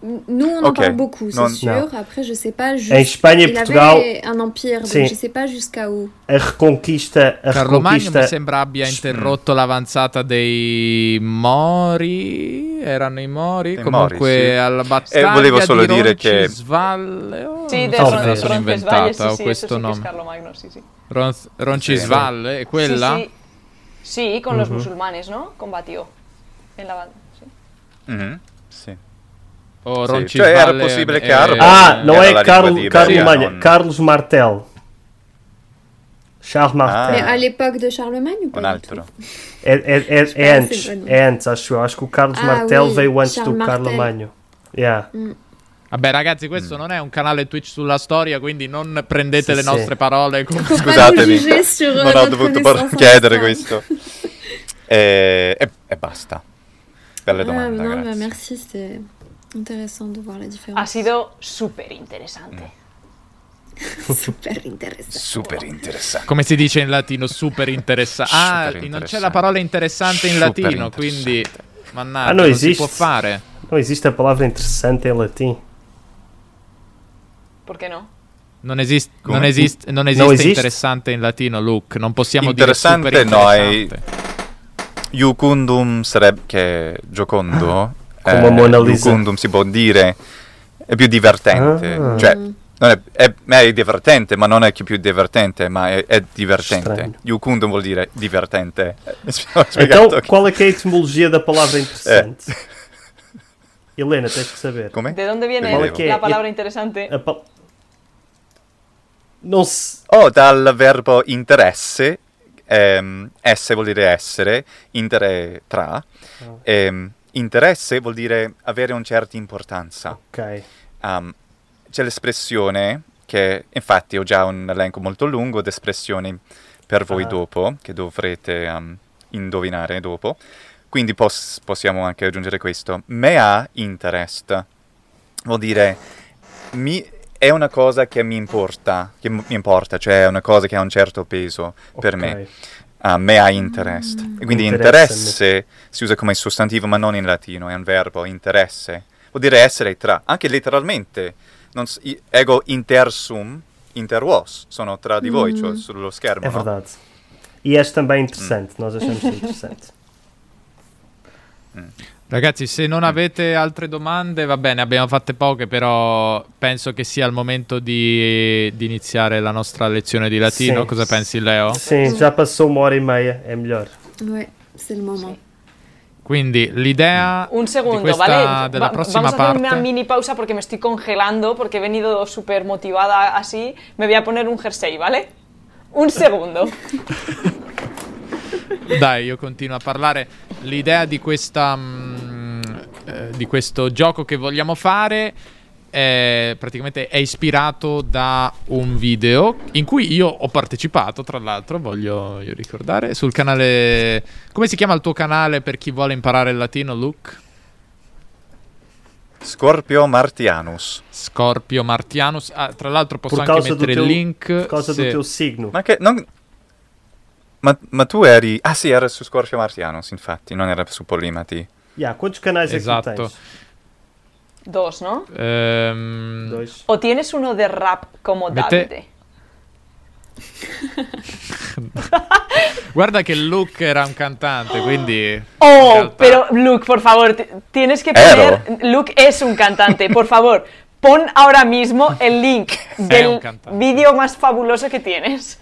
Speaker 2: Nous, on en
Speaker 3: Ok.
Speaker 2: parle beaucoup, c'est
Speaker 3: Non.
Speaker 2: sûr. Après, Eh, je sais pas. Juste...
Speaker 5: Em Espanha e
Speaker 2: Il
Speaker 5: Portugal,
Speaker 2: avait un empire,
Speaker 5: Si.
Speaker 2: donc je sais pas jusqu'à où.
Speaker 5: a reconquista. A
Speaker 4: Carlo Magno é mi
Speaker 5: reconquista
Speaker 4: sembra abbia interrotto l'avanzata dei Mori. Erano i Mori.
Speaker 3: Dei
Speaker 4: Comunque
Speaker 3: Mori, sì.
Speaker 4: alla battaglia
Speaker 3: Eh, volevo solo
Speaker 4: di
Speaker 3: dire che-
Speaker 4: Roncisvalle.
Speaker 6: Sí, de
Speaker 4: non so
Speaker 5: Ron-
Speaker 4: se me la sono
Speaker 6: Roncesvalles,
Speaker 4: inventata
Speaker 6: sí,
Speaker 4: o
Speaker 6: sí, eso
Speaker 4: questo
Speaker 6: sí que es
Speaker 4: nome.
Speaker 6: Carlomagno, sí, sí.
Speaker 4: Ron- Roncisvalle, è quella?
Speaker 6: Sí, sí. Sí, con los musulmanes, ¿no? Combatió en la ban- sí.
Speaker 3: Mhm, sì.
Speaker 4: O
Speaker 3: Sì,
Speaker 4: Roncisvalle
Speaker 3: cioè, era possibile che
Speaker 4: è-
Speaker 3: arabo-
Speaker 5: Ah, não
Speaker 3: Era la
Speaker 5: é
Speaker 3: língua
Speaker 5: Carlo,
Speaker 3: de
Speaker 5: Carlo
Speaker 3: Iberia,
Speaker 5: Magno,
Speaker 3: não-
Speaker 5: Carlos Martel. Charles Martel.
Speaker 2: Mais
Speaker 3: Ah.
Speaker 2: à l'époque de Charlemagne ou pas
Speaker 3: Un
Speaker 2: du
Speaker 3: altro.
Speaker 2: tout
Speaker 5: É, é- é- é
Speaker 2: parece
Speaker 5: antes,
Speaker 2: grande.
Speaker 5: é antes, acho eu. Acho que o Carlos
Speaker 2: Ah,
Speaker 5: Martel
Speaker 2: oui,
Speaker 5: veio antes
Speaker 2: Charles
Speaker 5: do
Speaker 2: Martel. Hum.
Speaker 5: Carlo Magno. Yeah.
Speaker 4: Vabbè, ragazzi, questo non è un canale Twitch sulla storia, quindi non prendete
Speaker 5: Sì,
Speaker 4: le
Speaker 5: sì.
Speaker 4: nostre parole come
Speaker 2: Faut pas nous
Speaker 3: Scusatemi,
Speaker 2: juger sur, euh,
Speaker 3: non ho
Speaker 2: notre
Speaker 3: dovuto
Speaker 2: connaissance
Speaker 3: por-
Speaker 2: en
Speaker 3: chiedere
Speaker 2: islam.
Speaker 3: questo. e, e- e basta. Per le
Speaker 2: Ah,
Speaker 3: domande,
Speaker 2: non, bah,
Speaker 3: grazie.
Speaker 2: merci, c'était intéressant de voir la différence.
Speaker 6: Ha sido súper interesante.
Speaker 5: Mm.
Speaker 2: Super intéressant.
Speaker 3: Super interessante.
Speaker 4: Come si dice in latino, super interessante. Ah,
Speaker 3: Super
Speaker 4: non c'è
Speaker 3: interessante.
Speaker 4: la parola interessante in
Speaker 3: Super
Speaker 4: latino,
Speaker 3: interessante.
Speaker 4: quindi... Mannaggia,
Speaker 5: Ah, no,
Speaker 4: non si
Speaker 5: esiste.
Speaker 4: può fare.
Speaker 5: Não existe a palavra interessante em latim.
Speaker 6: ¿Por qué no?
Speaker 4: Non, esist-
Speaker 3: Come?
Speaker 4: non esist- non
Speaker 5: No,
Speaker 4: esiste
Speaker 5: esiste?
Speaker 4: interessante in latino, Luke. Non possiamo
Speaker 3: Interessante
Speaker 4: dire super
Speaker 3: no, è-
Speaker 4: interessante.
Speaker 3: Iucundum sarebbe che giocondo,
Speaker 5: Come Mona Lisa.
Speaker 3: Iucundum si può dire, è più divertente,
Speaker 5: Ah.
Speaker 3: cioè non è, è- è divertente, ma non è che più divertente, ma è, è
Speaker 5: Strano.
Speaker 3: divertente. Iucundum vuol dire divertente. Ho spiegato
Speaker 5: Então,
Speaker 3: che-
Speaker 5: qual é que é a etimologia da palavra
Speaker 3: É.
Speaker 5: interessante? Helena, tens que saber.
Speaker 3: Come?
Speaker 6: ¿De dónde viene
Speaker 3: Vale, que-
Speaker 6: la palabra interesante?
Speaker 3: é?
Speaker 5: A pa- Não se...
Speaker 3: Oh, dal verbo interesse, ehm, esse vuol dire essere, intere tra, ehm, interesse vuol dire avere una certa importanza.
Speaker 5: Ok.
Speaker 3: Um, c'è l'espressione che, infatti, ho già un elenco molto lungo di espressioni per voi
Speaker 5: Ah.
Speaker 3: dopo, che dovrete um, indovinare dopo. Quindi pos- possiamo anche aggiungere questo. Mea interest vuol dire mi- è una cosa che mi importa, che m- mi importa, cioè è una cosa che ha un certo peso per me.
Speaker 5: Ok.
Speaker 3: Ah, mea interest. E quindi
Speaker 5: Interessa
Speaker 3: interesse si usa come sostantivo, ma non in latino, è un verbo, interesse. Vuol dire essere tra, anche letteralmente. Non s- i- ego intersum, intervos, sono tra di voi, cioè sullo schermo,
Speaker 5: É
Speaker 3: no?
Speaker 5: verdade. E és também interessante, nós achamos é interessante.
Speaker 4: Ragazzi, se non avete altre domande, va bene, abbiamo fatte poche, però penso che sia il momento di, di iniziare la nostra lezione di latino.
Speaker 5: Sì.
Speaker 4: Cosa pensi, Leo?
Speaker 5: Sim, já passou uma hora e meia, é melhor.
Speaker 2: Ouais, c'est le moment.
Speaker 4: Quindi l'idea
Speaker 6: Mm. Un segundo,
Speaker 4: di questa,
Speaker 6: ¿vale?
Speaker 4: della
Speaker 6: Va-
Speaker 4: prossima
Speaker 6: vamos a hacer
Speaker 4: parte.
Speaker 6: una mini pausa porque me estoy congelando, porque he venido súper motivada así. Me voy a poner un jersey, ¿vale? Un segundo.
Speaker 4: Dai, io continuo a parlare. L'idea di questa. mm, eh, di questo gioco che vogliamo fare. È, praticamente è ispirato da un video in cui io ho partecipato, tra l'altro, voglio io ricordare, sul canale... Come si chiama il tuo canale per chi vuole imparare il latino, Luke?
Speaker 3: Scorpio martianus.
Speaker 4: Scorpio Martianus. Ah, tra l'altro posso
Speaker 5: Por
Speaker 4: anche
Speaker 5: causa, do
Speaker 4: mettere
Speaker 5: teu,
Speaker 4: il link.
Speaker 5: por causa
Speaker 4: se-
Speaker 5: do teu signo.
Speaker 3: Ma che... non- Ma, ma tu eri... Ah sì, era su Scorpio martianus, infatti, non era su Polimati.
Speaker 5: Yeah, quantos canais é que
Speaker 4: Exato.
Speaker 5: tu tens?
Speaker 6: Dos, ¿no?
Speaker 4: Ehm,
Speaker 5: Dois.
Speaker 6: O tienes uno de rap como
Speaker 4: Vete.
Speaker 6: Davide.
Speaker 4: Guarda che Luke era un cantante, quindi... in
Speaker 6: Oh,
Speaker 4: realtà-
Speaker 6: pero Luke, por favor, ti- tienes que
Speaker 3: Ero.
Speaker 6: poner. Luke es un cantante, por favor. Pon ahora mismo el link
Speaker 4: un
Speaker 6: del
Speaker 4: cantante.
Speaker 6: vídeo más fabuloso que tienes.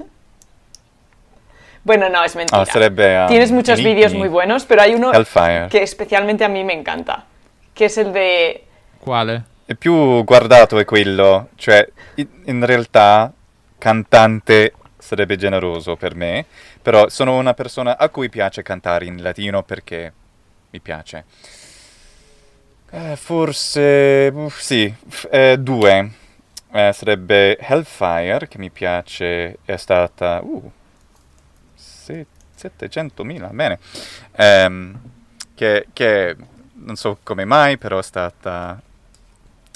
Speaker 6: Bueno, no, es mentira.
Speaker 3: Ah, sarebbe... um,
Speaker 6: Tienes muchos
Speaker 3: Nicky
Speaker 6: vídeos muy buenos, pero hay uno
Speaker 3: Hellfire.
Speaker 6: que especialmente a mí me encanta, que es el de...
Speaker 4: Quale?
Speaker 3: Il più guardato è quello, cioè i- in realtà cantante sarebbe generoso per me, però sono una persona a cui piace cantare in latino perché mi piace. Eh, forse uff, sì, f- eh, due. Eh, sarebbe Hellfire che mi piace, è stata uh, se- 700.000, bene. Ehm, che, che non so come mai, però è stata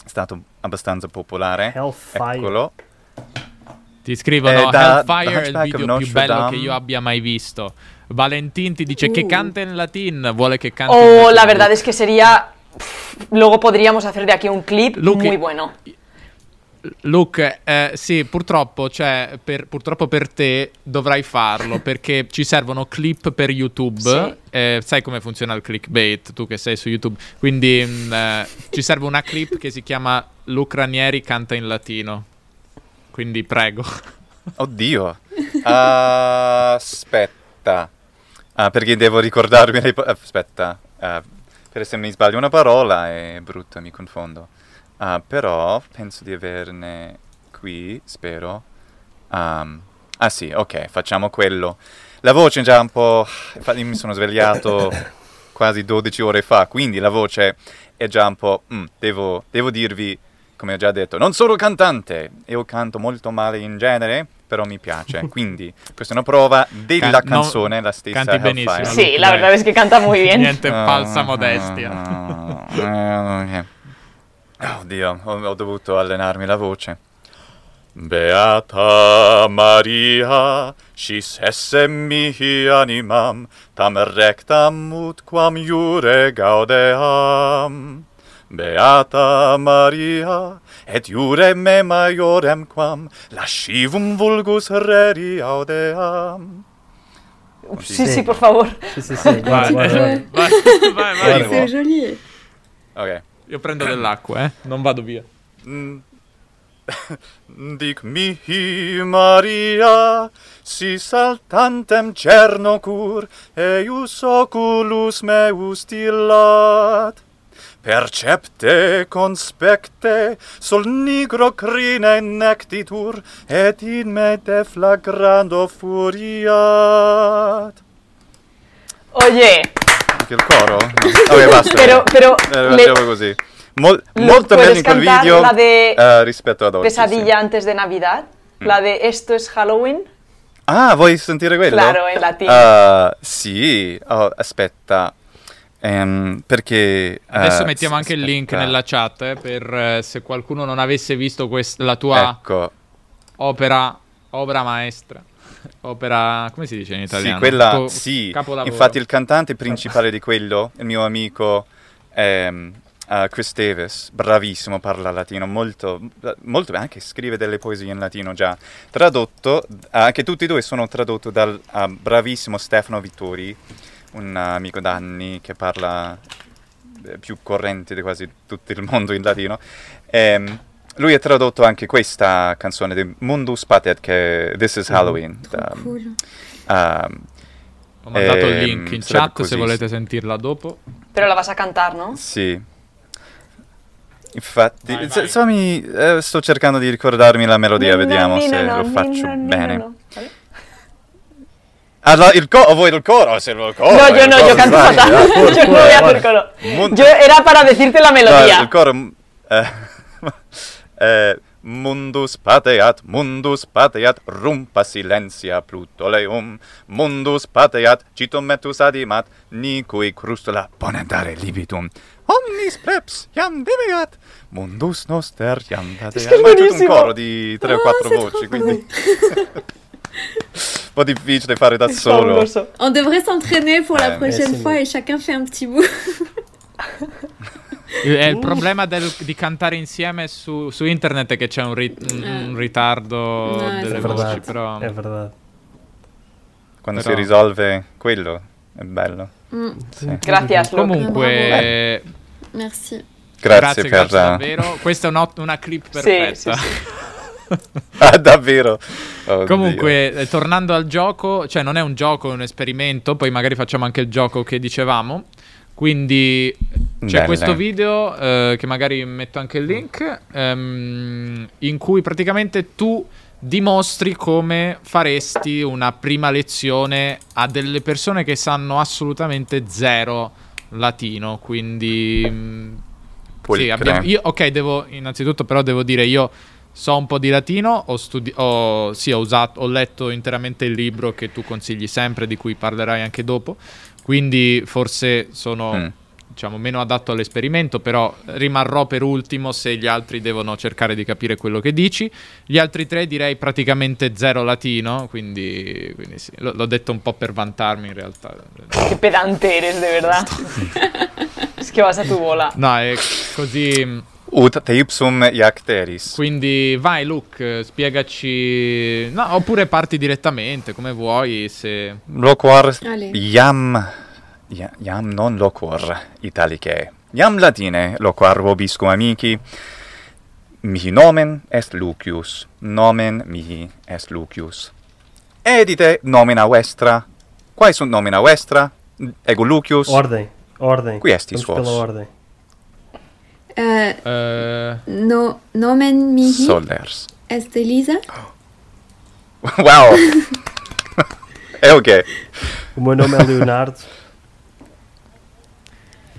Speaker 3: è stato abbastanza popolare.
Speaker 5: Hellfire.
Speaker 3: Eccolo.
Speaker 4: Ti scrivo,
Speaker 3: Eh,
Speaker 4: no,
Speaker 3: da- da
Speaker 4: Hellfire è il
Speaker 3: Hunchback of
Speaker 4: video
Speaker 3: Notre
Speaker 4: più bello
Speaker 3: Dame.
Speaker 4: che io abbia mai visto. Valentin ti dice che
Speaker 2: Uh.
Speaker 4: canta in latin, vuole che canti in
Speaker 6: Oh,
Speaker 4: latin.
Speaker 6: la verdad es que sería... pff, Luego podríamos hacer de aquí un clip
Speaker 4: Luke,
Speaker 6: muy bueno.
Speaker 4: Luke, eh, sì, purtroppo, cioè, per, purtroppo per te dovrai farlo perché ci servono clip per YouTube.
Speaker 6: Sì.
Speaker 4: Eh, sai come funziona il clickbait, tu che sei su YouTube. Quindi mm, eh, ci serve una clip che si chiama Luke Ranieri canta in latino. Quindi prego.
Speaker 3: Oddio. Ah, aspetta. Ah, perché devo ricordarmi le pa- aspetta. Ah, per se mi sbaglio una parola è brutto, mi confondo. Ah, però penso di averne qui, spero. Ehm, ah sì, ok, facciamo quello. La voce è già un po'... Infatti mi sono svegliato quasi 12 ore fa, quindi la voce è già un po'... mm, devo, devo dirvi, come ho già detto, non sono cantante. Io canto molto male in genere, però mi piace. Quindi questa è una prova della
Speaker 4: Can- no,
Speaker 3: canzone, la stessa
Speaker 4: canti benissimo.
Speaker 3: Hellfire.
Speaker 4: Luke,
Speaker 6: Sí, la
Speaker 4: dai.
Speaker 6: verdad es que canta muy bien.
Speaker 4: Niente falsa
Speaker 3: Ah,
Speaker 4: modestia.
Speaker 3: ah, ah, eh, ok. Eh, Oddio, ho, ho dovuto allenarmi la voce. Beata Maria, scis esse mihi animam, tam rectam ut quam iure gaudeam. Beata Maria, et iure me maiorem quam lascivum vulgus reri audeam.
Speaker 6: Sí, pues, sí, por favor.
Speaker 5: Sì, sì, sì. guarda,
Speaker 4: Vai,
Speaker 5: guarda,
Speaker 4: vai,
Speaker 5: guarda.
Speaker 4: vai, vai, vai.
Speaker 3: Guarda.
Speaker 2: C'est joli.
Speaker 3: Ok.
Speaker 4: Io prendo dell'acqua, eh. Non vado via.
Speaker 3: Dic mihi Maria, si saltantem cernocur, eius oculus meus dillat. Percepte conspecte, sol nigro crine nectitur, et in me deflagrando furiat.
Speaker 6: Oye,
Speaker 3: Anche il coro? Ok, basta.
Speaker 6: pero, pero
Speaker 3: Eh,
Speaker 6: le-
Speaker 3: facciamo così. Mol-
Speaker 6: Lo-
Speaker 3: molto meglio
Speaker 6: puedes
Speaker 3: in quel
Speaker 6: cantar
Speaker 3: video
Speaker 6: la de
Speaker 3: eh, rispetto ad oggi. sì.
Speaker 6: pesadilla antes de Navidad, la de esto es Halloween.
Speaker 3: Ah, vuoi sentire quello?
Speaker 6: Claro, in latino.
Speaker 3: Ah, sì, Oh, aspetta. Ehm, perché...
Speaker 4: Adesso
Speaker 3: eh,
Speaker 4: mettiamo
Speaker 3: s-
Speaker 4: anche il link
Speaker 3: aspetta.
Speaker 4: nella chat eh, per eh, se qualcuno non avesse visto quest- la tua
Speaker 3: Ecco,
Speaker 4: opera, opera maestra. Opera, come si dice in italiano?
Speaker 3: sì, quella...
Speaker 4: Tuo
Speaker 3: sì,
Speaker 4: capolavoro.
Speaker 3: infatti il cantante principale di quello, il mio amico ehm, eh, Chris Davis, bravissimo, parla latino, molto, molto bene, anche scrive delle poesie in latino già. Tradotto, anche tutti e due sono tradotto dal ah, bravissimo Stefano Vittori, un amico d'anni che parla eh, più corrente di quasi tutto il mondo in latino. Ehm, lui ha tradotto anche questa canzone di Mundus Patet che è This is Halloween. da-
Speaker 2: Cool.
Speaker 3: ehm,
Speaker 4: Ho mandato il
Speaker 3: Ehm,
Speaker 4: link in
Speaker 3: sarebbe
Speaker 4: chat
Speaker 3: così,
Speaker 4: se volete sentirla dopo.
Speaker 6: Pero la vas a cantar, ¿no?
Speaker 3: Sì. Infatti,
Speaker 4: Vai,
Speaker 3: s-
Speaker 4: vai.
Speaker 3: so mi- eh, sto cercando di ricordarmi la melodia, vediamo
Speaker 6: Nino,
Speaker 3: se
Speaker 6: no,
Speaker 3: lo
Speaker 6: nino,
Speaker 3: faccio
Speaker 6: nino,
Speaker 3: bene.
Speaker 6: no. ¿Vale?
Speaker 3: Allora, il coro, voi il coro, se lo coro.
Speaker 6: no, yo
Speaker 3: il
Speaker 6: no,
Speaker 3: coro,
Speaker 6: yo canto
Speaker 3: vai,
Speaker 6: fatal.
Speaker 3: dai.
Speaker 6: yo no voy a hacer coro.
Speaker 3: Mun-
Speaker 6: Yo era para decirte la
Speaker 3: Dai, il
Speaker 6: melodía.
Speaker 3: coro... mm, eh, eh, mundus pateat, mundus pateat, rumpa silentia plutoleum, mundus pateat, citum metus adimat, nicui crustula ponendare libitum. Omnis preps, iam debeat, mundus noster, iam dateat.
Speaker 6: che è
Speaker 3: Ma tutto un
Speaker 6: buonissimo.
Speaker 3: coro di 3 o 4 voci, quindi... un po' difficile fare da
Speaker 6: Es
Speaker 3: solo.
Speaker 6: fabuloso.
Speaker 2: On devrait s'entraîner pour la
Speaker 3: Ouais, mais
Speaker 2: prochaine
Speaker 5: c'est
Speaker 2: fois
Speaker 5: mieux.
Speaker 2: et chacun fait un petit bout.
Speaker 4: Il, è Eh, il problema del- di cantare insieme su, su internet è che c'è un, ri- un-
Speaker 2: Eh.
Speaker 4: un ritardo
Speaker 2: No,
Speaker 4: delle
Speaker 5: È
Speaker 2: esatto.
Speaker 4: voci,
Speaker 5: verdade,
Speaker 4: però...
Speaker 5: é verdade.
Speaker 3: Quando si
Speaker 4: Però-
Speaker 3: risolve quello, è bello.
Speaker 2: Mm,
Speaker 6: Gracias, Luke.
Speaker 4: Comunque,
Speaker 2: merci.
Speaker 3: Grazie,
Speaker 4: grazie, grazie,
Speaker 3: per... eh,
Speaker 4: davvero. Questa è un ot- una clip
Speaker 6: Sí, sí,
Speaker 4: perfetta.
Speaker 6: sí.
Speaker 3: Ah, davvero? Oh, Oddio.
Speaker 4: Comunque, eh, tornando al gioco, cioè non è un gioco, è un esperimento, poi magari facciamo anche il gioco che dicevamo. Quindi c'è
Speaker 3: Belle.
Speaker 4: questo video, eh, che magari metto anche il link, ehm, in cui praticamente tu dimostri come faresti una prima lezione a delle persone che sanno assolutamente zero latino, quindi... mm,
Speaker 3: Pulcra.
Speaker 4: sì, abbiamo- io- ok, devo, innanzitutto però devo dire io so un po' di latino, ho, studi- ho- sì, ho usato, ho letto interamente il libro che tu consigli sempre, di cui parlerai anche dopo, quindi forse sono
Speaker 3: Mm.
Speaker 4: diciamo, meno adatto all'esperimento, però rimarrò per ultimo se gli altri devono cercare di capire quello che dici. Gli altri tre direi praticamente zero latino, quindi, quindi sì, L- l'ho detto un po' per vantarmi in realtà.
Speaker 6: Qué pedante eres, de verdad. es que vas a tu bola.
Speaker 4: No, è così...
Speaker 3: Ut te ipsum iacteris.
Speaker 4: Quindi vai Luke, eh, spiegaci... No, oppure parti direttamente, come vuoi, se...
Speaker 3: Loquor
Speaker 2: Ale.
Speaker 3: iam... ia- Iam non loquor italicae. Iam latine loquar vobiscum amici. Mihi nomen est Lucius. Nomen mihi est Lucius. Edite nomina vestra. Quae sunt nomina vestra? Ego Lucius.
Speaker 5: Ordem, ordem.
Speaker 3: Qui estis
Speaker 5: Vamos pela
Speaker 3: vos.
Speaker 5: ordem.
Speaker 2: Euh,
Speaker 4: eh,
Speaker 2: no, nomen mihi
Speaker 3: Solers.
Speaker 2: est Elisa.
Speaker 3: Wow! È ok.
Speaker 5: O meu nome é Leonardo.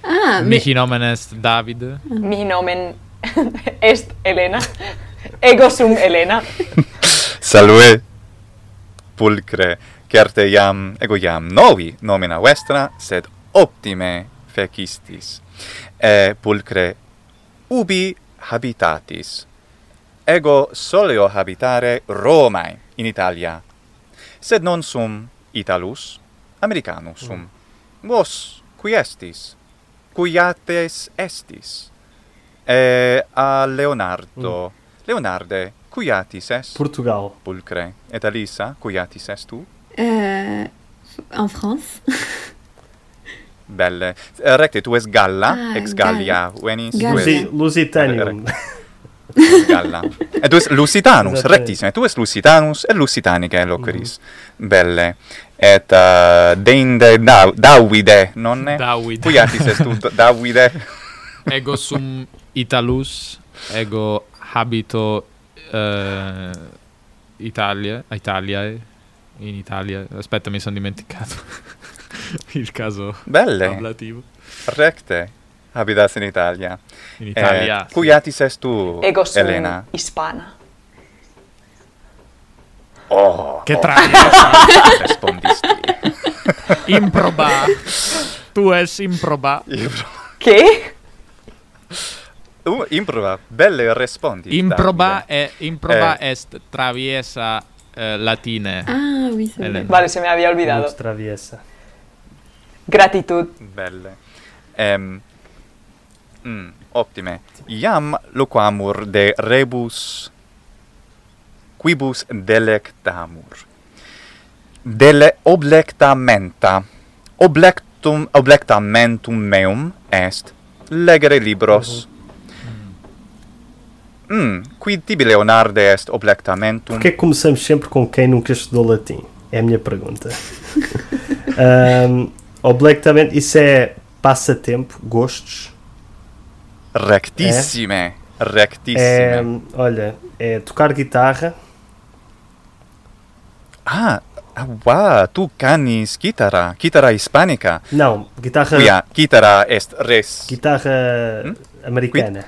Speaker 2: Ah, mais
Speaker 4: Michi nomen est David.
Speaker 6: Mi nomen est Elena. Ego sum Elena.
Speaker 3: Salve pulcre, certe iam ego iam novi nomina vestra, sed optime fecistis. E pulcre ubi habitatis. Ego soleo habitare Romae in Italia, sed non sum Italus, Americanus sum. Vos qui estis, cuiates estis. E a Leonardo, Leonarde, cuiatis est?
Speaker 5: Portugal.
Speaker 3: pulcre. Et Alisa, cuiatis est tu?
Speaker 2: euh, en France.
Speaker 3: Belle. Eh, Recte, tu es galla,
Speaker 2: Ah,
Speaker 3: ex gallia, venis
Speaker 2: Galla.
Speaker 3: tu
Speaker 5: Lusi-
Speaker 3: es
Speaker 2: Sì.
Speaker 5: Lusitanium.
Speaker 3: galla. E tu es lusitanus,
Speaker 5: Esattamente.
Speaker 3: rectissime, tu es lusitanus e lusitanice eloqueris.
Speaker 4: Mhm.
Speaker 3: Belle. Et uh, deinde da, Davide, nonne?
Speaker 4: Davide.
Speaker 3: Qui artis est tu Davide?
Speaker 4: Ego sum italus, ego habito eh, Italia, a Italia, in Italia. Aspetta, mi sono dimenticato il caso
Speaker 3: Belle.
Speaker 4: ablativo.
Speaker 3: Recte. Habitas in Italia.
Speaker 4: In
Speaker 3: Eh,
Speaker 4: Italia. sì.
Speaker 3: Qui artis est tu,
Speaker 6: Ego sum
Speaker 3: Elena?
Speaker 6: hispana.
Speaker 3: Oh,
Speaker 4: Che
Speaker 3: oh,
Speaker 4: tragedia.
Speaker 3: respondisti.
Speaker 4: improba. Tu es improba.
Speaker 3: Impro-
Speaker 6: ¿Qué?
Speaker 3: Uh, improba, belle respondi.
Speaker 4: Improba,
Speaker 3: Davide.
Speaker 4: è, improba
Speaker 3: Eh.
Speaker 4: est traviesa eh, latine.
Speaker 2: Ah oui, c'est vrai.
Speaker 4: Hélène.
Speaker 6: Vale, se me había olvidado.
Speaker 5: Lux traviesa.
Speaker 6: Gratitud.
Speaker 3: Belle. Ehm, mm, ottime. Iam loquamur de rebus quibus delectamur. Dele oblectamenta. Oblectum, oblectamentum meum est legere libros. Mm, qui tibi Leonarde est oblectamentum.
Speaker 5: Porquê que começamos sempre com quem nunca estudou latim? É a minha pergunta. Ahm, oblectamente, isso é passatempo, gostos.
Speaker 3: Rectissime. Rectissime.
Speaker 5: É, olha, é tocar guitarra.
Speaker 3: Ah, ah, wow, tu canis guitarra, guitarra hispanica.
Speaker 5: Não, guitarra,
Speaker 3: Quia guitarra est res.
Speaker 5: guitarra americana.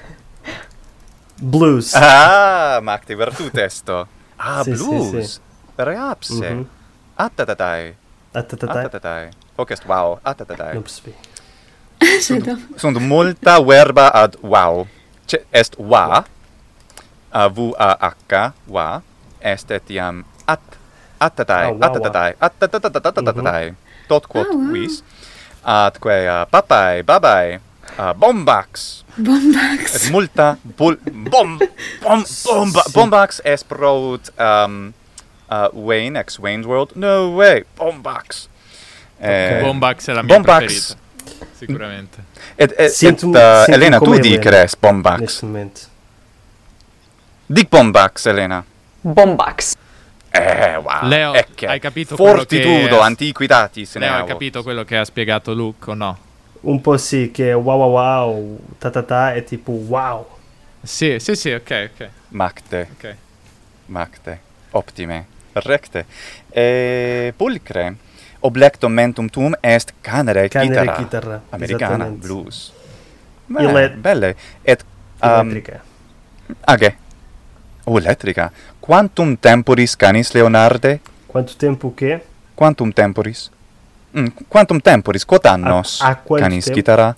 Speaker 5: Blues.
Speaker 3: Hum? ah, Mac, te virtut esto. Ah,
Speaker 5: Sì, sì,
Speaker 3: blues. Ah,
Speaker 5: sì. Mhm.
Speaker 3: Reapse.
Speaker 5: Uhum.
Speaker 3: Atatatai. Ah,
Speaker 5: Atatatá.
Speaker 3: Atatatai. Hoc est wow. Ah, Atatatai.
Speaker 5: tá, Não percebi.
Speaker 2: J'adore.
Speaker 3: Sunt multa verba ad wow. Ce est wa. A v a h wa. Est etiam at
Speaker 5: Ah,
Speaker 3: atatai,
Speaker 5: wa, Mhm. wa.
Speaker 3: atatatai, atatatatatatatai. Tot quod
Speaker 2: Ah, wa.
Speaker 3: quis atque uh, papai, babai, uh, bombax.
Speaker 2: Bombax.
Speaker 3: Et multa bul bom bom bomba
Speaker 5: Sì.
Speaker 3: bombax est prout um uh, Wayne ex Wayne's World. No way. Bombax. Eh,
Speaker 4: Bombax è la mia
Speaker 3: Bombax.
Speaker 4: preferita. Sicuramente.
Speaker 3: Et, et, et
Speaker 5: Sintum-
Speaker 3: uh,
Speaker 5: sintum
Speaker 3: Elena, tu
Speaker 5: come
Speaker 3: dic
Speaker 5: Elena.
Speaker 3: res bombax.
Speaker 5: Neste momento.
Speaker 3: Dic bombax, Elena.
Speaker 6: Bombax.
Speaker 3: Eh, wow.
Speaker 4: Leo,
Speaker 3: Ecce.
Speaker 4: hai capito quello
Speaker 3: Fortitudo
Speaker 4: che-
Speaker 3: antiquitatis
Speaker 4: Leo, hai
Speaker 3: neavos.
Speaker 4: capito quello che ha spiegato Luke o no?
Speaker 5: Um possi que é uau uau uau, tatatá, é tipo uau.
Speaker 4: Sì, sì, sì, ok, ok.
Speaker 3: Macte,
Speaker 4: ok.
Speaker 3: macte. Optime. Recte. E pulcre. Oblectum mentum tuum est canere,
Speaker 5: Canera
Speaker 3: guitarra.
Speaker 5: guitarra.
Speaker 3: americana,
Speaker 5: Exatamente.
Speaker 3: blues.
Speaker 5: E
Speaker 3: Beh,
Speaker 5: le-
Speaker 3: belle. Et um,
Speaker 5: Elétrica.
Speaker 3: aghe. O elettrica. Quantum temporis canis Leonarde?
Speaker 5: Quanto tempo o quê?
Speaker 3: Quantum temporis? Mm, quantum temporis quod annos
Speaker 5: a quanto
Speaker 3: canis
Speaker 5: tempo?
Speaker 3: guitarra?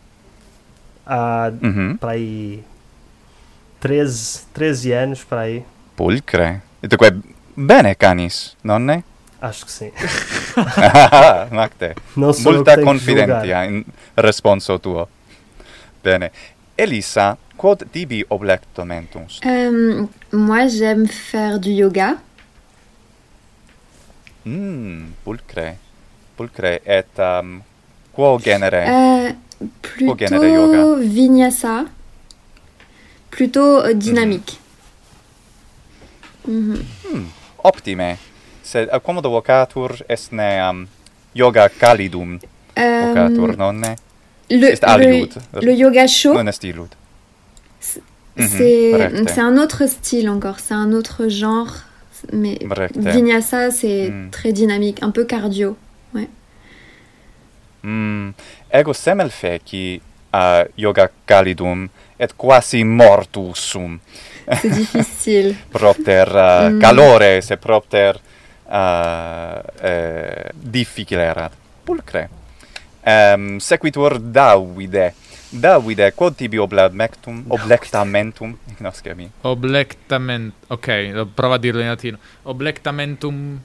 Speaker 5: Há
Speaker 3: Mhm.
Speaker 5: para aí 13, 13 anos para aí.
Speaker 3: Pulcre. Dunque bene canis, nonne?
Speaker 5: Acho que sim.
Speaker 3: Ah, Macte.
Speaker 5: Não sou eu
Speaker 3: Multa
Speaker 5: que tenho que julgar.
Speaker 3: confidentia in responso tuo. Bene. Elisa, quod tibi oblectomentus?
Speaker 2: Euh, moi, j'aime faire du yoga.
Speaker 3: Mm, pulcre. Pulcre et um, quo genere?
Speaker 2: Euh, plutôt
Speaker 3: genere yoga
Speaker 2: vinyasa. Plutôt euh, dynamique. Mhm.
Speaker 3: optime. Sed uh, quomodo vocatur est neam yoga calidum
Speaker 2: Euh,
Speaker 3: vocatur, nonne?
Speaker 2: le,
Speaker 3: Est aliud.
Speaker 2: le- le yoga chaud,
Speaker 3: Non est illud. mhm,
Speaker 2: c'est
Speaker 3: correct.
Speaker 2: c'est un autre style encore, c'est un autre genre. Mais
Speaker 3: Correct.
Speaker 2: vinyasa, c'est
Speaker 3: Mm.
Speaker 2: très dynamique, un peu cardio.
Speaker 3: Mm, ego semel feci uh, yoga calidum et quasi mortus sum
Speaker 2: C'est difficile.
Speaker 3: propter uh,
Speaker 2: Mm.
Speaker 3: calore se propter uh, eh, difficile erat. Pulcre. Um, sequitur Davide. Davide, quod tibi oblamectum, oblectamentum, ignosce mi,
Speaker 4: Oblectament... Ok, lo- prova a dirlo in latino. Oblectamentum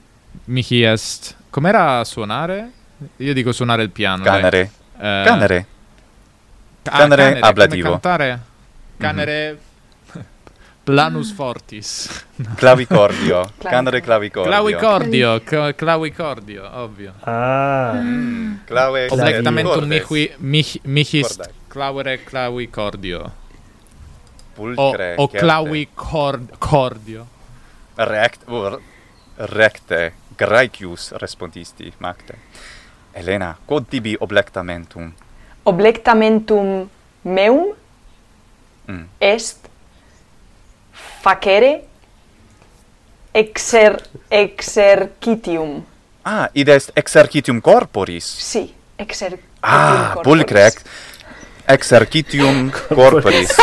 Speaker 4: mihi est... Com'era suonare? Io dico suonare il piano. dai.
Speaker 3: canere,
Speaker 4: Eh,
Speaker 3: canere,
Speaker 4: ah,
Speaker 3: canere
Speaker 4: come
Speaker 3: ablativo. Mhm.
Speaker 4: Cantare. Canere... Planus fortis.
Speaker 3: Clavicordio. Candere clavicordio.
Speaker 4: Clavicordio, cla- clavicordio, ovvio.
Speaker 5: Ah,
Speaker 3: Clave
Speaker 4: Oblectamentum
Speaker 3: cordes.
Speaker 4: mihi, mihi, mihist
Speaker 3: Cordae.
Speaker 4: clavere clavicordio. O,
Speaker 3: Pulcre.
Speaker 4: o
Speaker 3: certe.
Speaker 4: clavicordio.
Speaker 3: Rect, ur, recte, graecius respondisti, macte. Elena, quod tibi oblectamentum?
Speaker 6: Oblectamentum meum
Speaker 3: Mm.
Speaker 6: est facere exer, exercitium.
Speaker 3: Ah, id est exercitium corporis.
Speaker 6: Sí, exercitium.
Speaker 3: Ah,
Speaker 6: corporis.
Speaker 3: pulcre, ex, exercitium corporis.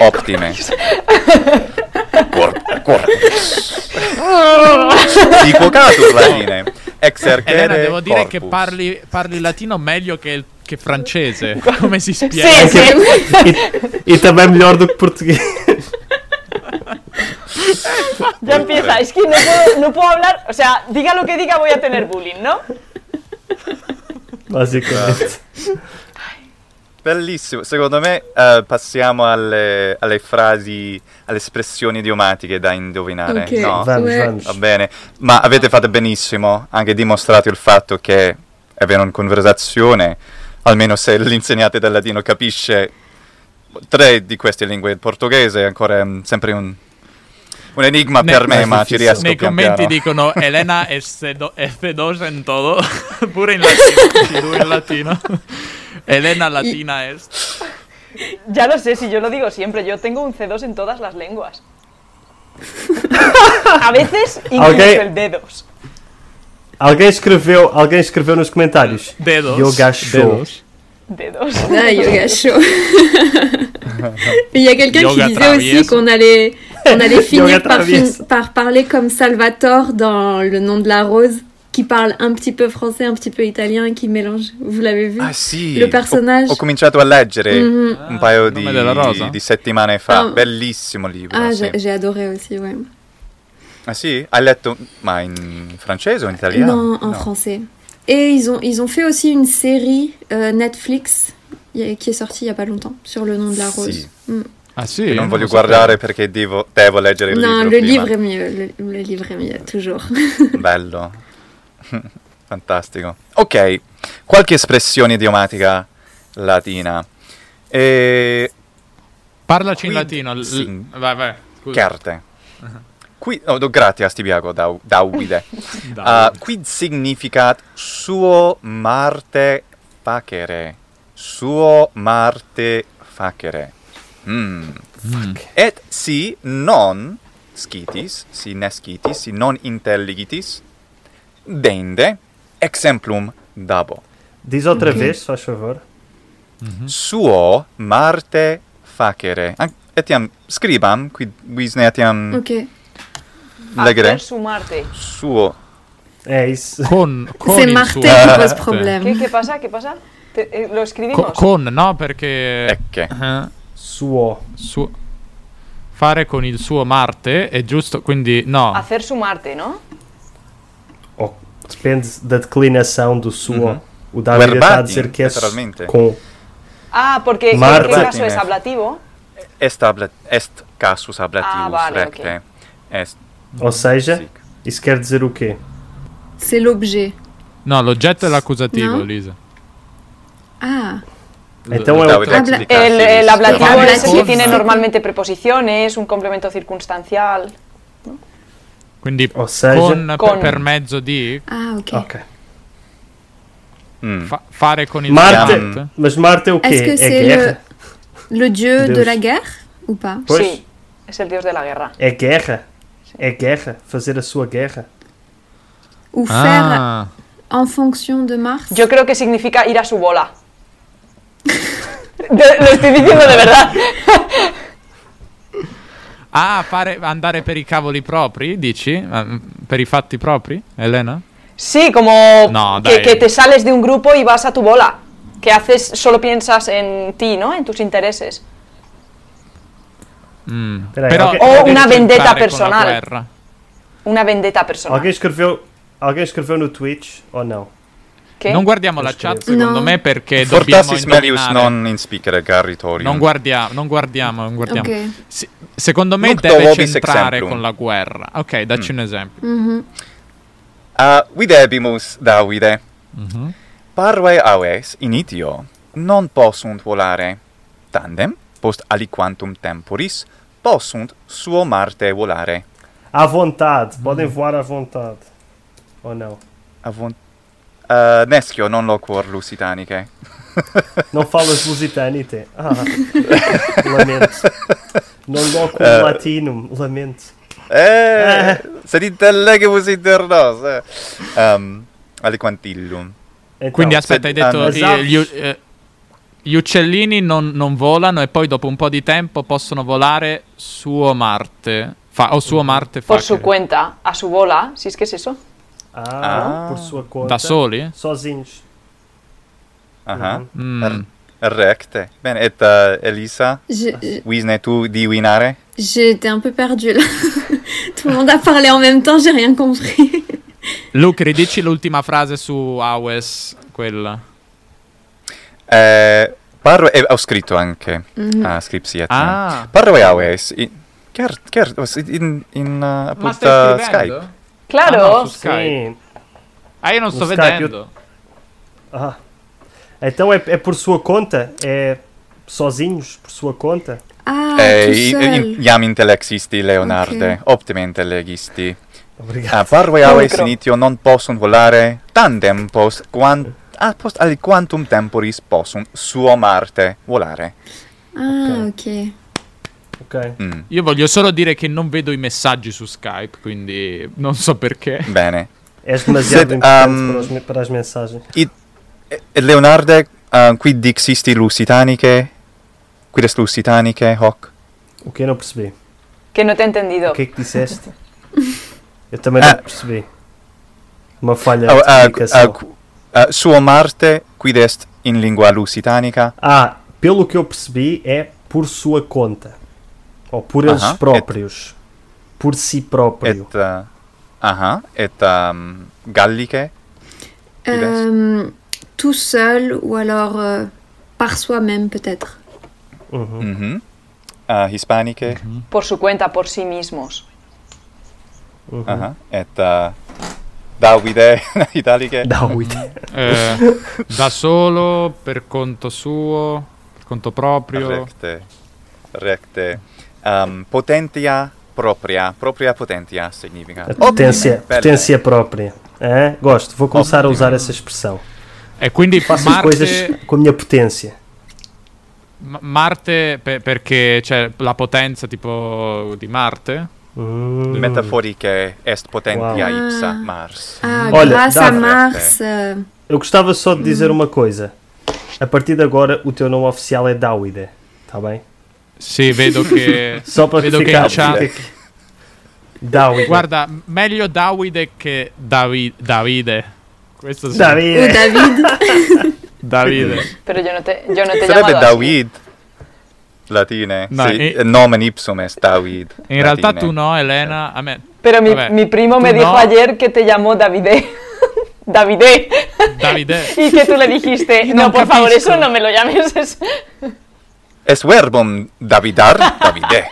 Speaker 3: Optime. Corp, corporis. Dicocatus latine. Exercere
Speaker 4: Elena, devo dire
Speaker 3: corpus.
Speaker 4: che parli, parli latino meglio che, il- che francese. Come si
Speaker 6: Sí,
Speaker 4: spiega?
Speaker 6: sí.
Speaker 5: e, e também melhor do que português.
Speaker 6: Ya empieza. Es que no puedo, no puedo hablar. O sea, diga lo que diga, voy a tener bullying, ¿no?
Speaker 5: Basicamente.
Speaker 3: Bellissimo, secondo me eh, passiamo alle, alle frasi, alle espressioni idiomatiche da indovinare,
Speaker 2: Ok.
Speaker 3: no?
Speaker 5: Vamos,
Speaker 2: Ué.
Speaker 5: vamos.
Speaker 3: Va bene, ma avete fatto benissimo, anche dimostrato il fatto che è vero in conversazione, almeno se l'insegnante del latino capisce tre di queste lingue, il portoghese è ancora mm, sempre un, un enigma
Speaker 4: Ne-
Speaker 3: per me,
Speaker 5: è
Speaker 3: ma ci
Speaker 5: difficile.
Speaker 3: riesco
Speaker 4: Nei
Speaker 3: pian
Speaker 4: commenti
Speaker 3: piano.
Speaker 4: dicono Elena è sedo- è fedosa in todo, pure in latino, ci do in latino. Elena latina est.
Speaker 6: Ya lo sé, si yo lo digo siempre, yo tengo un C2 en todas las lenguas. A veces incluso
Speaker 5: Ok.
Speaker 6: el D2.
Speaker 5: Alguém escreveu, alguém escreveu nos comentários.
Speaker 4: Dedos.
Speaker 5: Yoga show.
Speaker 4: Dedos.
Speaker 6: D2.
Speaker 2: Ah, yoga show. Il y a quelqu'un qui
Speaker 4: Yoga
Speaker 2: disait aussi
Speaker 4: traviesa.
Speaker 2: qu'on allait, on allait finir
Speaker 5: Yoga
Speaker 2: par, fin-
Speaker 5: traviesa.
Speaker 2: par parler comme Salvatore dans Le nom de la rose, qui parle un petit peu français, un petit peu italien et qui mélange. Vous l'avez vu
Speaker 3: Ah sì,
Speaker 2: Le
Speaker 3: ho-
Speaker 2: personaggio.
Speaker 3: ho, cominciato a leggere
Speaker 2: Mhm.
Speaker 3: un paio
Speaker 4: Ah, il
Speaker 3: di,
Speaker 4: nome della rosa.
Speaker 3: di settimane fa,
Speaker 2: Ah.
Speaker 3: bellissimo libro.
Speaker 2: Ah,
Speaker 3: sì.
Speaker 2: j'ai j'ai adoré aussi, ouais.
Speaker 3: Ah sì? Hai letto ma in francese o in italiano?
Speaker 2: Non, en
Speaker 3: No.
Speaker 2: français. Et ils ont, ils ont fait aussi une série euh, Netflix y a- qui est sortie il n'y a pas longtemps sur le nom de la rose.
Speaker 3: Sì.
Speaker 2: Mm.
Speaker 4: Ah sì?
Speaker 3: non voglio
Speaker 4: lo
Speaker 3: guardare perché devo, devo leggere il
Speaker 2: non,
Speaker 3: libro.
Speaker 2: le
Speaker 3: prima.
Speaker 2: livre est mieux, le, le livre est mieux, toujours.
Speaker 3: Bello. Fantastico. Ok, qualche espressione idiomatica latina. E...
Speaker 4: sapevo. Parlaci in
Speaker 3: Quid
Speaker 4: latino. l-
Speaker 3: sin-
Speaker 4: vai, vai. Scusa.
Speaker 3: Carte. Qui... No, do gratias tibiago da, dauide.
Speaker 4: Dai.
Speaker 3: Uh, quid significat suo Marte facere? Suo Marte facere. Mm. Et si non scitis, si ne scitis, si non intelligitis, dende exemplum dabo.
Speaker 5: Diz outra
Speaker 2: Ok.
Speaker 3: Uhum.
Speaker 5: vez, se faz favor.
Speaker 3: Suo Marte facere. An- etiam scribam, quid vis ne etiam
Speaker 2: Ok.
Speaker 3: legere.
Speaker 6: Hacer sumarte.
Speaker 3: Suo
Speaker 5: É isso.
Speaker 4: Con, con
Speaker 2: C'est
Speaker 4: il
Speaker 2: Marté
Speaker 4: suo-
Speaker 2: qui pose
Speaker 4: Sì.
Speaker 2: problème.
Speaker 6: ¿Qué, qué pasa? ¿Qué pasa? Te- eh, ¿Lo
Speaker 4: Co-
Speaker 6: escribimos?
Speaker 4: con, no, perché...
Speaker 5: Ecco.
Speaker 3: ecce.
Speaker 4: Eh,
Speaker 5: Suou.
Speaker 4: suo- fare con il suo Marte è giusto, quindi no.
Speaker 6: Hacer sumarte, ¿no?
Speaker 5: Ou depende da declinação do suou.
Speaker 3: Uhum.
Speaker 5: O David está a
Speaker 3: Verbatim,
Speaker 5: dizer que é su-
Speaker 3: literalmente.
Speaker 5: com.
Speaker 6: Ah, porque en
Speaker 5: Marte.
Speaker 6: qué caso es
Speaker 3: Martínez.
Speaker 6: ablativo.
Speaker 3: Est, abla- est casus ablativus
Speaker 6: Ah, vale,
Speaker 3: recte.
Speaker 6: ok.
Speaker 3: Est
Speaker 5: Ou seja,
Speaker 3: sic.
Speaker 5: isso quer dizer o quê?
Speaker 2: C'est l'objet.
Speaker 4: No, l'oggetto è l'accusativo,
Speaker 2: No?
Speaker 4: Lisa.
Speaker 5: Eh,
Speaker 2: Ah,
Speaker 5: Então é
Speaker 3: Davide,
Speaker 5: outra.
Speaker 2: Habla-
Speaker 3: explicarsi
Speaker 6: El,
Speaker 3: di
Speaker 6: el
Speaker 3: sta-
Speaker 6: ablativo
Speaker 2: Vale,
Speaker 6: es el que
Speaker 2: por-
Speaker 6: tiene normalmente preposiciones, un complemento circunstancial.
Speaker 4: Quindi
Speaker 5: Ou seja.
Speaker 4: con,
Speaker 6: Con.
Speaker 4: per mezzo di
Speaker 2: ah ok.
Speaker 5: Ok.
Speaker 3: Mm.
Speaker 4: fa- fare con il
Speaker 5: Marte.
Speaker 4: Marte.
Speaker 5: Mas Marte é o quê?
Speaker 2: Est-ce que
Speaker 5: É
Speaker 2: c'est le,
Speaker 5: guerra?
Speaker 2: le dieu
Speaker 5: Deus.
Speaker 2: de la guerre ou pas
Speaker 5: Pois.
Speaker 6: Sí, es el dios de la guerra.
Speaker 5: É guerra? É guerra? Fazer a sua guerra?
Speaker 2: Ou faire
Speaker 4: Ah,
Speaker 2: en fonction de Mars
Speaker 6: Yo creo que significa ir a su bola. De- lo estoy diciendo de verdad.
Speaker 4: Ah, fare, andare per i cavoli propri, dici? Ah, mm, Per i fatti propri, Elena?
Speaker 6: Sí, como
Speaker 4: No,
Speaker 6: que,
Speaker 4: dai.
Speaker 6: que te sales de un grupo y vas a tu bola. Que haces, solo piensas en ti, ¿no? En tus intereses.
Speaker 4: Mm.
Speaker 5: Dai, ok.
Speaker 4: non
Speaker 5: O
Speaker 4: devi
Speaker 6: una
Speaker 4: giocare
Speaker 6: vendetta
Speaker 4: con la
Speaker 6: personale.
Speaker 4: guerra.
Speaker 6: Una vendetta personal.
Speaker 5: Alguém escreveu, alguém escreveu no Twitch ou não?
Speaker 6: ¿Qué?
Speaker 4: Non guardiamo la
Speaker 5: Non ci
Speaker 4: chat,
Speaker 5: credo.
Speaker 4: secondo
Speaker 2: No.
Speaker 4: me, perché dobbiamo
Speaker 3: Fortasis Melius
Speaker 4: indovinare.
Speaker 3: non in speaker garritorium.
Speaker 4: Non guardiamo, non guardiamo, non guardiamo.
Speaker 2: Ok.
Speaker 4: Se- secondo me
Speaker 3: Nunc
Speaker 4: deve
Speaker 3: dolobis
Speaker 4: centrare
Speaker 3: exemplum.
Speaker 4: con la guerra. Ok, dacci un esempio.
Speaker 2: Mhm.
Speaker 3: A videbimus Ah, Davide.
Speaker 4: Mhm.
Speaker 3: Parve aves initio non possunt volare. Tandem, post aliquantum temporis, possunt suo Marte volare.
Speaker 5: À vontade, podem voar à vontade. Ou não?
Speaker 3: Avon... Uh, nescio non loquor lusitanice.
Speaker 5: Não falas lusitanite. Ah, lamento. Non loco
Speaker 3: Ah.
Speaker 5: latinum, lamento.
Speaker 3: Eh, sed intellegibus inter nos. eh. Um, aliquantillum.
Speaker 5: Então,
Speaker 4: Quindi aspetta, hai
Speaker 3: se-
Speaker 4: detto
Speaker 3: ah,
Speaker 4: i-
Speaker 5: esatto.
Speaker 4: gli, u- eh, gli uccellini non, non volano e poi dopo un po' di tempo possono volare suo Marte. Fa, o suo Marte fa
Speaker 6: Por su cuenta, a su bola, si es que es eso.
Speaker 5: ah,
Speaker 3: Ah.
Speaker 5: por sua conta.
Speaker 4: da soli?
Speaker 5: Sozinhos.
Speaker 3: Aha.
Speaker 4: Mm.
Speaker 3: Er- Recte. Bene, et uh, Elisa,
Speaker 2: Je- je-
Speaker 3: visne tu divinare?
Speaker 2: J'ai été un peu perdue là. Tout le monde a parlé en même temps, j'ai rien compris.
Speaker 4: Luke, ridici l'ultima frase su Awes, quella.
Speaker 3: Eh, parve... eh, ho scritto anche.
Speaker 2: Mhm.
Speaker 3: Ah, scripsiet.
Speaker 4: Ah.
Speaker 3: Parve aves... i- Cer, cer, in, in uh, appunta Skype.
Speaker 6: Claro.
Speaker 4: Ah, no, su Skype.
Speaker 5: Sim.
Speaker 4: Ah, io non sto
Speaker 5: Su Skype, io-
Speaker 4: vedendo.
Speaker 5: Ah. Então é, é por sua conta? É sozinhos, por sua conta?
Speaker 2: Ah,
Speaker 3: Eh,
Speaker 2: tout
Speaker 3: i-
Speaker 2: seul.
Speaker 3: i- iam intellexisti Leonarde, optime intellegisti.
Speaker 5: Obrigado.
Speaker 3: Ah, parve aves
Speaker 6: Pulcro.
Speaker 3: initio non possunt volare tandem post quant ah, post al quantum temporis possunt suo Marte volare.
Speaker 2: Ah, ok.
Speaker 5: Ok.
Speaker 3: Mm,
Speaker 4: Io voglio solo dire che non vedo i messaggi su Skype, quindi non so perché.
Speaker 3: bene.
Speaker 5: És demasiado
Speaker 3: Sed,
Speaker 5: importante
Speaker 3: um,
Speaker 5: para, os me- para as mensagens.
Speaker 3: E- e Leonarde ah, qui dixisti lusitaniche quid est lusitaniche hoc?
Speaker 5: O que eu não percebi?
Speaker 6: Que no te he entendido.
Speaker 5: O que é que disseste? Eu também
Speaker 3: Ah.
Speaker 5: não percebi. Uma falha
Speaker 3: Ah,
Speaker 5: de
Speaker 3: ah, ah,
Speaker 5: comunicação.
Speaker 3: qu- ah, suo Marte quid est in lingua lusitanica?
Speaker 5: Ah, pelo que eu percebi, é por sua conta. Ou por eles
Speaker 3: Aham.
Speaker 5: próprios. Por si próprio.
Speaker 3: Et ah, aha, et um, gallice? Quid est?
Speaker 2: Euh, tout seul ou alors euh, par soi-même peut-être.
Speaker 5: Uhum.
Speaker 3: Mhm. Ah, hispaniche?
Speaker 6: Por su cuenta, por sí mismos.
Speaker 5: Uhum.
Speaker 3: Ah, Aha, et uh, Davide italiche.
Speaker 5: Dá o ideia.
Speaker 4: Eh, da solo, per conto suo, per conto proprio.
Speaker 3: Recte. Recte. Um, potentia propria. Propria potentia significa.
Speaker 5: A potência,
Speaker 3: Bella.
Speaker 5: potência própria. Hã? gosto, vou começar a usar essa expressão.
Speaker 4: E quindi
Speaker 5: Faço
Speaker 4: Marte,
Speaker 3: é
Speaker 5: coisas com a minha potência.
Speaker 4: M- Marte pe- perché c'è la potenza tipo di Marte?
Speaker 5: Hum.
Speaker 3: Metaforiche est potentia
Speaker 2: Wow.
Speaker 3: ipsa
Speaker 2: Ah.
Speaker 3: Mars.
Speaker 2: Ah,
Speaker 5: Olha,
Speaker 2: grâce à
Speaker 5: dá.
Speaker 2: Mars. euh,
Speaker 5: Eu gostava só de
Speaker 3: Hum.
Speaker 5: dizer uma coisa. A partir de agora, o teu nome oficial é Dawida. Está bem?
Speaker 4: Sì, vedo che.
Speaker 5: Só para
Speaker 4: Vedo
Speaker 5: que
Speaker 4: che
Speaker 5: ficar.
Speaker 4: in chat-
Speaker 5: fica aqui. Dawida.
Speaker 4: Guarda, meglio Davide che Davi- Davide. Questo sì.
Speaker 5: Dawida.
Speaker 2: Ou David.
Speaker 4: Davide.
Speaker 6: Pero yo no te, yo no te he
Speaker 3: Sarebbe
Speaker 6: llamado así.
Speaker 3: David. Latine.
Speaker 4: No,
Speaker 3: sì,
Speaker 4: e-
Speaker 3: eh, nomen ipsum est David.
Speaker 4: In realtà
Speaker 3: latine.
Speaker 4: tu no, Elena. A me.
Speaker 6: Pero mi,
Speaker 4: Vabbè,
Speaker 6: mi primo
Speaker 4: tu
Speaker 6: me dijo
Speaker 4: no.
Speaker 6: ayer que te llamó Davide. Davide.
Speaker 4: Davide.
Speaker 6: y que tú le dijiste,
Speaker 4: Yo
Speaker 6: no,
Speaker 4: no
Speaker 6: por favor,
Speaker 4: capisco".
Speaker 6: eso no me lo llames. es-
Speaker 3: Est verbum Davidar, Davide.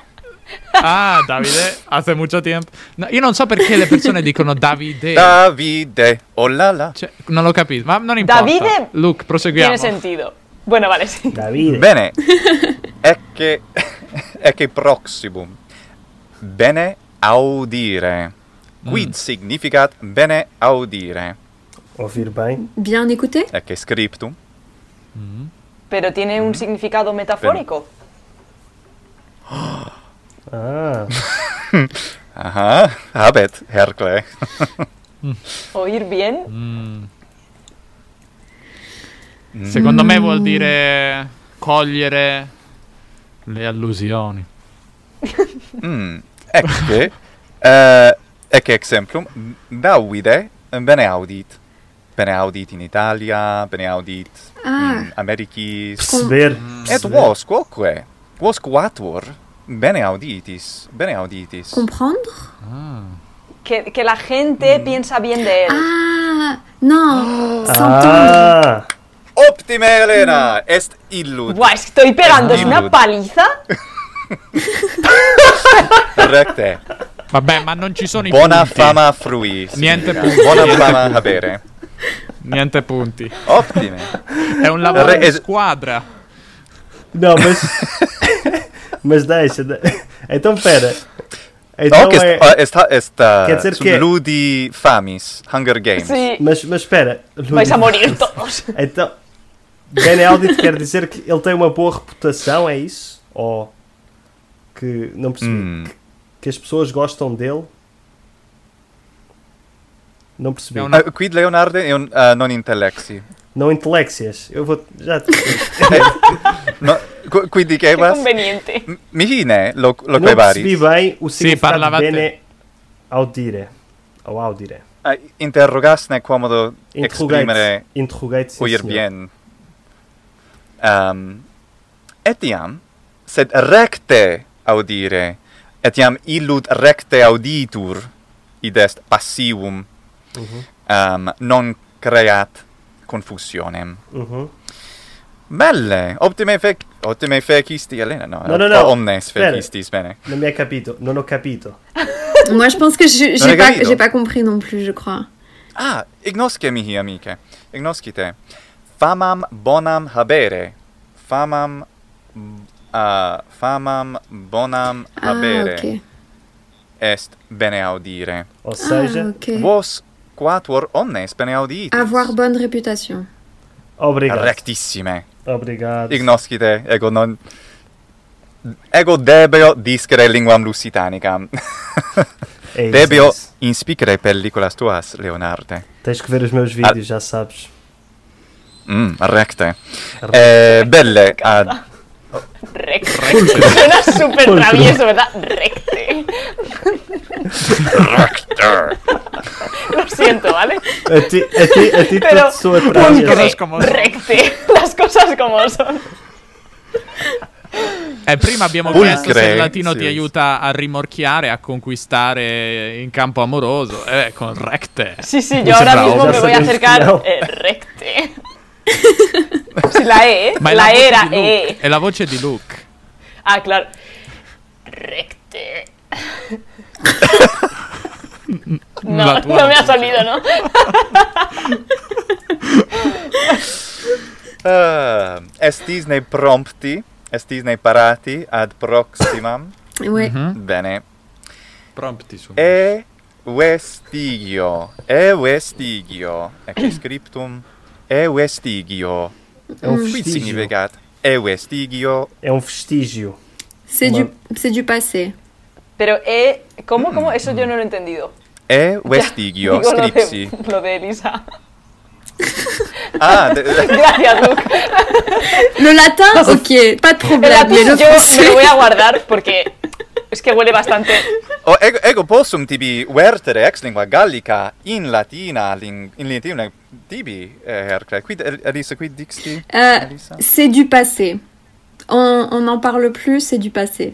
Speaker 4: Ah, Davide, hace mucho tiempo. No, io non so perché le persone dicono Davide.
Speaker 3: Davide. Oh la la.
Speaker 4: Cioè, non l'ho capito, ma non importa.
Speaker 6: Davide-
Speaker 4: Luke, proseguiamo.
Speaker 6: Tiene sentido. Bueno, vale, sí.
Speaker 5: Dawida.
Speaker 3: Bene. Ecce ecce proximum. Bene audire. Quid significat bene audire?
Speaker 5: Ouvir bem.
Speaker 2: Bien écouté
Speaker 3: Ecce scriptum.
Speaker 6: Pero tiene un significado metafórico.
Speaker 5: Ah,
Speaker 3: Aha, Ah, habet, Hercle.
Speaker 6: Oír bien.
Speaker 4: Secondo me vuol dire cogliere le allusioni.
Speaker 3: Mm. Ecce, eh, ecce exemplum, Davide bene audit. Bene audit in Italia, bene audit
Speaker 2: Ah.
Speaker 3: in Americis.
Speaker 5: perceber.
Speaker 3: Et
Speaker 5: perceber.
Speaker 3: vos, quoque, vos quator, bene auditis, bene auditis.
Speaker 2: Comprendre
Speaker 6: Mm. Que, que la gente piensa bien de él.
Speaker 2: Ah, No, Santon.
Speaker 5: Ah,
Speaker 3: Optime, Elena! Est illud.
Speaker 6: Buah, estoy pegando, es
Speaker 3: Ah.
Speaker 6: una paliza.
Speaker 3: Correcte.
Speaker 4: Vabbè, ma non ci sono i
Speaker 3: Buona
Speaker 4: punti.
Speaker 3: fama frui. significa.
Speaker 4: Niente punti.
Speaker 3: Buona fama avere.
Speaker 4: Niente punti.
Speaker 3: Ottime.
Speaker 4: È un lavoro
Speaker 3: Re-
Speaker 4: di
Speaker 3: es-
Speaker 4: squadra.
Speaker 5: não, mas. mas deixa. de- Então pera. Então
Speaker 3: No, che sta,
Speaker 5: é.
Speaker 3: sta, sta
Speaker 5: Quer dizer
Speaker 3: sul
Speaker 5: che-
Speaker 3: ludi ah, famis, Hunger Games.
Speaker 6: Sí,
Speaker 5: Mas, mas espera.
Speaker 6: vais a
Speaker 5: Lúdico.
Speaker 6: morir todos.
Speaker 5: Então, Ben Eldit quer dizer que ele tem uma boa reputação, é isso? Ou que não percebi,
Speaker 3: Mm.
Speaker 5: que as pessoas gostam dele? Não percebi.
Speaker 4: É um-
Speaker 5: Não,
Speaker 3: Ah, quid Leonardo è un ah, non intellexi.
Speaker 5: inteleccias. Eu vou já te-
Speaker 3: No, qu- quid
Speaker 6: Qué
Speaker 3: dicebas?
Speaker 6: conveniente.
Speaker 3: M- Mihine lo lo
Speaker 5: não
Speaker 3: quei
Speaker 5: percebi
Speaker 3: varis.
Speaker 5: bem o significado
Speaker 4: parlava
Speaker 5: de
Speaker 4: a te.
Speaker 5: Bene Audire ou Audire.
Speaker 3: Ah, interrogasne quomodo
Speaker 5: Interrogate.
Speaker 3: exprimere
Speaker 5: Interrogate sim,
Speaker 3: oier
Speaker 5: senhor.
Speaker 3: bien. Um, etiam sed recte audire. Etiam illud recte auditur id est passivum.
Speaker 5: Mhm.
Speaker 3: Um, non creat confusionem.
Speaker 5: Uhum.
Speaker 3: Belle, optime fec ottime fecisti Elena, no?
Speaker 5: No, no, no.
Speaker 3: Omnes
Speaker 5: Bene.
Speaker 3: fecistis, bene.
Speaker 5: Não me capito, não no capito.
Speaker 2: Moi, je pense que je- j'ai pas,
Speaker 3: Regarde.
Speaker 2: j'ai pas compris non plus, je crois.
Speaker 3: Ah, ignosce mihi amice. Ignosci te. Famam bonam habere. Famam uh, famam bonam
Speaker 2: Ah,
Speaker 3: habere
Speaker 2: ok.
Speaker 3: est bene audire.
Speaker 5: Ou
Speaker 2: Ah,
Speaker 5: seja,
Speaker 2: ok.
Speaker 3: Vos quatuor omnes bene auditis.
Speaker 2: Avoir bonne réputation.
Speaker 5: obrigado.
Speaker 3: rectissime.
Speaker 5: Obrigado.
Speaker 3: Ignosci te, ego non ego debeo discere linguam lusitanicam.
Speaker 5: É isso, é
Speaker 3: debeo
Speaker 5: isso.
Speaker 3: inspicere pelliculas tuas, Leonarde.
Speaker 5: Tens que ver os meus vídeos, já sabes.
Speaker 3: Mm, recte.
Speaker 5: Recte.
Speaker 3: Eh, belle, ad
Speaker 6: Recte. Suena súper travieso, ¿verdad? Recte. Lo siento, ¿vale?
Speaker 5: A ti, a ti, a ti
Speaker 6: Pero
Speaker 5: tudo soa
Speaker 4: Las
Speaker 5: travieso.
Speaker 4: cosas como son.
Speaker 6: Recte. Las cosas como son.
Speaker 4: Eh, prima abbiamo
Speaker 3: Pulcre,
Speaker 4: chiesto se il latino
Speaker 3: sì.
Speaker 4: ti aiuta a rimorchiare, a conquistare in campo amoroso. Eh, con recte.
Speaker 6: Sí, sí,
Speaker 4: Mi
Speaker 6: yo ahora
Speaker 4: sembrava
Speaker 6: mismo
Speaker 4: ovvio.
Speaker 6: me voy a acercar.
Speaker 5: No.
Speaker 6: eh, recte. Sí, la E, ¿eh?
Speaker 4: Ma è
Speaker 6: la E
Speaker 4: la,
Speaker 6: era
Speaker 4: voce di Luke.
Speaker 6: E.
Speaker 4: È la voce di Luke.
Speaker 6: Ah, claro. Recte. No,
Speaker 4: La tua
Speaker 6: no me ha
Speaker 4: voce.
Speaker 6: salido, ¿no?
Speaker 3: Ah, estis ne prompti, estis ne parati ad proximam.
Speaker 2: Ouais.
Speaker 5: Mhm.
Speaker 3: Bene.
Speaker 4: Prompti su.
Speaker 3: E vestigio. E vestigio. Ecce scriptum. E vestigio.
Speaker 5: É um
Speaker 3: Quid
Speaker 5: vestígio.
Speaker 3: significat? E vestigio.
Speaker 5: É um vestígio.
Speaker 2: C'est
Speaker 5: Ouais.
Speaker 2: du, c'est du passé.
Speaker 6: Pero E, ¿cómo, cómo? Eso yo no lo he entendido.
Speaker 3: E
Speaker 6: Ya,
Speaker 3: vestigio.
Speaker 6: digo lo
Speaker 3: Scripsi.
Speaker 6: de, lo de Elisa.
Speaker 3: Ah, de-
Speaker 6: Gracias, Luke.
Speaker 2: Le latin, ok, pas de
Speaker 6: El
Speaker 2: problème. Mais
Speaker 6: lápiz yo
Speaker 2: le
Speaker 6: me
Speaker 2: français.
Speaker 6: lo voy a guardar porque es que huele bastante.
Speaker 3: oh, ego, ego possum tibi vertere ex lingua gallica in latina ling, in latina tibi eh, Hercle. Quid Elisa quid dixti?
Speaker 2: Euh,
Speaker 3: Elisa?
Speaker 2: c'est du passé. On on n'en parle plus, c'est du passé.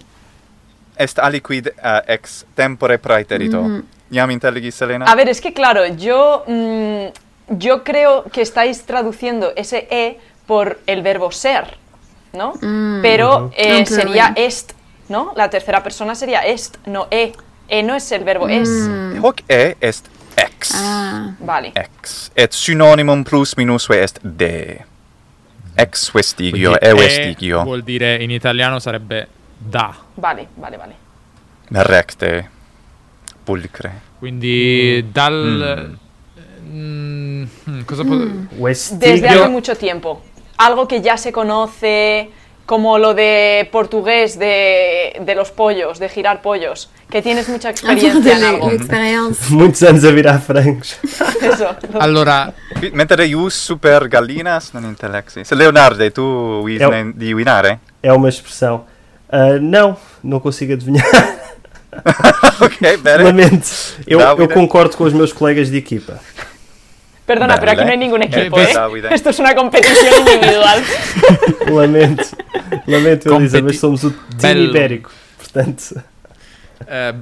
Speaker 3: Est aliquid eh, ex tempore praeterito. Iam intelligis Elena?
Speaker 6: A ver, es que claro, yo, mm, yo creo que estáis traduciendo ese E por el verbo ser, ¿no? Pero eh,
Speaker 2: Un plural.
Speaker 6: sería est, ¿no? La tercera persona sería est, no E. E no es el verbo es.
Speaker 3: Hoc e est ex.
Speaker 2: Ah.
Speaker 6: Vale.
Speaker 3: Ex. Et synonymum plus minusve est de. Ex vestigio,
Speaker 4: Quindi
Speaker 3: e
Speaker 4: e
Speaker 3: vestigio.
Speaker 4: Vuol dire in italiano sarebbe da.
Speaker 6: Vale, vale, vale.
Speaker 3: Recte. Pulcre.
Speaker 4: Quindi dal... Mm, mm, cosa po-
Speaker 5: O
Speaker 6: Desde
Speaker 5: estígio.
Speaker 6: hace mucho tiempo. Algo que ya se conoce como lo de portugués de, de los pollos, de girar pollos, que tienes mucha
Speaker 2: Avoir
Speaker 6: experiencia en
Speaker 2: de
Speaker 6: algo.
Speaker 2: l'e- l'expérience.
Speaker 5: Muitos anos a virar frangos.
Speaker 6: Eso.
Speaker 3: Ah,
Speaker 4: Allora,
Speaker 3: Qui- Mentre ius super gallinas non intellexi. Se Leonardo, tu
Speaker 5: Eu-
Speaker 3: wisne di winare?
Speaker 5: É uma expressão. Ah, não, não consigo adivinhar.
Speaker 3: ok, bene.
Speaker 5: Lamento. Eu, eu
Speaker 3: Dávida.
Speaker 5: concordo com os meus colegas de equipa.
Speaker 6: Perdona, pero aquí
Speaker 3: Vale. pues,
Speaker 6: no hay ningún equipo,
Speaker 4: Eh,
Speaker 6: ¿eh?
Speaker 3: Dávila.
Speaker 6: Esto es una competición individual.
Speaker 5: Lamento. Lamento, Elisa,
Speaker 4: Competi-
Speaker 5: mas somos o time
Speaker 4: Belo.
Speaker 5: ibérico. Portanto,
Speaker 4: eh,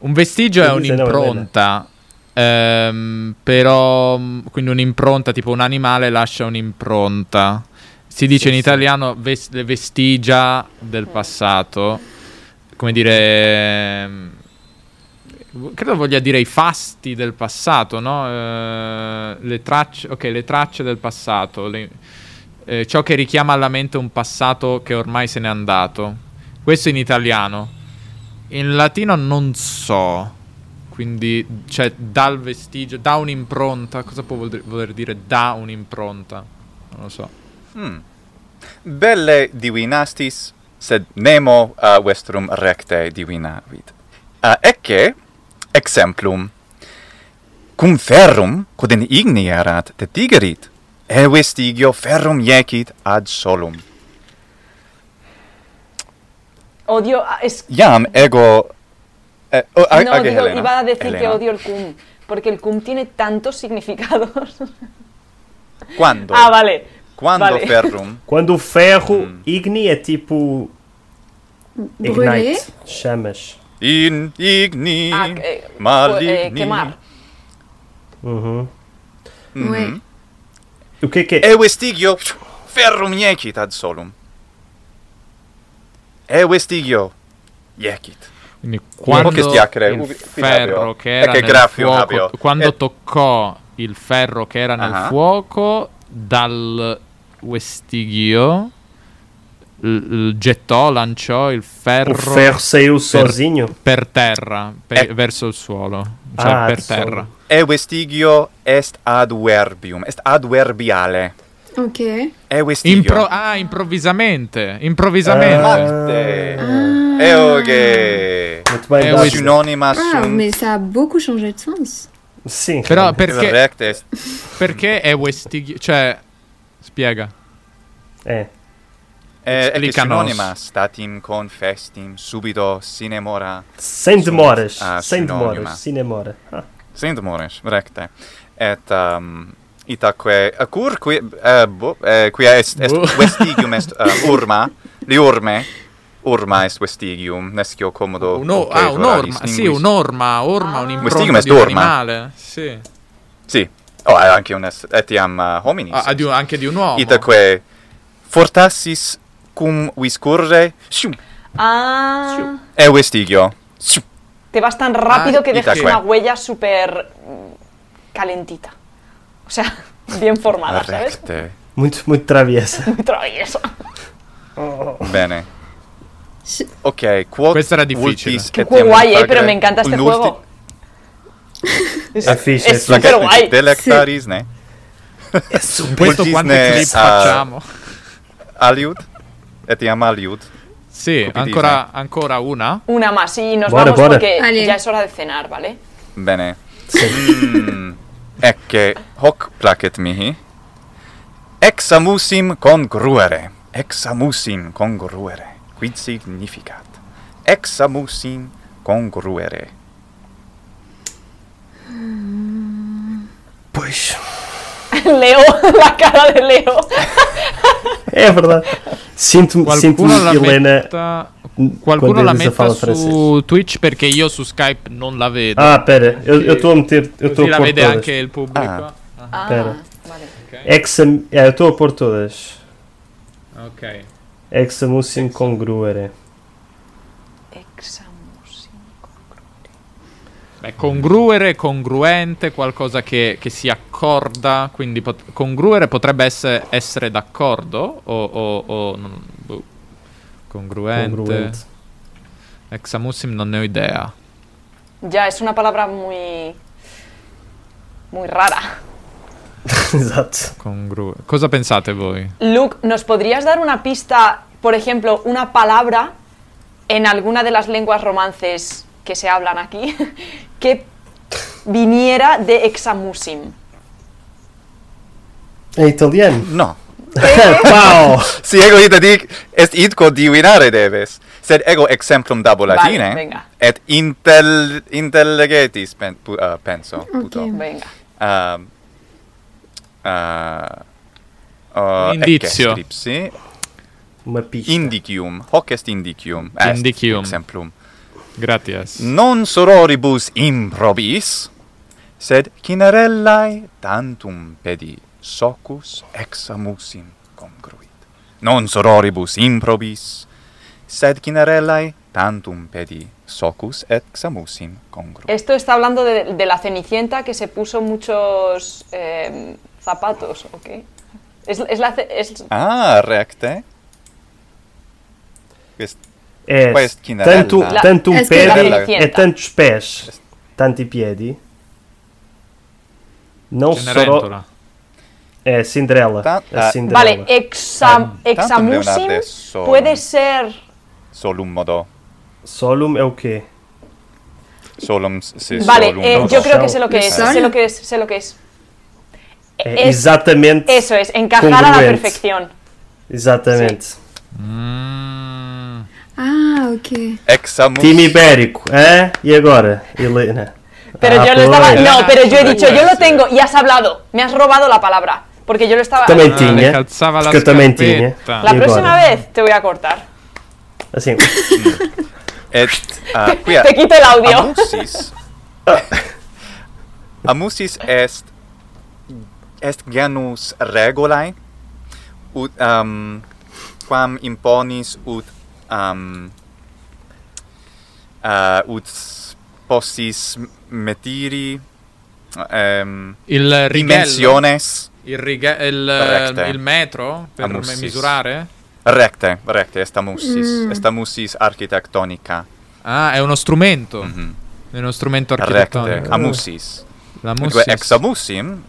Speaker 4: un vestigio è
Speaker 5: Quindi se no,
Speaker 4: un'impronta Ehm, però, mh, quindi un'impronta, tipo un animale lascia un'impronta. Si dice in italiano ves- le vestigia del passato. Come dire... ehm, Credo voglia dire i fasti del passato, no? Eh, le tracce, ok, le tracce del passato. le- eh, ciò che richiama alla mente un passato che ormai se n'è andato. Questo in italiano. In latino non so. Quindi, cioè, dal vestigio, da un'impronta. Cosa può voler, voler dire da un'impronta? Non lo so.
Speaker 3: Belle divinastis, sed nemo a vestrum recte divinavit. Uh, ecce, exemplum, cum ferrum, quod in igni erat, detigerit, e vestigio ferrum iecit ad solum.
Speaker 6: Odio. ah, Es,
Speaker 3: Iam ego... Eh, oh, a-
Speaker 6: no,
Speaker 3: age
Speaker 6: digo,
Speaker 3: Helena.
Speaker 6: iba a decir que
Speaker 3: Helena.
Speaker 6: odio el cum. Porque el cum tiene tantos significados.
Speaker 3: Quando?
Speaker 6: ah, vale.
Speaker 3: Quando
Speaker 6: vale.
Speaker 3: ferrum?
Speaker 5: Quando o ferro,
Speaker 3: Hum.
Speaker 5: Igni é tipo
Speaker 2: Brûler.
Speaker 5: Ignite, chamas.
Speaker 3: In igni
Speaker 6: Ah, eh, eh,
Speaker 3: maligni.
Speaker 6: quemar.
Speaker 5: Uhum.
Speaker 3: Mhm.
Speaker 2: Ouais.
Speaker 5: O que é que é?
Speaker 3: E vestigio ferrum iecit ad solum. E vestigio iecit.
Speaker 4: Quindi
Speaker 3: po'
Speaker 4: quando
Speaker 3: che stiacchera,
Speaker 4: il
Speaker 3: ubi-
Speaker 4: ferro
Speaker 3: Fabio.
Speaker 4: che era
Speaker 3: Eh, che
Speaker 4: nel
Speaker 3: graffio,
Speaker 4: fuoco,
Speaker 3: Fabio.
Speaker 4: quando
Speaker 3: Eh.
Speaker 4: toccò il ferro che era nel
Speaker 3: Ah.
Speaker 4: fuoco dal vestigio l- l- gettò, lanciò il ferro,
Speaker 5: O ferro saiu sozinho?
Speaker 4: per terra, pe-
Speaker 3: Eh.
Speaker 4: verso il suolo, cioè
Speaker 5: Ah,
Speaker 4: per
Speaker 5: insomma.
Speaker 4: terra.
Speaker 3: E vestigio est adverbium, est adverbiale.
Speaker 2: Ok.
Speaker 3: E vestigio. Eh.
Speaker 4: Impro- ah, improvvisamente,
Speaker 5: Ah.
Speaker 4: improvvisamente.
Speaker 3: Marte.
Speaker 2: Ah.
Speaker 3: Eoge.
Speaker 5: Muito bem,
Speaker 4: É
Speaker 5: dado.
Speaker 4: o West-
Speaker 3: Synonima
Speaker 2: Ah,
Speaker 3: sunt.
Speaker 2: mais ça a beaucoup changé de sens.
Speaker 5: Sim.
Speaker 4: Però perché,
Speaker 3: Correct est.
Speaker 4: perché è vestigio? Cioè, spiega.
Speaker 5: É.
Speaker 3: E ecce
Speaker 4: Explicanos.
Speaker 3: synonima statim confestim subito sine mora.
Speaker 5: Sem demoras.
Speaker 3: Ah,
Speaker 5: sem
Speaker 3: sinónima.
Speaker 5: demoras. Cinemora. Ah,
Speaker 3: Sint mores, recte. Et um, itaque acur qui eh, bo, eh, quia est est
Speaker 4: Bo.
Speaker 3: vestigium est eh, urma, liurme. Urma est vestigium, nescio commodo.
Speaker 4: Uno-
Speaker 3: operoralis
Speaker 4: ah, un'orma, sì,
Speaker 3: linguis.
Speaker 4: un'orma, orma,
Speaker 3: Vestigio
Speaker 4: un'impronta
Speaker 3: mest
Speaker 4: di un
Speaker 3: orma.
Speaker 4: animale. Sì.
Speaker 3: Sì. Oh, eh, anche un est etiam eh, hominis.
Speaker 4: Ah, ah, di un- anche di un uomo.
Speaker 3: Itaque fortassis cum viscurre scium,
Speaker 6: Ah.
Speaker 3: e vestigio. Scium.
Speaker 6: Te vas tan rápido
Speaker 4: Ah,
Speaker 6: que dejas
Speaker 3: Itacue.
Speaker 6: una huella súper mm, calentita. O sea, bien formada, ¿sabes?
Speaker 3: Recte.
Speaker 5: muito, muito traviessa.
Speaker 6: Muy traviesa.
Speaker 3: Bene.
Speaker 2: Sì.
Speaker 3: Ok, quod
Speaker 4: Questa era difficile.
Speaker 3: vultis
Speaker 6: Qué
Speaker 3: etiam
Speaker 6: guay, eh,
Speaker 3: infagre
Speaker 6: pero me encanta este
Speaker 3: un ulti-
Speaker 6: juego. Es,
Speaker 5: Es fish,
Speaker 4: é
Speaker 5: es fish.
Speaker 6: súper guay.
Speaker 3: Delectaris, ne?
Speaker 4: Questo
Speaker 3: Disney,
Speaker 4: quanti clip
Speaker 3: ah,
Speaker 4: facciamo?
Speaker 3: Aliud? Etiam aliud?
Speaker 4: Sì,
Speaker 3: Disney.
Speaker 4: ancora, ancora una?
Speaker 6: Una más y nos
Speaker 5: Bora,
Speaker 6: vamos
Speaker 5: bora.
Speaker 6: porque
Speaker 2: Vale.
Speaker 6: ya es hora de cenar, ¿vale?
Speaker 3: Bene. Mm, ecce hoc placet mihi. Examusim congruere. Examusim congruere. Quid significat? Examusim congruere.
Speaker 5: Pois.
Speaker 6: Leo, la cara de Leo.
Speaker 5: É verdade. Sinto-me,
Speaker 4: Qualcuno
Speaker 5: sinto-me
Speaker 4: la
Speaker 5: Helena.
Speaker 4: metta,
Speaker 5: n-
Speaker 4: qualcuno
Speaker 5: quando
Speaker 4: la
Speaker 5: a
Speaker 4: metta
Speaker 5: Elisa fala
Speaker 4: su
Speaker 5: francês.
Speaker 4: Twitch perché io su Skype non la vedo.
Speaker 5: Ah, pera. Eu eu estou a meter. Eu estou
Speaker 4: Così
Speaker 5: a
Speaker 4: la
Speaker 5: pôr
Speaker 4: vede
Speaker 5: todas.
Speaker 4: anche il pubblico.
Speaker 3: Ah.
Speaker 6: Ah,
Speaker 5: Espera.
Speaker 6: vale.
Speaker 5: Exam... É, eu estou a pôr todas.
Speaker 4: Ok.
Speaker 5: Examusim congruere.
Speaker 6: Examus.
Speaker 4: Beh, congruere, congruente, qualcosa che, che si accorda. Quindi pot- congruere potrebbe essere, essere d'accordo o... o, o non- boh. Congruente.
Speaker 5: Congruente.
Speaker 4: Examusim non ne ho idea.
Speaker 6: Ya, es una palabra muy. muy rara.
Speaker 5: Exato.
Speaker 4: Congru- Cosa pensate voi?
Speaker 6: Luke, ¿nos podrías dar una pista, por ejemplo, una palabra en alguna de las lenguas romances que se hablan aquí que viniera de examusim?
Speaker 5: Em É italiano.
Speaker 3: No.
Speaker 5: Pau!
Speaker 3: Si ego ita dic, est id divinare debes. Sed ego exemplum dabo
Speaker 6: Vale,
Speaker 3: latine,
Speaker 6: venga.
Speaker 3: et intel, intellegetis, pen, pu, uh, penso, puto.
Speaker 6: Venga.
Speaker 3: Um, uh, uh, ecce
Speaker 4: Indizio.
Speaker 3: scripsi.
Speaker 5: Uma pista.
Speaker 3: Indicium. Hoc est indicium. Est,
Speaker 4: Indicium.
Speaker 3: Exemplum.
Speaker 4: Grazie.
Speaker 3: Non sororibus improbis, sed cinerellae tantum pedi socus examusim congruit. Non sororibus improbis, sed cinerellae tantum pedi socus examusim congruit.
Speaker 6: Esto está hablando de, de la Cenicienta que se puso muchos eh, zapatos, ¿ok? Es, es la, ce- es-
Speaker 3: Ah, recte. Quest
Speaker 5: É
Speaker 3: Pois, Kinderella.
Speaker 5: tanto,
Speaker 3: La-
Speaker 5: tanto um
Speaker 2: Essa
Speaker 5: pé
Speaker 6: Kinderella.
Speaker 5: é tantos pés. Tanti piedi. Não só.
Speaker 4: Cenerentola.
Speaker 5: É Cinderela.
Speaker 3: Ta-
Speaker 5: a
Speaker 3: ah.
Speaker 5: Cinderela.
Speaker 6: Vale, é- exam, examusim
Speaker 3: Leonardo es solo.
Speaker 6: puede ser...
Speaker 3: solum modo.
Speaker 5: Solum é o quê?
Speaker 3: Solum si
Speaker 6: Vale,
Speaker 3: solum
Speaker 6: eh,
Speaker 3: modo.
Speaker 6: yo creo que sé lo que
Speaker 2: ¿El
Speaker 6: es,
Speaker 2: sol?
Speaker 6: sé lo que es, sé lo que es.
Speaker 5: É
Speaker 6: Es-
Speaker 5: exatamente.
Speaker 6: Eso es, encajar a la
Speaker 5: Congruente.
Speaker 6: perfección.
Speaker 5: Exatamente.
Speaker 4: Mm,
Speaker 2: Ah, ok.
Speaker 3: Examus.
Speaker 5: Time ibérico. É? E agora, Helena?
Speaker 6: Pero
Speaker 5: Ah,
Speaker 6: yo lo estaba...
Speaker 5: pois.
Speaker 6: No, pero yo he
Speaker 4: Ah,
Speaker 6: dicho, yo lo
Speaker 4: gracias.
Speaker 6: tengo y has hablado. Me has robado la palabra. Porque yo lo estaba...
Speaker 5: Também
Speaker 4: Ah,
Speaker 5: tinha.
Speaker 4: le calzava la
Speaker 5: porque eu também
Speaker 4: scarpetta.
Speaker 5: tinha.
Speaker 4: La
Speaker 5: E
Speaker 6: La
Speaker 5: agora?
Speaker 6: próxima vez te voy a cortar.
Speaker 5: Assim.
Speaker 3: Et ah, quia
Speaker 6: Te quito el audio.
Speaker 3: Amusis. Amusis est est genus regulae ut um, quam imponis ut um, uh, ut possis metiri um,
Speaker 4: Il righello.
Speaker 3: dimensiones
Speaker 4: Il, riga- il,
Speaker 3: Recte.
Speaker 4: il metro per
Speaker 3: Amussis.
Speaker 4: misurare?
Speaker 3: recte recte est amusis
Speaker 2: Mm.
Speaker 3: est amusis architectonica
Speaker 4: Ah, è uno strumento.
Speaker 3: Mhm.
Speaker 4: È uno strumento
Speaker 3: recte
Speaker 4: architettonico.
Speaker 3: amusis
Speaker 4: La
Speaker 3: Dunque,
Speaker 4: mussis.
Speaker 3: examusim,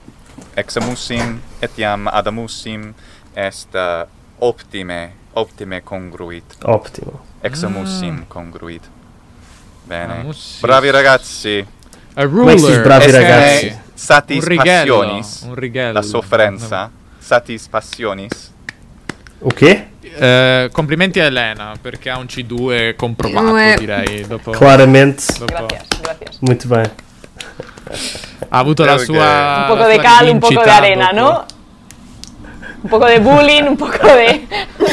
Speaker 3: examusim etiam adamusim est uh, optime, optime congruit,
Speaker 5: Óptimo.
Speaker 3: examusim congruit. Bene.
Speaker 4: Mm. Amusis.
Speaker 3: Bravi ragazzi,
Speaker 4: A
Speaker 5: Come si
Speaker 4: ruler.
Speaker 5: sbravi,
Speaker 4: ok.
Speaker 3: Esque
Speaker 5: Bravi ragazzi.
Speaker 4: Un righello.
Speaker 3: satis
Speaker 4: Un righello.
Speaker 3: la sofferenza, satis passionis.
Speaker 5: O quê?
Speaker 4: Eh, complimenti a Elena perché ha un C2 comprovato,
Speaker 2: Eh.
Speaker 4: direi. Dopo,
Speaker 5: Claramente.
Speaker 4: dopo-
Speaker 6: Gracias, gracias.
Speaker 5: Muito bem.
Speaker 4: Ha avuto la
Speaker 3: Creo che-
Speaker 4: sua.
Speaker 6: Un poco
Speaker 4: la
Speaker 6: de
Speaker 4: sua
Speaker 6: cal, un poco de
Speaker 4: rivincita
Speaker 6: arena,
Speaker 4: dopo.
Speaker 6: ¿no? Un poco de bullying, un poco de...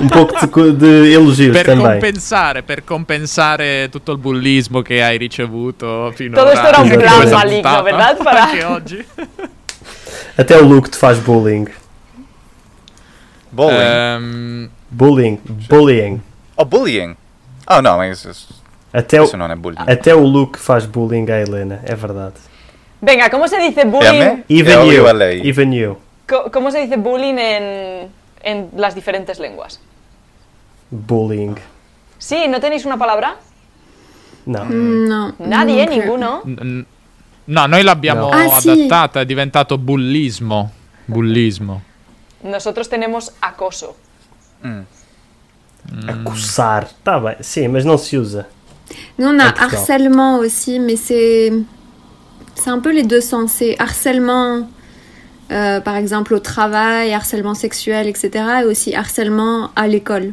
Speaker 5: Um pouco de, co- de elogios
Speaker 4: Per
Speaker 5: também.
Speaker 4: compensare, per compensare tutto il bullismo che hai ricevuto fino
Speaker 6: Todo esto era un
Speaker 5: plan
Speaker 6: maligno, ¿verdad? Para-
Speaker 4: Anche oggi.
Speaker 5: Até o Luke te faz bullying.
Speaker 3: Bullying.
Speaker 4: Ehm,
Speaker 5: Bullying. Bullying.
Speaker 3: Oh, bullying! Oh no, ma questo,
Speaker 5: Até o,
Speaker 3: questo non è bullying.
Speaker 5: até o Luke faz bullying à Helena. É verdade.
Speaker 6: Venga, ¿cómo se dice
Speaker 3: E a
Speaker 6: bullying?
Speaker 3: me?
Speaker 5: Even
Speaker 3: e a
Speaker 5: you.
Speaker 3: Oliva a lei.
Speaker 5: Even you.
Speaker 6: Co- ¿Cómo se dice bullying en, en las diferentes lenguas?
Speaker 5: Bullying.
Speaker 6: Sí, ¿no tenéis una palabra?
Speaker 5: Não.
Speaker 2: No.
Speaker 6: Nadie,
Speaker 2: no creo.
Speaker 6: ninguno.
Speaker 4: n- n- no, noi l'abbiamo
Speaker 2: No. Ah, sì.
Speaker 4: adattata, è diventato bullismo. Bullismo.
Speaker 6: Nosotros tenemos acoso.
Speaker 3: Mm.
Speaker 5: Acossar. Tá bem. Sim, mas não se usa.
Speaker 2: Nous, on a
Speaker 5: En tout cas.
Speaker 2: harcèlement aussi, mais c'est. C'est un peu les deux sens. C'est harcèlement, euh, par exemple, au travail, harcèlement sexuel, etc. Et aussi harcèlement à l'école.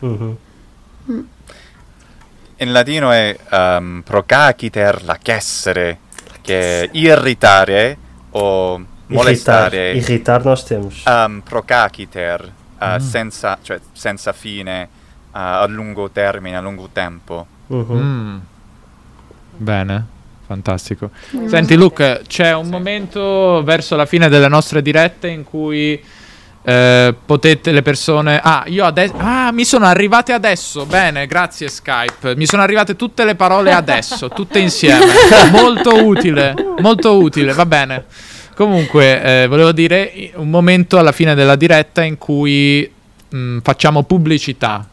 Speaker 5: Uhum.
Speaker 3: In latino è um, procaciter lacessere, che è irritare o
Speaker 5: Irritar.
Speaker 3: molestare.
Speaker 5: Irritar nós temos.
Speaker 3: um, procaciter,
Speaker 4: Mm.
Speaker 3: uh, senza, cioè, senza fine, uh, a lungo termine, a lungo tempo.
Speaker 5: Uhum.
Speaker 4: Mm. Bene, fantastico. Senti Luke, c'è un momento verso la fine delle nostre dirette in cui eh, potete le persone... Ah, io adesso... Ah, mi sono arrivate adesso. Bene, grazie Skype. Mi sono arrivate tutte le parole adesso, tutte insieme. molto utile, molto utile, va bene. Comunque, eh, volevo dire i- un momento alla fine della diretta in cui mm, facciamo pubblicità.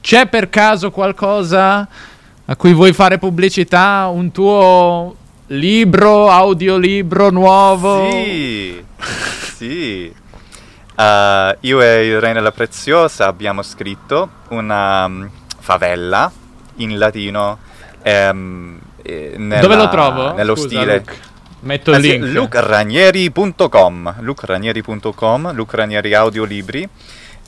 Speaker 4: C'è per caso qualcosa a cui vuoi fare pubblicità? Un tuo libro, audiolibro nuovo?
Speaker 3: Sì, sì. Uh, io e Irene la Preziosa abbiamo scritto una um, favela in latino. ehm, eh,
Speaker 4: Dove lo
Speaker 3: nella-
Speaker 4: trovo?
Speaker 3: Nello
Speaker 4: Scusa,
Speaker 3: stile.
Speaker 4: Luke. Metto il
Speaker 3: Ah, sì,
Speaker 4: link.
Speaker 3: lucranieri.com lucranieri.com lucranieri audiolibri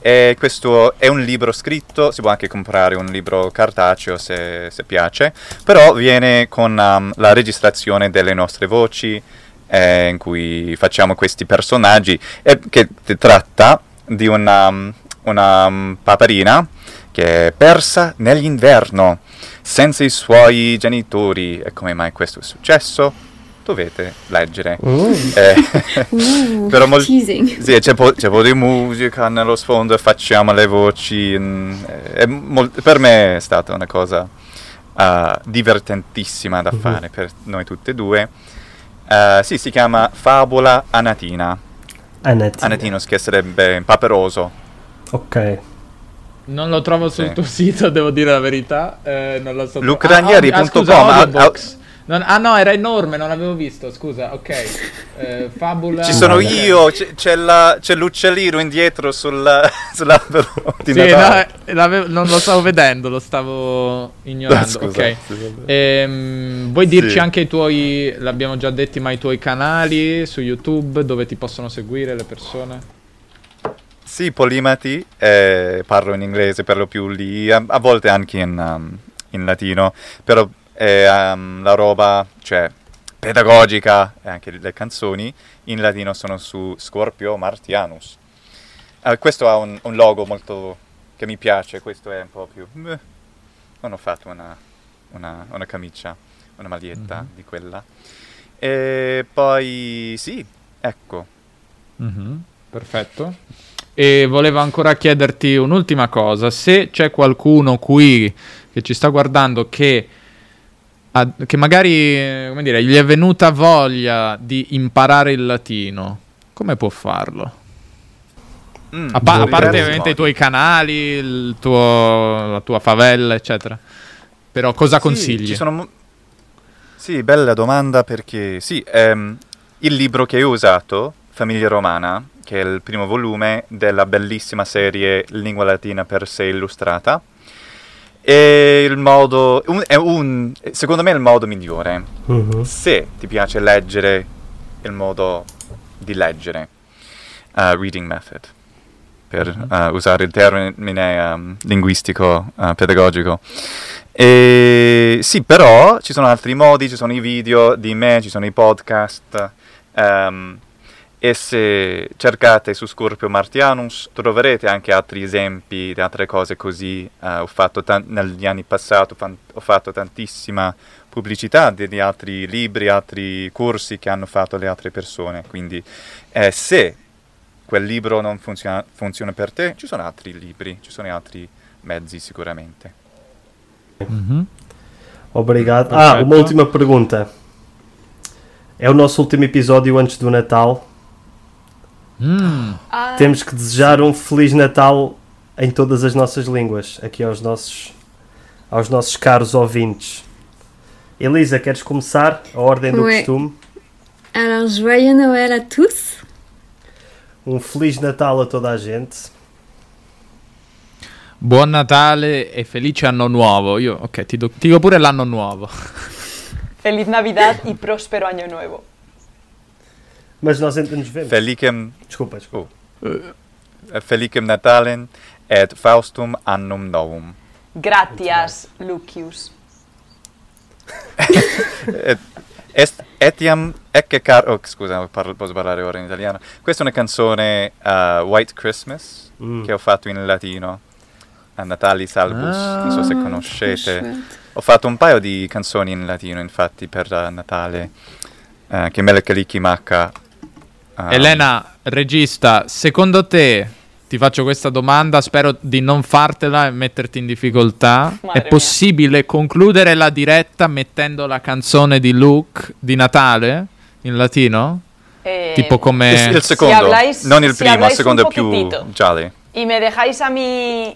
Speaker 3: e questo è un libro scritto si può anche comprare un libro cartaceo se, se piace però viene con um, la registrazione delle nostre voci eh, in cui facciamo questi personaggi e che t- tratta di una, um, una um, paparina che è persa nell'inverno senza i suoi genitori e come mai questo è successo dovete leggere.
Speaker 4: Mm.
Speaker 5: Uhum.
Speaker 3: Eh,
Speaker 2: Uh,
Speaker 3: Però mol-
Speaker 2: teasing.
Speaker 3: sì, c'è, po- c'è un po' di musica nello sfondo, facciamo le voci. mm, è mol- per me è stata una cosa ah, divertentissima
Speaker 4: Mm-hmm.
Speaker 3: da fare per noi tutte e due. Eh, sì, si chiama Favola Anatina.
Speaker 5: Anatina.
Speaker 3: Anatinos che sarebbe paperoso.
Speaker 5: Ok.
Speaker 4: Non lo trovo sul
Speaker 3: Sì.
Speaker 4: tuo sito, devo dire la verità. Eh, non lo so.
Speaker 3: Lucranieri.com,
Speaker 4: Ah, scusa,
Speaker 3: ah,
Speaker 4: Audiobox. Non- ah, no, era enorme, non l'avevo visto. Scusa, ok. Eh, fabula.
Speaker 3: Ci sono
Speaker 4: Ok.
Speaker 3: io, c'è, c'è la- c'è l'uccellino indietro sulla, sull'albero di
Speaker 4: Sì,
Speaker 3: Natale.
Speaker 4: no, eh, l'avevo- non lo stavo vedendo, lo stavo ignorando.
Speaker 3: Scusa,
Speaker 4: ok.
Speaker 3: sì, vabbè.
Speaker 4: Ehm, vuoi dirci
Speaker 3: Sì.
Speaker 4: anche i tuoi, l'abbiamo già detti, ma i tuoi canali su YouTube dove ti possono seguire le persone?
Speaker 3: Sì, Polimati, eh, parlo in inglese per lo più lì, a, a volte anche in, um, in latino, però eh, um, la roba, cioè, pedagogica e anche le canzoni in latino sono su Scorpio Martianus. Ah, questo ha un, un logo molto che mi piace, questo è un po' più... meh. Non ho fatto una, una- una camicia, una maglietta
Speaker 4: Mm-hmm.
Speaker 3: di quella. E poi sì, ecco.
Speaker 4: Mhm, Perfetto. E volevo ancora chiederti un'ultima cosa, se c'è qualcuno qui che ci sta guardando che, ha- che magari eh, come dire, gli è venuta voglia di imparare il latino, come può farlo?
Speaker 3: Mm,
Speaker 4: A, pa- a
Speaker 3: diversi
Speaker 4: parte ovviamente i
Speaker 3: modi.
Speaker 4: tuoi canali, il tuo- la tua favela, eccetera. Però cosa
Speaker 3: Sì,
Speaker 4: consigli?
Speaker 3: ci sono mo- Sì, bella domanda perché sì, ehm, il libro che ho usato, Famiglia Romana, che è il primo volume della bellissima serie Lingua Latina per sé illustrata, è il modo, un- è un, secondo me è il modo migliore,
Speaker 5: Mhm.
Speaker 3: se ti piace leggere il modo di leggere, uh, reading method, per uh, usare il termine um, linguistico uh, pedagogico. E, sì, però ci sono altri modi, ci sono i video di me, ci sono i podcast. ehm, e se cercate su Scorpio Martianus troverete anche altri esempi di altre cose così. Eh, ho fatto tan- negli anni passati, ho fan- ho fatto tantissima pubblicità di, di altri libri, altri corsi che hanno fatto le altre persone. Quindi eh, se quel libro non funziona, funziona per te, ci sono altri libri, ci sono altri mezzi sicuramente.
Speaker 5: Obrigado. Ah,
Speaker 4: Perfetto.
Speaker 5: uma última pergunta. É o nosso último episódio antes do Natal. Hum.
Speaker 6: Ah,
Speaker 5: Temos que desejar um Feliz Natal em todas as nossas línguas, aqui aos nossos, aos nossos caros ouvintes. Elisa, queres começar? A ordem do
Speaker 2: Ué.
Speaker 5: costume.
Speaker 2: Alors, joyeux Noël à tous.
Speaker 5: Um Feliz Natal a toda a gente.
Speaker 4: Buon Natale e felice anno nuovo. Io, ok, ti, do- ti dico pure l'anno nuovo.
Speaker 6: feliz Navidad y próspero año nuevo.
Speaker 5: Mas nós ainda nos vemos.
Speaker 3: Felicem,
Speaker 5: Desculpa, desculpa.
Speaker 3: eh, felicem Natalen et Faustum annum novum.
Speaker 6: Gracias, Lucius.
Speaker 3: Est, etiam ecce car... Oh, scusa, parlo- posso parlare ora in italiano. Questa è una canzone eh, White Christmas
Speaker 5: Mm.
Speaker 3: che ho fatto in latino. A Natalis Albus, non so se conoscete.
Speaker 2: Chouette.
Speaker 3: Ho fatto un paio di canzoni in latino, infatti, per eh, Natale. eh, che Mele Kaliki Macca. ah,
Speaker 4: Elena, regista, secondo te, ti faccio questa domanda, spero di non fartela e metterti in difficoltà.
Speaker 6: Madre
Speaker 4: È possibile concludere la diretta mettendo la canzone di Luke di Natale in latino?
Speaker 6: Eh,
Speaker 4: Tipo come...
Speaker 3: Il, il secondo,
Speaker 6: habláis-
Speaker 3: non il
Speaker 6: si
Speaker 3: primo, il
Speaker 6: habláis
Speaker 3: secondo è
Speaker 6: un
Speaker 3: più
Speaker 6: poquitito.
Speaker 3: giallo.
Speaker 6: Y me dejáis a mí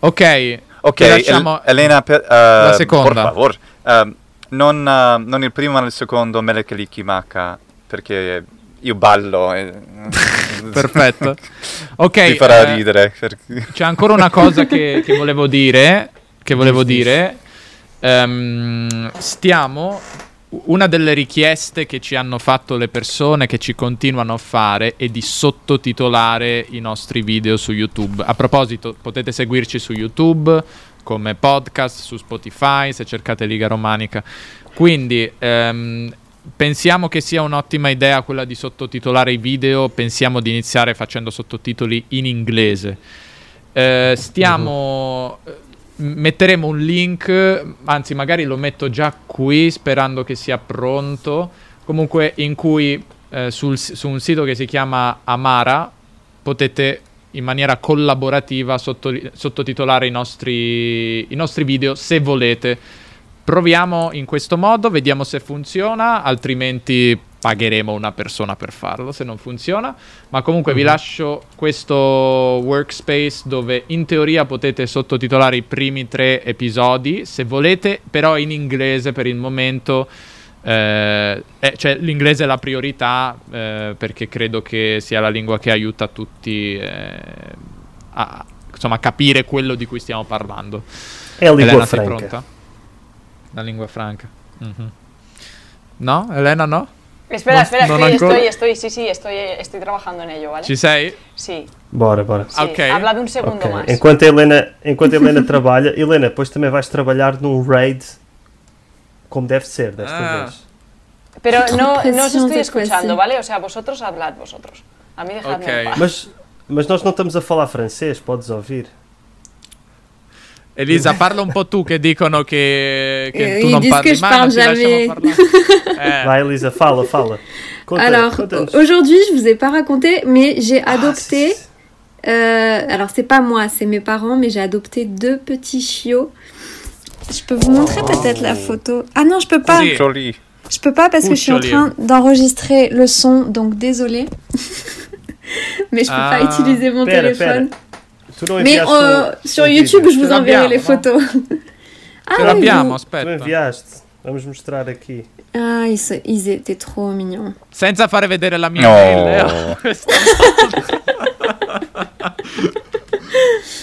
Speaker 4: Ok,
Speaker 3: Ok,
Speaker 4: ti lasciamo-
Speaker 3: El- Elena, per, eh,
Speaker 4: seconda.
Speaker 3: por favor. eh, non, eh, non il primo, ma il secondo, Mele Kaliki Macca, perché io ballo. e-
Speaker 4: Perfetto. Ok,
Speaker 3: Ti farà
Speaker 4: eh,
Speaker 3: ridere. perché-
Speaker 4: C'è ancora una cosa che, che volevo dire. Che volevo dire. Ehm, stiamo. Una delle richieste che ci hanno fatto le persone, che ci continuano a fare, è di sottotitolare i nostri video su YouTube. A proposito, potete seguirci su YouTube come podcast, su Spotify, se cercate Liga Romanica. Quindi ehm, pensiamo che sia un'ottima idea quella di sottotitolare i video, pensiamo di iniziare facendo sottotitoli in inglese. Eh, stiamo eh, metteremo un link, eh, anzi magari lo metto già qui sperando che sia pronto, comunque in cui eh, sul s- su un sito che si chiama Amara potete in maniera collaborativa sotto- sottotitolare i nostri, i nostri video se volete. Proviamo in questo modo, vediamo se funziona, altrimenti pagheremo una persona per farlo se non funziona. Ma comunque vi lascio questo workspace dove in teoria potete sottotitolare i primi tre episodi se volete, però in inglese per il momento. eh, eh, cioè l'inglese è la priorità eh, perché credo che sia la lingua che aiuta tutti eh, a insomma, capire quello di cui stiamo parlando.
Speaker 5: É a língua
Speaker 4: Elena, sei
Speaker 5: franca.
Speaker 4: pronta? La lingua franca. Mhm. No? Elena no?
Speaker 6: Espera,
Speaker 4: No,
Speaker 6: espera,
Speaker 4: no,
Speaker 6: estoy,
Speaker 4: no,
Speaker 6: estoy,
Speaker 4: ancora.
Speaker 6: estoy- sí, sí, estoy, estoy trabajando en ello, ¿vale?
Speaker 4: Ci sei?
Speaker 6: Sí,
Speaker 5: Bora, bora.
Speaker 6: sí.
Speaker 4: Ok.
Speaker 6: Habla de un segundo
Speaker 5: Ok.
Speaker 6: más.
Speaker 5: Enquanto a, Helena, enquanto a Helena trabalha, Helena, depois também vais trabalhar num raid como deve ser desta
Speaker 4: Ah.
Speaker 5: vez.
Speaker 6: Pero no, no os
Speaker 2: Presión
Speaker 6: estoy
Speaker 2: de
Speaker 6: escuchando,
Speaker 2: presión.
Speaker 6: ¿vale? O sea, vosotros hablad vosotros. A mí dejadme en
Speaker 4: Ok.
Speaker 6: paz.
Speaker 5: Mas, mas nós não estamos a falar francês, podes ouvir.
Speaker 4: Elisa, parla un po' tu che dicono che, che
Speaker 2: Eh,
Speaker 4: tu
Speaker 2: i
Speaker 4: non
Speaker 2: dischi
Speaker 4: parli mai, ma ti
Speaker 2: spargiami.
Speaker 4: lasciamo parlare. Eh,
Speaker 5: Vai, Elisa, fala, fala. Conta,
Speaker 2: Alors,
Speaker 5: conta-nos.
Speaker 2: aujourd'hui, je vous ai pas raconté, mais j'ai
Speaker 5: Ah,
Speaker 2: adopté.
Speaker 5: sim, sim.
Speaker 2: euh, alors, c'est pas moi, c'est mes parents, mais j'ai adopté deux petits chiots. Je peux vous
Speaker 5: Oh.
Speaker 2: montrer peut-être la photo. Ah non, je peux pas.
Speaker 4: Così.
Speaker 3: Jolly.
Speaker 2: Je peux pas parce que je suis en train
Speaker 4: Cucciolino.
Speaker 2: d'enregistrer le son, donc désolé. mais je peux
Speaker 4: Ah.
Speaker 2: pas utiliser mon
Speaker 5: Pera,
Speaker 2: téléphone.
Speaker 5: Tu não
Speaker 2: Mais
Speaker 5: enviaste
Speaker 2: euh,
Speaker 5: um-
Speaker 2: sur
Speaker 5: um
Speaker 2: YouTube,
Speaker 5: vídeo.
Speaker 2: je vous
Speaker 4: Ce l'abbiamo,
Speaker 2: enverrai les
Speaker 4: no?
Speaker 2: photos. ah,
Speaker 4: ce
Speaker 2: oui,
Speaker 4: l'abbiamo,
Speaker 5: Tu
Speaker 4: aspetta.
Speaker 5: enviaste. Vamos mostrar aqui.
Speaker 2: Ah, ils, se- ils étaient trop mignons.
Speaker 4: Senza fare vedere la mia eh. mail.
Speaker 3: No.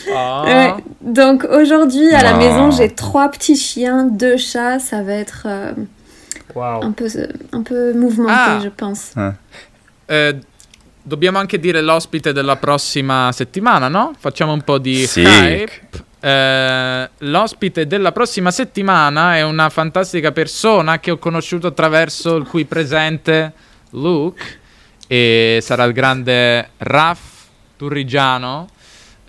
Speaker 4: eh. Oh.
Speaker 2: Ouais. Donc aujourd'hui à la
Speaker 3: Ah.
Speaker 2: maison j'ai trois petits chiens, deux chats, ça va être euh, un
Speaker 5: Uau.
Speaker 2: peu euh, un peu mouvementé
Speaker 4: Ah.
Speaker 2: je pense.
Speaker 4: Eh, dobbiamo anche dire l'ospite della prossima settimana, no? Facciamo un po' di
Speaker 3: Sì.
Speaker 4: hype. Eh, l'ospite della prossima settimana è una fantastica persona che ho conosciuto attraverso il cui presente Luke e sarà il grande Raf Turrigiano.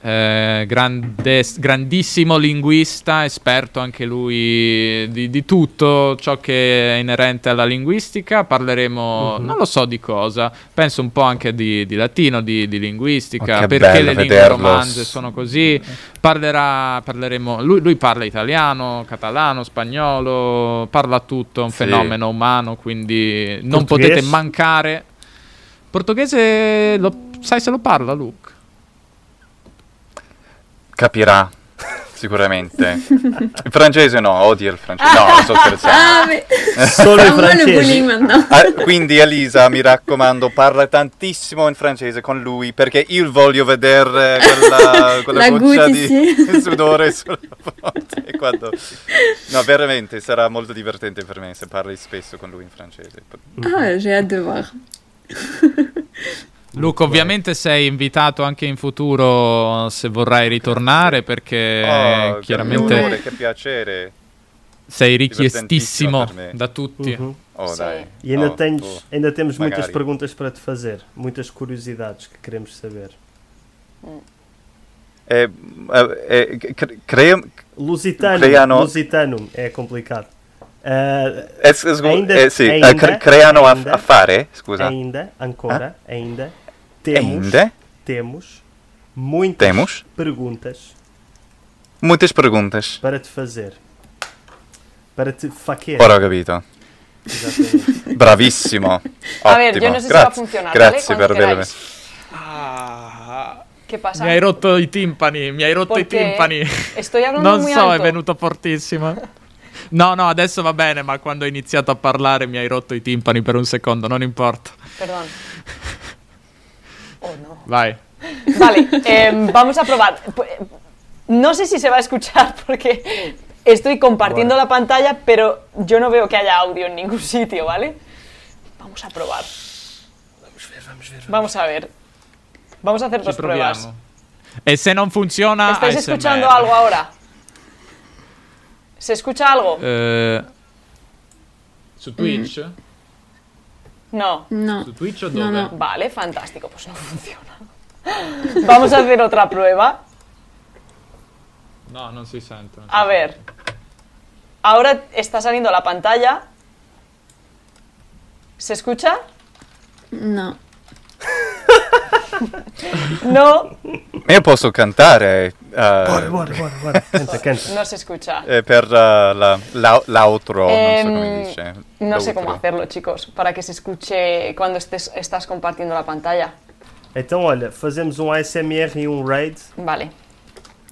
Speaker 4: eh, grande- grandissimo linguista, esperto anche lui di, di tutto ciò che è inerente alla linguistica. Parleremo,
Speaker 3: Mhm.
Speaker 4: non lo so di cosa, penso un po' anche di, di latino, di, di linguistica,
Speaker 3: Oh, che
Speaker 4: perché
Speaker 3: bello
Speaker 4: le lingue
Speaker 3: vederlo.
Speaker 4: romanze sono così. Parlerà, parleremo, lui, lui parla italiano, catalano, spagnolo, parla tutto, è un
Speaker 3: Sì.
Speaker 4: fenomeno umano, quindi non
Speaker 5: Portoghese?
Speaker 4: potete mancare. Portoghese, lo, sai se lo parla Luke?
Speaker 3: Capirà. Sicuramente. Il francese no, odio il francese. No, sto scherzando.
Speaker 2: Ah mais
Speaker 5: Solo
Speaker 2: Ah,
Speaker 5: em
Speaker 2: moi le
Speaker 5: francês.
Speaker 2: bullying maintenant.
Speaker 3: Ah, quindi Elisa, mi raccomando, parla tantissimo in francese con lui perché io voglio vedere quella, quella
Speaker 2: La
Speaker 3: goccia
Speaker 2: goutte
Speaker 3: di
Speaker 2: ici.
Speaker 3: sudore sulla fronte. quando- No, veramente sarà molto divertente per me se parli spesso con lui in francese.
Speaker 2: Ah, j'ai hâte de voir.
Speaker 4: Luca, ovviamente sei invitato anche in futuro se vorrai ritornare perché
Speaker 3: Oh,
Speaker 4: Eh, chiaramente
Speaker 3: che onore, che piacere.
Speaker 4: sei richiestissimo
Speaker 3: Divertentissimo per me.
Speaker 4: da tutti.
Speaker 5: Uhum.
Speaker 3: Oh,
Speaker 6: Sì.
Speaker 3: dai.
Speaker 5: E ainda,
Speaker 3: Oh,
Speaker 5: tens-
Speaker 3: oh.
Speaker 5: ainda temos muitas
Speaker 3: Magari.
Speaker 5: perguntas para te fazer, muitas curiosidades que queremos saber.
Speaker 3: Eh, eh, eh, cre- cre-
Speaker 5: Lusitano,
Speaker 3: Creano-
Speaker 5: Lusitano é complicado. Ah,
Speaker 3: eh, scu-
Speaker 5: Ainda-
Speaker 3: eh, sì, eh,
Speaker 5: ainda-
Speaker 3: cre- creano a-
Speaker 5: ainda-
Speaker 3: affare? Scusa.
Speaker 5: ainda, ancora, ainda
Speaker 3: é.
Speaker 5: temos,
Speaker 3: Ah. Ainda?
Speaker 5: temos muitas
Speaker 3: Temos?
Speaker 5: perguntas
Speaker 3: Muitas perguntas.
Speaker 5: para te fazer. Para te faquear.
Speaker 3: Ora ho capito.
Speaker 5: Exatamente.
Speaker 3: Bravissimo.
Speaker 6: A ver,
Speaker 3: Ottimo.
Speaker 6: io non so se va a
Speaker 3: grazie.
Speaker 6: funzionare, vale?
Speaker 3: Grazie
Speaker 6: Quando
Speaker 3: per avermi.
Speaker 6: queráis. ¿Qué pasa?
Speaker 4: Mi hai rotto i timpani, mi hai rotto i
Speaker 6: Perché
Speaker 4: timpani.
Speaker 6: estoy hablando
Speaker 4: Non
Speaker 6: muy
Speaker 4: so, è
Speaker 6: alto.
Speaker 4: venuto fortissimo. No, no, adesso va bene, ma quando hai iniziato a parlare mi hai rotto i timpani per un secondo, non importa.
Speaker 6: Perdón. Oh, no.
Speaker 4: Vai.
Speaker 6: Vale, em, vamos a probar. Pu- No sé si se va a escuchar porque estoy compartiendo la pantalla, pero yo no veo que haya audio en ningún sitio, ¿vale? Vamos a probar. Vamos a ver. Vamos a hacer
Speaker 4: Ci
Speaker 6: dos pruebas.
Speaker 4: proviamo. E se non funziona...
Speaker 6: ¿Estáis
Speaker 4: ASMR.
Speaker 6: escuchando algo ahora? ¿Se escucha algo?
Speaker 4: Eh, su Twitch?
Speaker 6: No.
Speaker 2: Non.
Speaker 4: Su Twitch o dove?
Speaker 2: No, no.
Speaker 6: Vale, fantástico, pues no funciona. Vamos a hacer otra prueba.
Speaker 4: No, non si sente.
Speaker 6: A ver. Ahora está saliendo la pantalla. ¿Se escucha?
Speaker 2: No.
Speaker 6: No,
Speaker 3: Io posso cantare eh,
Speaker 5: Bora, bora, bora, bora. Canta, canta.
Speaker 6: no se escucha.
Speaker 3: eh, per eh, la, la- l'outro, non so come
Speaker 6: Ehm,
Speaker 3: dice.
Speaker 6: No sé
Speaker 3: l'outro.
Speaker 6: cómo hacerlo, chicos, para que se escuche cuando estés, estás compartiendo la pantalla.
Speaker 5: Então, olha, fazemos um ASMR e um raid.
Speaker 6: Vale.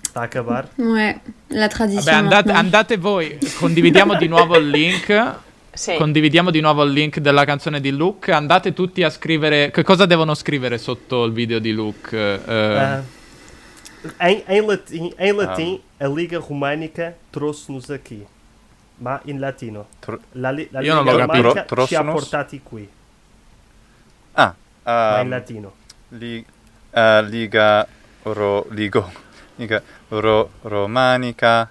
Speaker 5: Está a acabar.
Speaker 2: Ouais, la
Speaker 4: Vabbè,
Speaker 2: tradition.
Speaker 4: andate,
Speaker 2: maintenant.
Speaker 4: andate voi. Condividiamo di nuovo il link.
Speaker 6: Sí.
Speaker 4: Condividiamo di nuovo il link della canzone di Luke. Andate tutti a scrivere. Che cosa devono scrivere sotto il video di Luke?
Speaker 3: É.
Speaker 4: Eh,
Speaker 5: Ah, em, em latim, em latim
Speaker 3: Ah.
Speaker 5: a Liga Românica trouxe-nos aqui. Ma in latino.
Speaker 3: Tro-
Speaker 5: La, li, la
Speaker 4: Io
Speaker 5: Liga
Speaker 4: non l'ho capito.
Speaker 5: Românica
Speaker 3: Tro-
Speaker 5: ci ha
Speaker 3: trouxe-nos?
Speaker 5: portati qui.
Speaker 3: Ah,
Speaker 5: Ma
Speaker 3: ehm,
Speaker 5: in latino.
Speaker 3: li- eh, Liga Ro- Ligo- Liga Ro- Romanica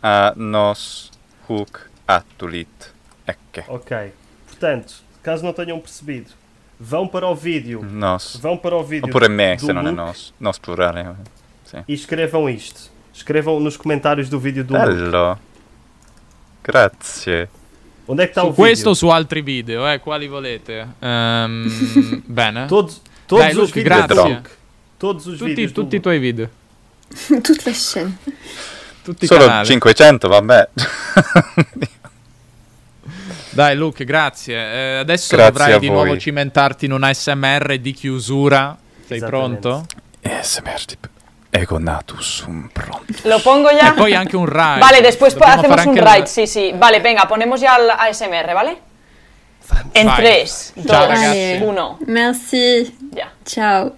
Speaker 3: a nos hook attulit. Ecce.
Speaker 5: Ok. Portanto, caso não tenham percebido, vão para o vídeo.
Speaker 3: Hum. Nos.
Speaker 5: Vão para o vídeo.
Speaker 3: Oppure me,
Speaker 5: do
Speaker 3: se non è
Speaker 5: Luke
Speaker 3: nos. Nos plurale.
Speaker 5: E escrevam isto. Escrevam nos comentários do vídeo do
Speaker 3: Ah,
Speaker 5: Luke.
Speaker 3: Bello. Grazie.
Speaker 5: Onde é que está o
Speaker 4: su
Speaker 5: vídeo?
Speaker 4: questo o su altri video, eh, quali volete? Ehm, bene.
Speaker 5: Todos, todos
Speaker 4: Dai,
Speaker 5: os
Speaker 4: Luke,
Speaker 5: vídeos do
Speaker 3: grazie.
Speaker 5: Luke. Todos os
Speaker 4: tutti
Speaker 5: vídeos do
Speaker 4: tutti i
Speaker 5: Luke.
Speaker 4: tuoi video.
Speaker 2: Toute la chaîne.
Speaker 4: Tutti i
Speaker 3: Solo
Speaker 4: canali.
Speaker 3: 500, vabbè.
Speaker 4: Dai Luke, grazie. Eh, adesso
Speaker 3: Grazie a
Speaker 4: dovrai di
Speaker 3: voi.
Speaker 4: nuovo cimentarti in un ASMR di chiusura. Sei
Speaker 5: Esattamente.
Speaker 4: pronto?
Speaker 3: ASMR tip. Ego natus um prompt.
Speaker 6: ¿Lo pongo ya?
Speaker 4: E poi anche un ride.
Speaker 6: Vale, después pa-
Speaker 4: Dobbiamo fare
Speaker 6: hacemos un
Speaker 4: anche il-
Speaker 6: raid, sí, sí. Vale, venga, ponemos ya al ASMR, ¿vale? En
Speaker 4: Vai.
Speaker 6: 3,
Speaker 4: Ciao
Speaker 6: 2,
Speaker 4: ragazzi.
Speaker 2: Dai.
Speaker 6: 1,
Speaker 2: Merci.
Speaker 6: ya.
Speaker 2: Ciao.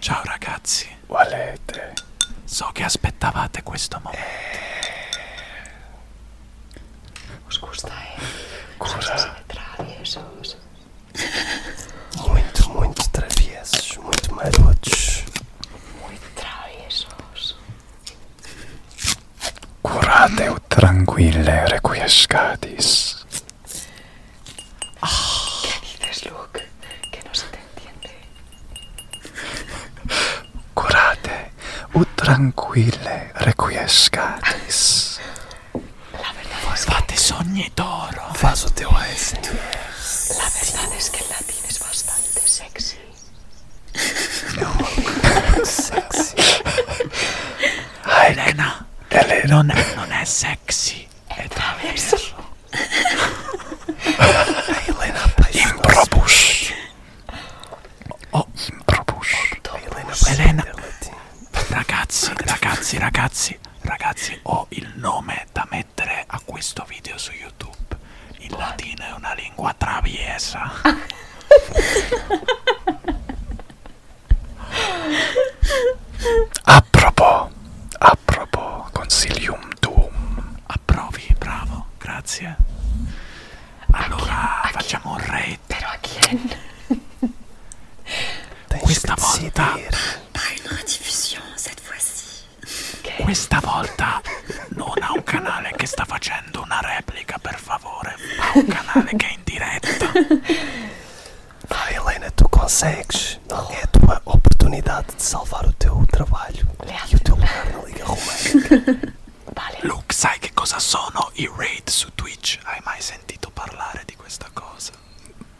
Speaker 4: Ciao ragazzi.
Speaker 3: Valete.
Speaker 4: So che aspettavate questo momento.
Speaker 6: Os gusta, eh.
Speaker 1: Cura.
Speaker 6: Traviesos.
Speaker 1: Muito, muito travessos, muito marotos.
Speaker 6: Traviesos.
Speaker 3: Curate o tranquille requiescatis.
Speaker 6: Dices, Luke, que no se te entiende.
Speaker 3: Curate o tranquille requiescatis.
Speaker 4: Fate sogni d'oro.
Speaker 1: Faz o teu ASMR.
Speaker 6: La verdad es que el latín es bastante sexy.
Speaker 1: Sexy.
Speaker 4: Elena. Non è, non è sexy. È travieso.
Speaker 1: Helena apaixonou-se.
Speaker 3: Improbus. Oh, improbus.
Speaker 1: Helena apaixonou-se
Speaker 4: Helena.
Speaker 1: pelo latim.
Speaker 4: Ragazzi, ragazzi, ragazzi, ragazzi, ho il nome da mettere a questo video su YouTube. Il latino è una lingua traviesa.
Speaker 3: Apropos. Apropos. Consilium tuum.
Speaker 4: Approvi, bravo, grazie. Allora, facciamo un raid.
Speaker 6: ¿Pero a quién?
Speaker 1: Tens
Speaker 4: Questa
Speaker 1: que
Speaker 4: volta.
Speaker 1: decidir.
Speaker 2: Pas une rediffusion cette fois-ci.
Speaker 4: Questa volta non ha un canale che sta facendo una replica, per favore. Ha un canale che è in diretta.
Speaker 1: Vai, Helena, tu consegues. É a tua oportunidade de salvar o teu trabalho e o teu lugar na Liga Romana.
Speaker 4: Luke, sai che cosa sono i raid su Twitch? Hai mai sentito parlare di questa cosa?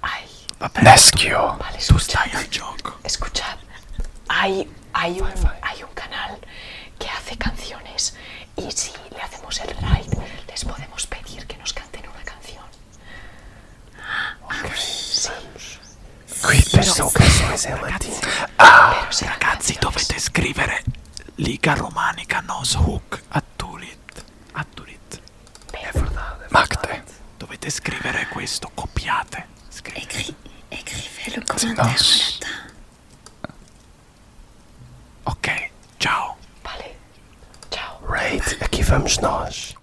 Speaker 6: Ay,
Speaker 4: Vabbè,
Speaker 3: Nescio.
Speaker 6: vale,
Speaker 4: tu
Speaker 6: escuchad,
Speaker 4: stai al gioco.
Speaker 6: escuchad. Hay, hay, un, hay un canal que hace canciones y si le hacemos el raid, les podemos pedir que nos canten una canción.
Speaker 1: Qui são canções em latim.
Speaker 6: Pero serán
Speaker 4: Ragazzi, dovete scrivere Liga Romanica Nos Hook Attulit. Attulit.
Speaker 3: Macte.
Speaker 4: Dovete scrivere questo, copiate. Scrivete.
Speaker 2: Écri- Écrivez le commentaire
Speaker 3: Nos.
Speaker 2: en latin.
Speaker 4: Ok, ciao.
Speaker 6: Vale. Chao.
Speaker 1: Raid, aqui vamos nós.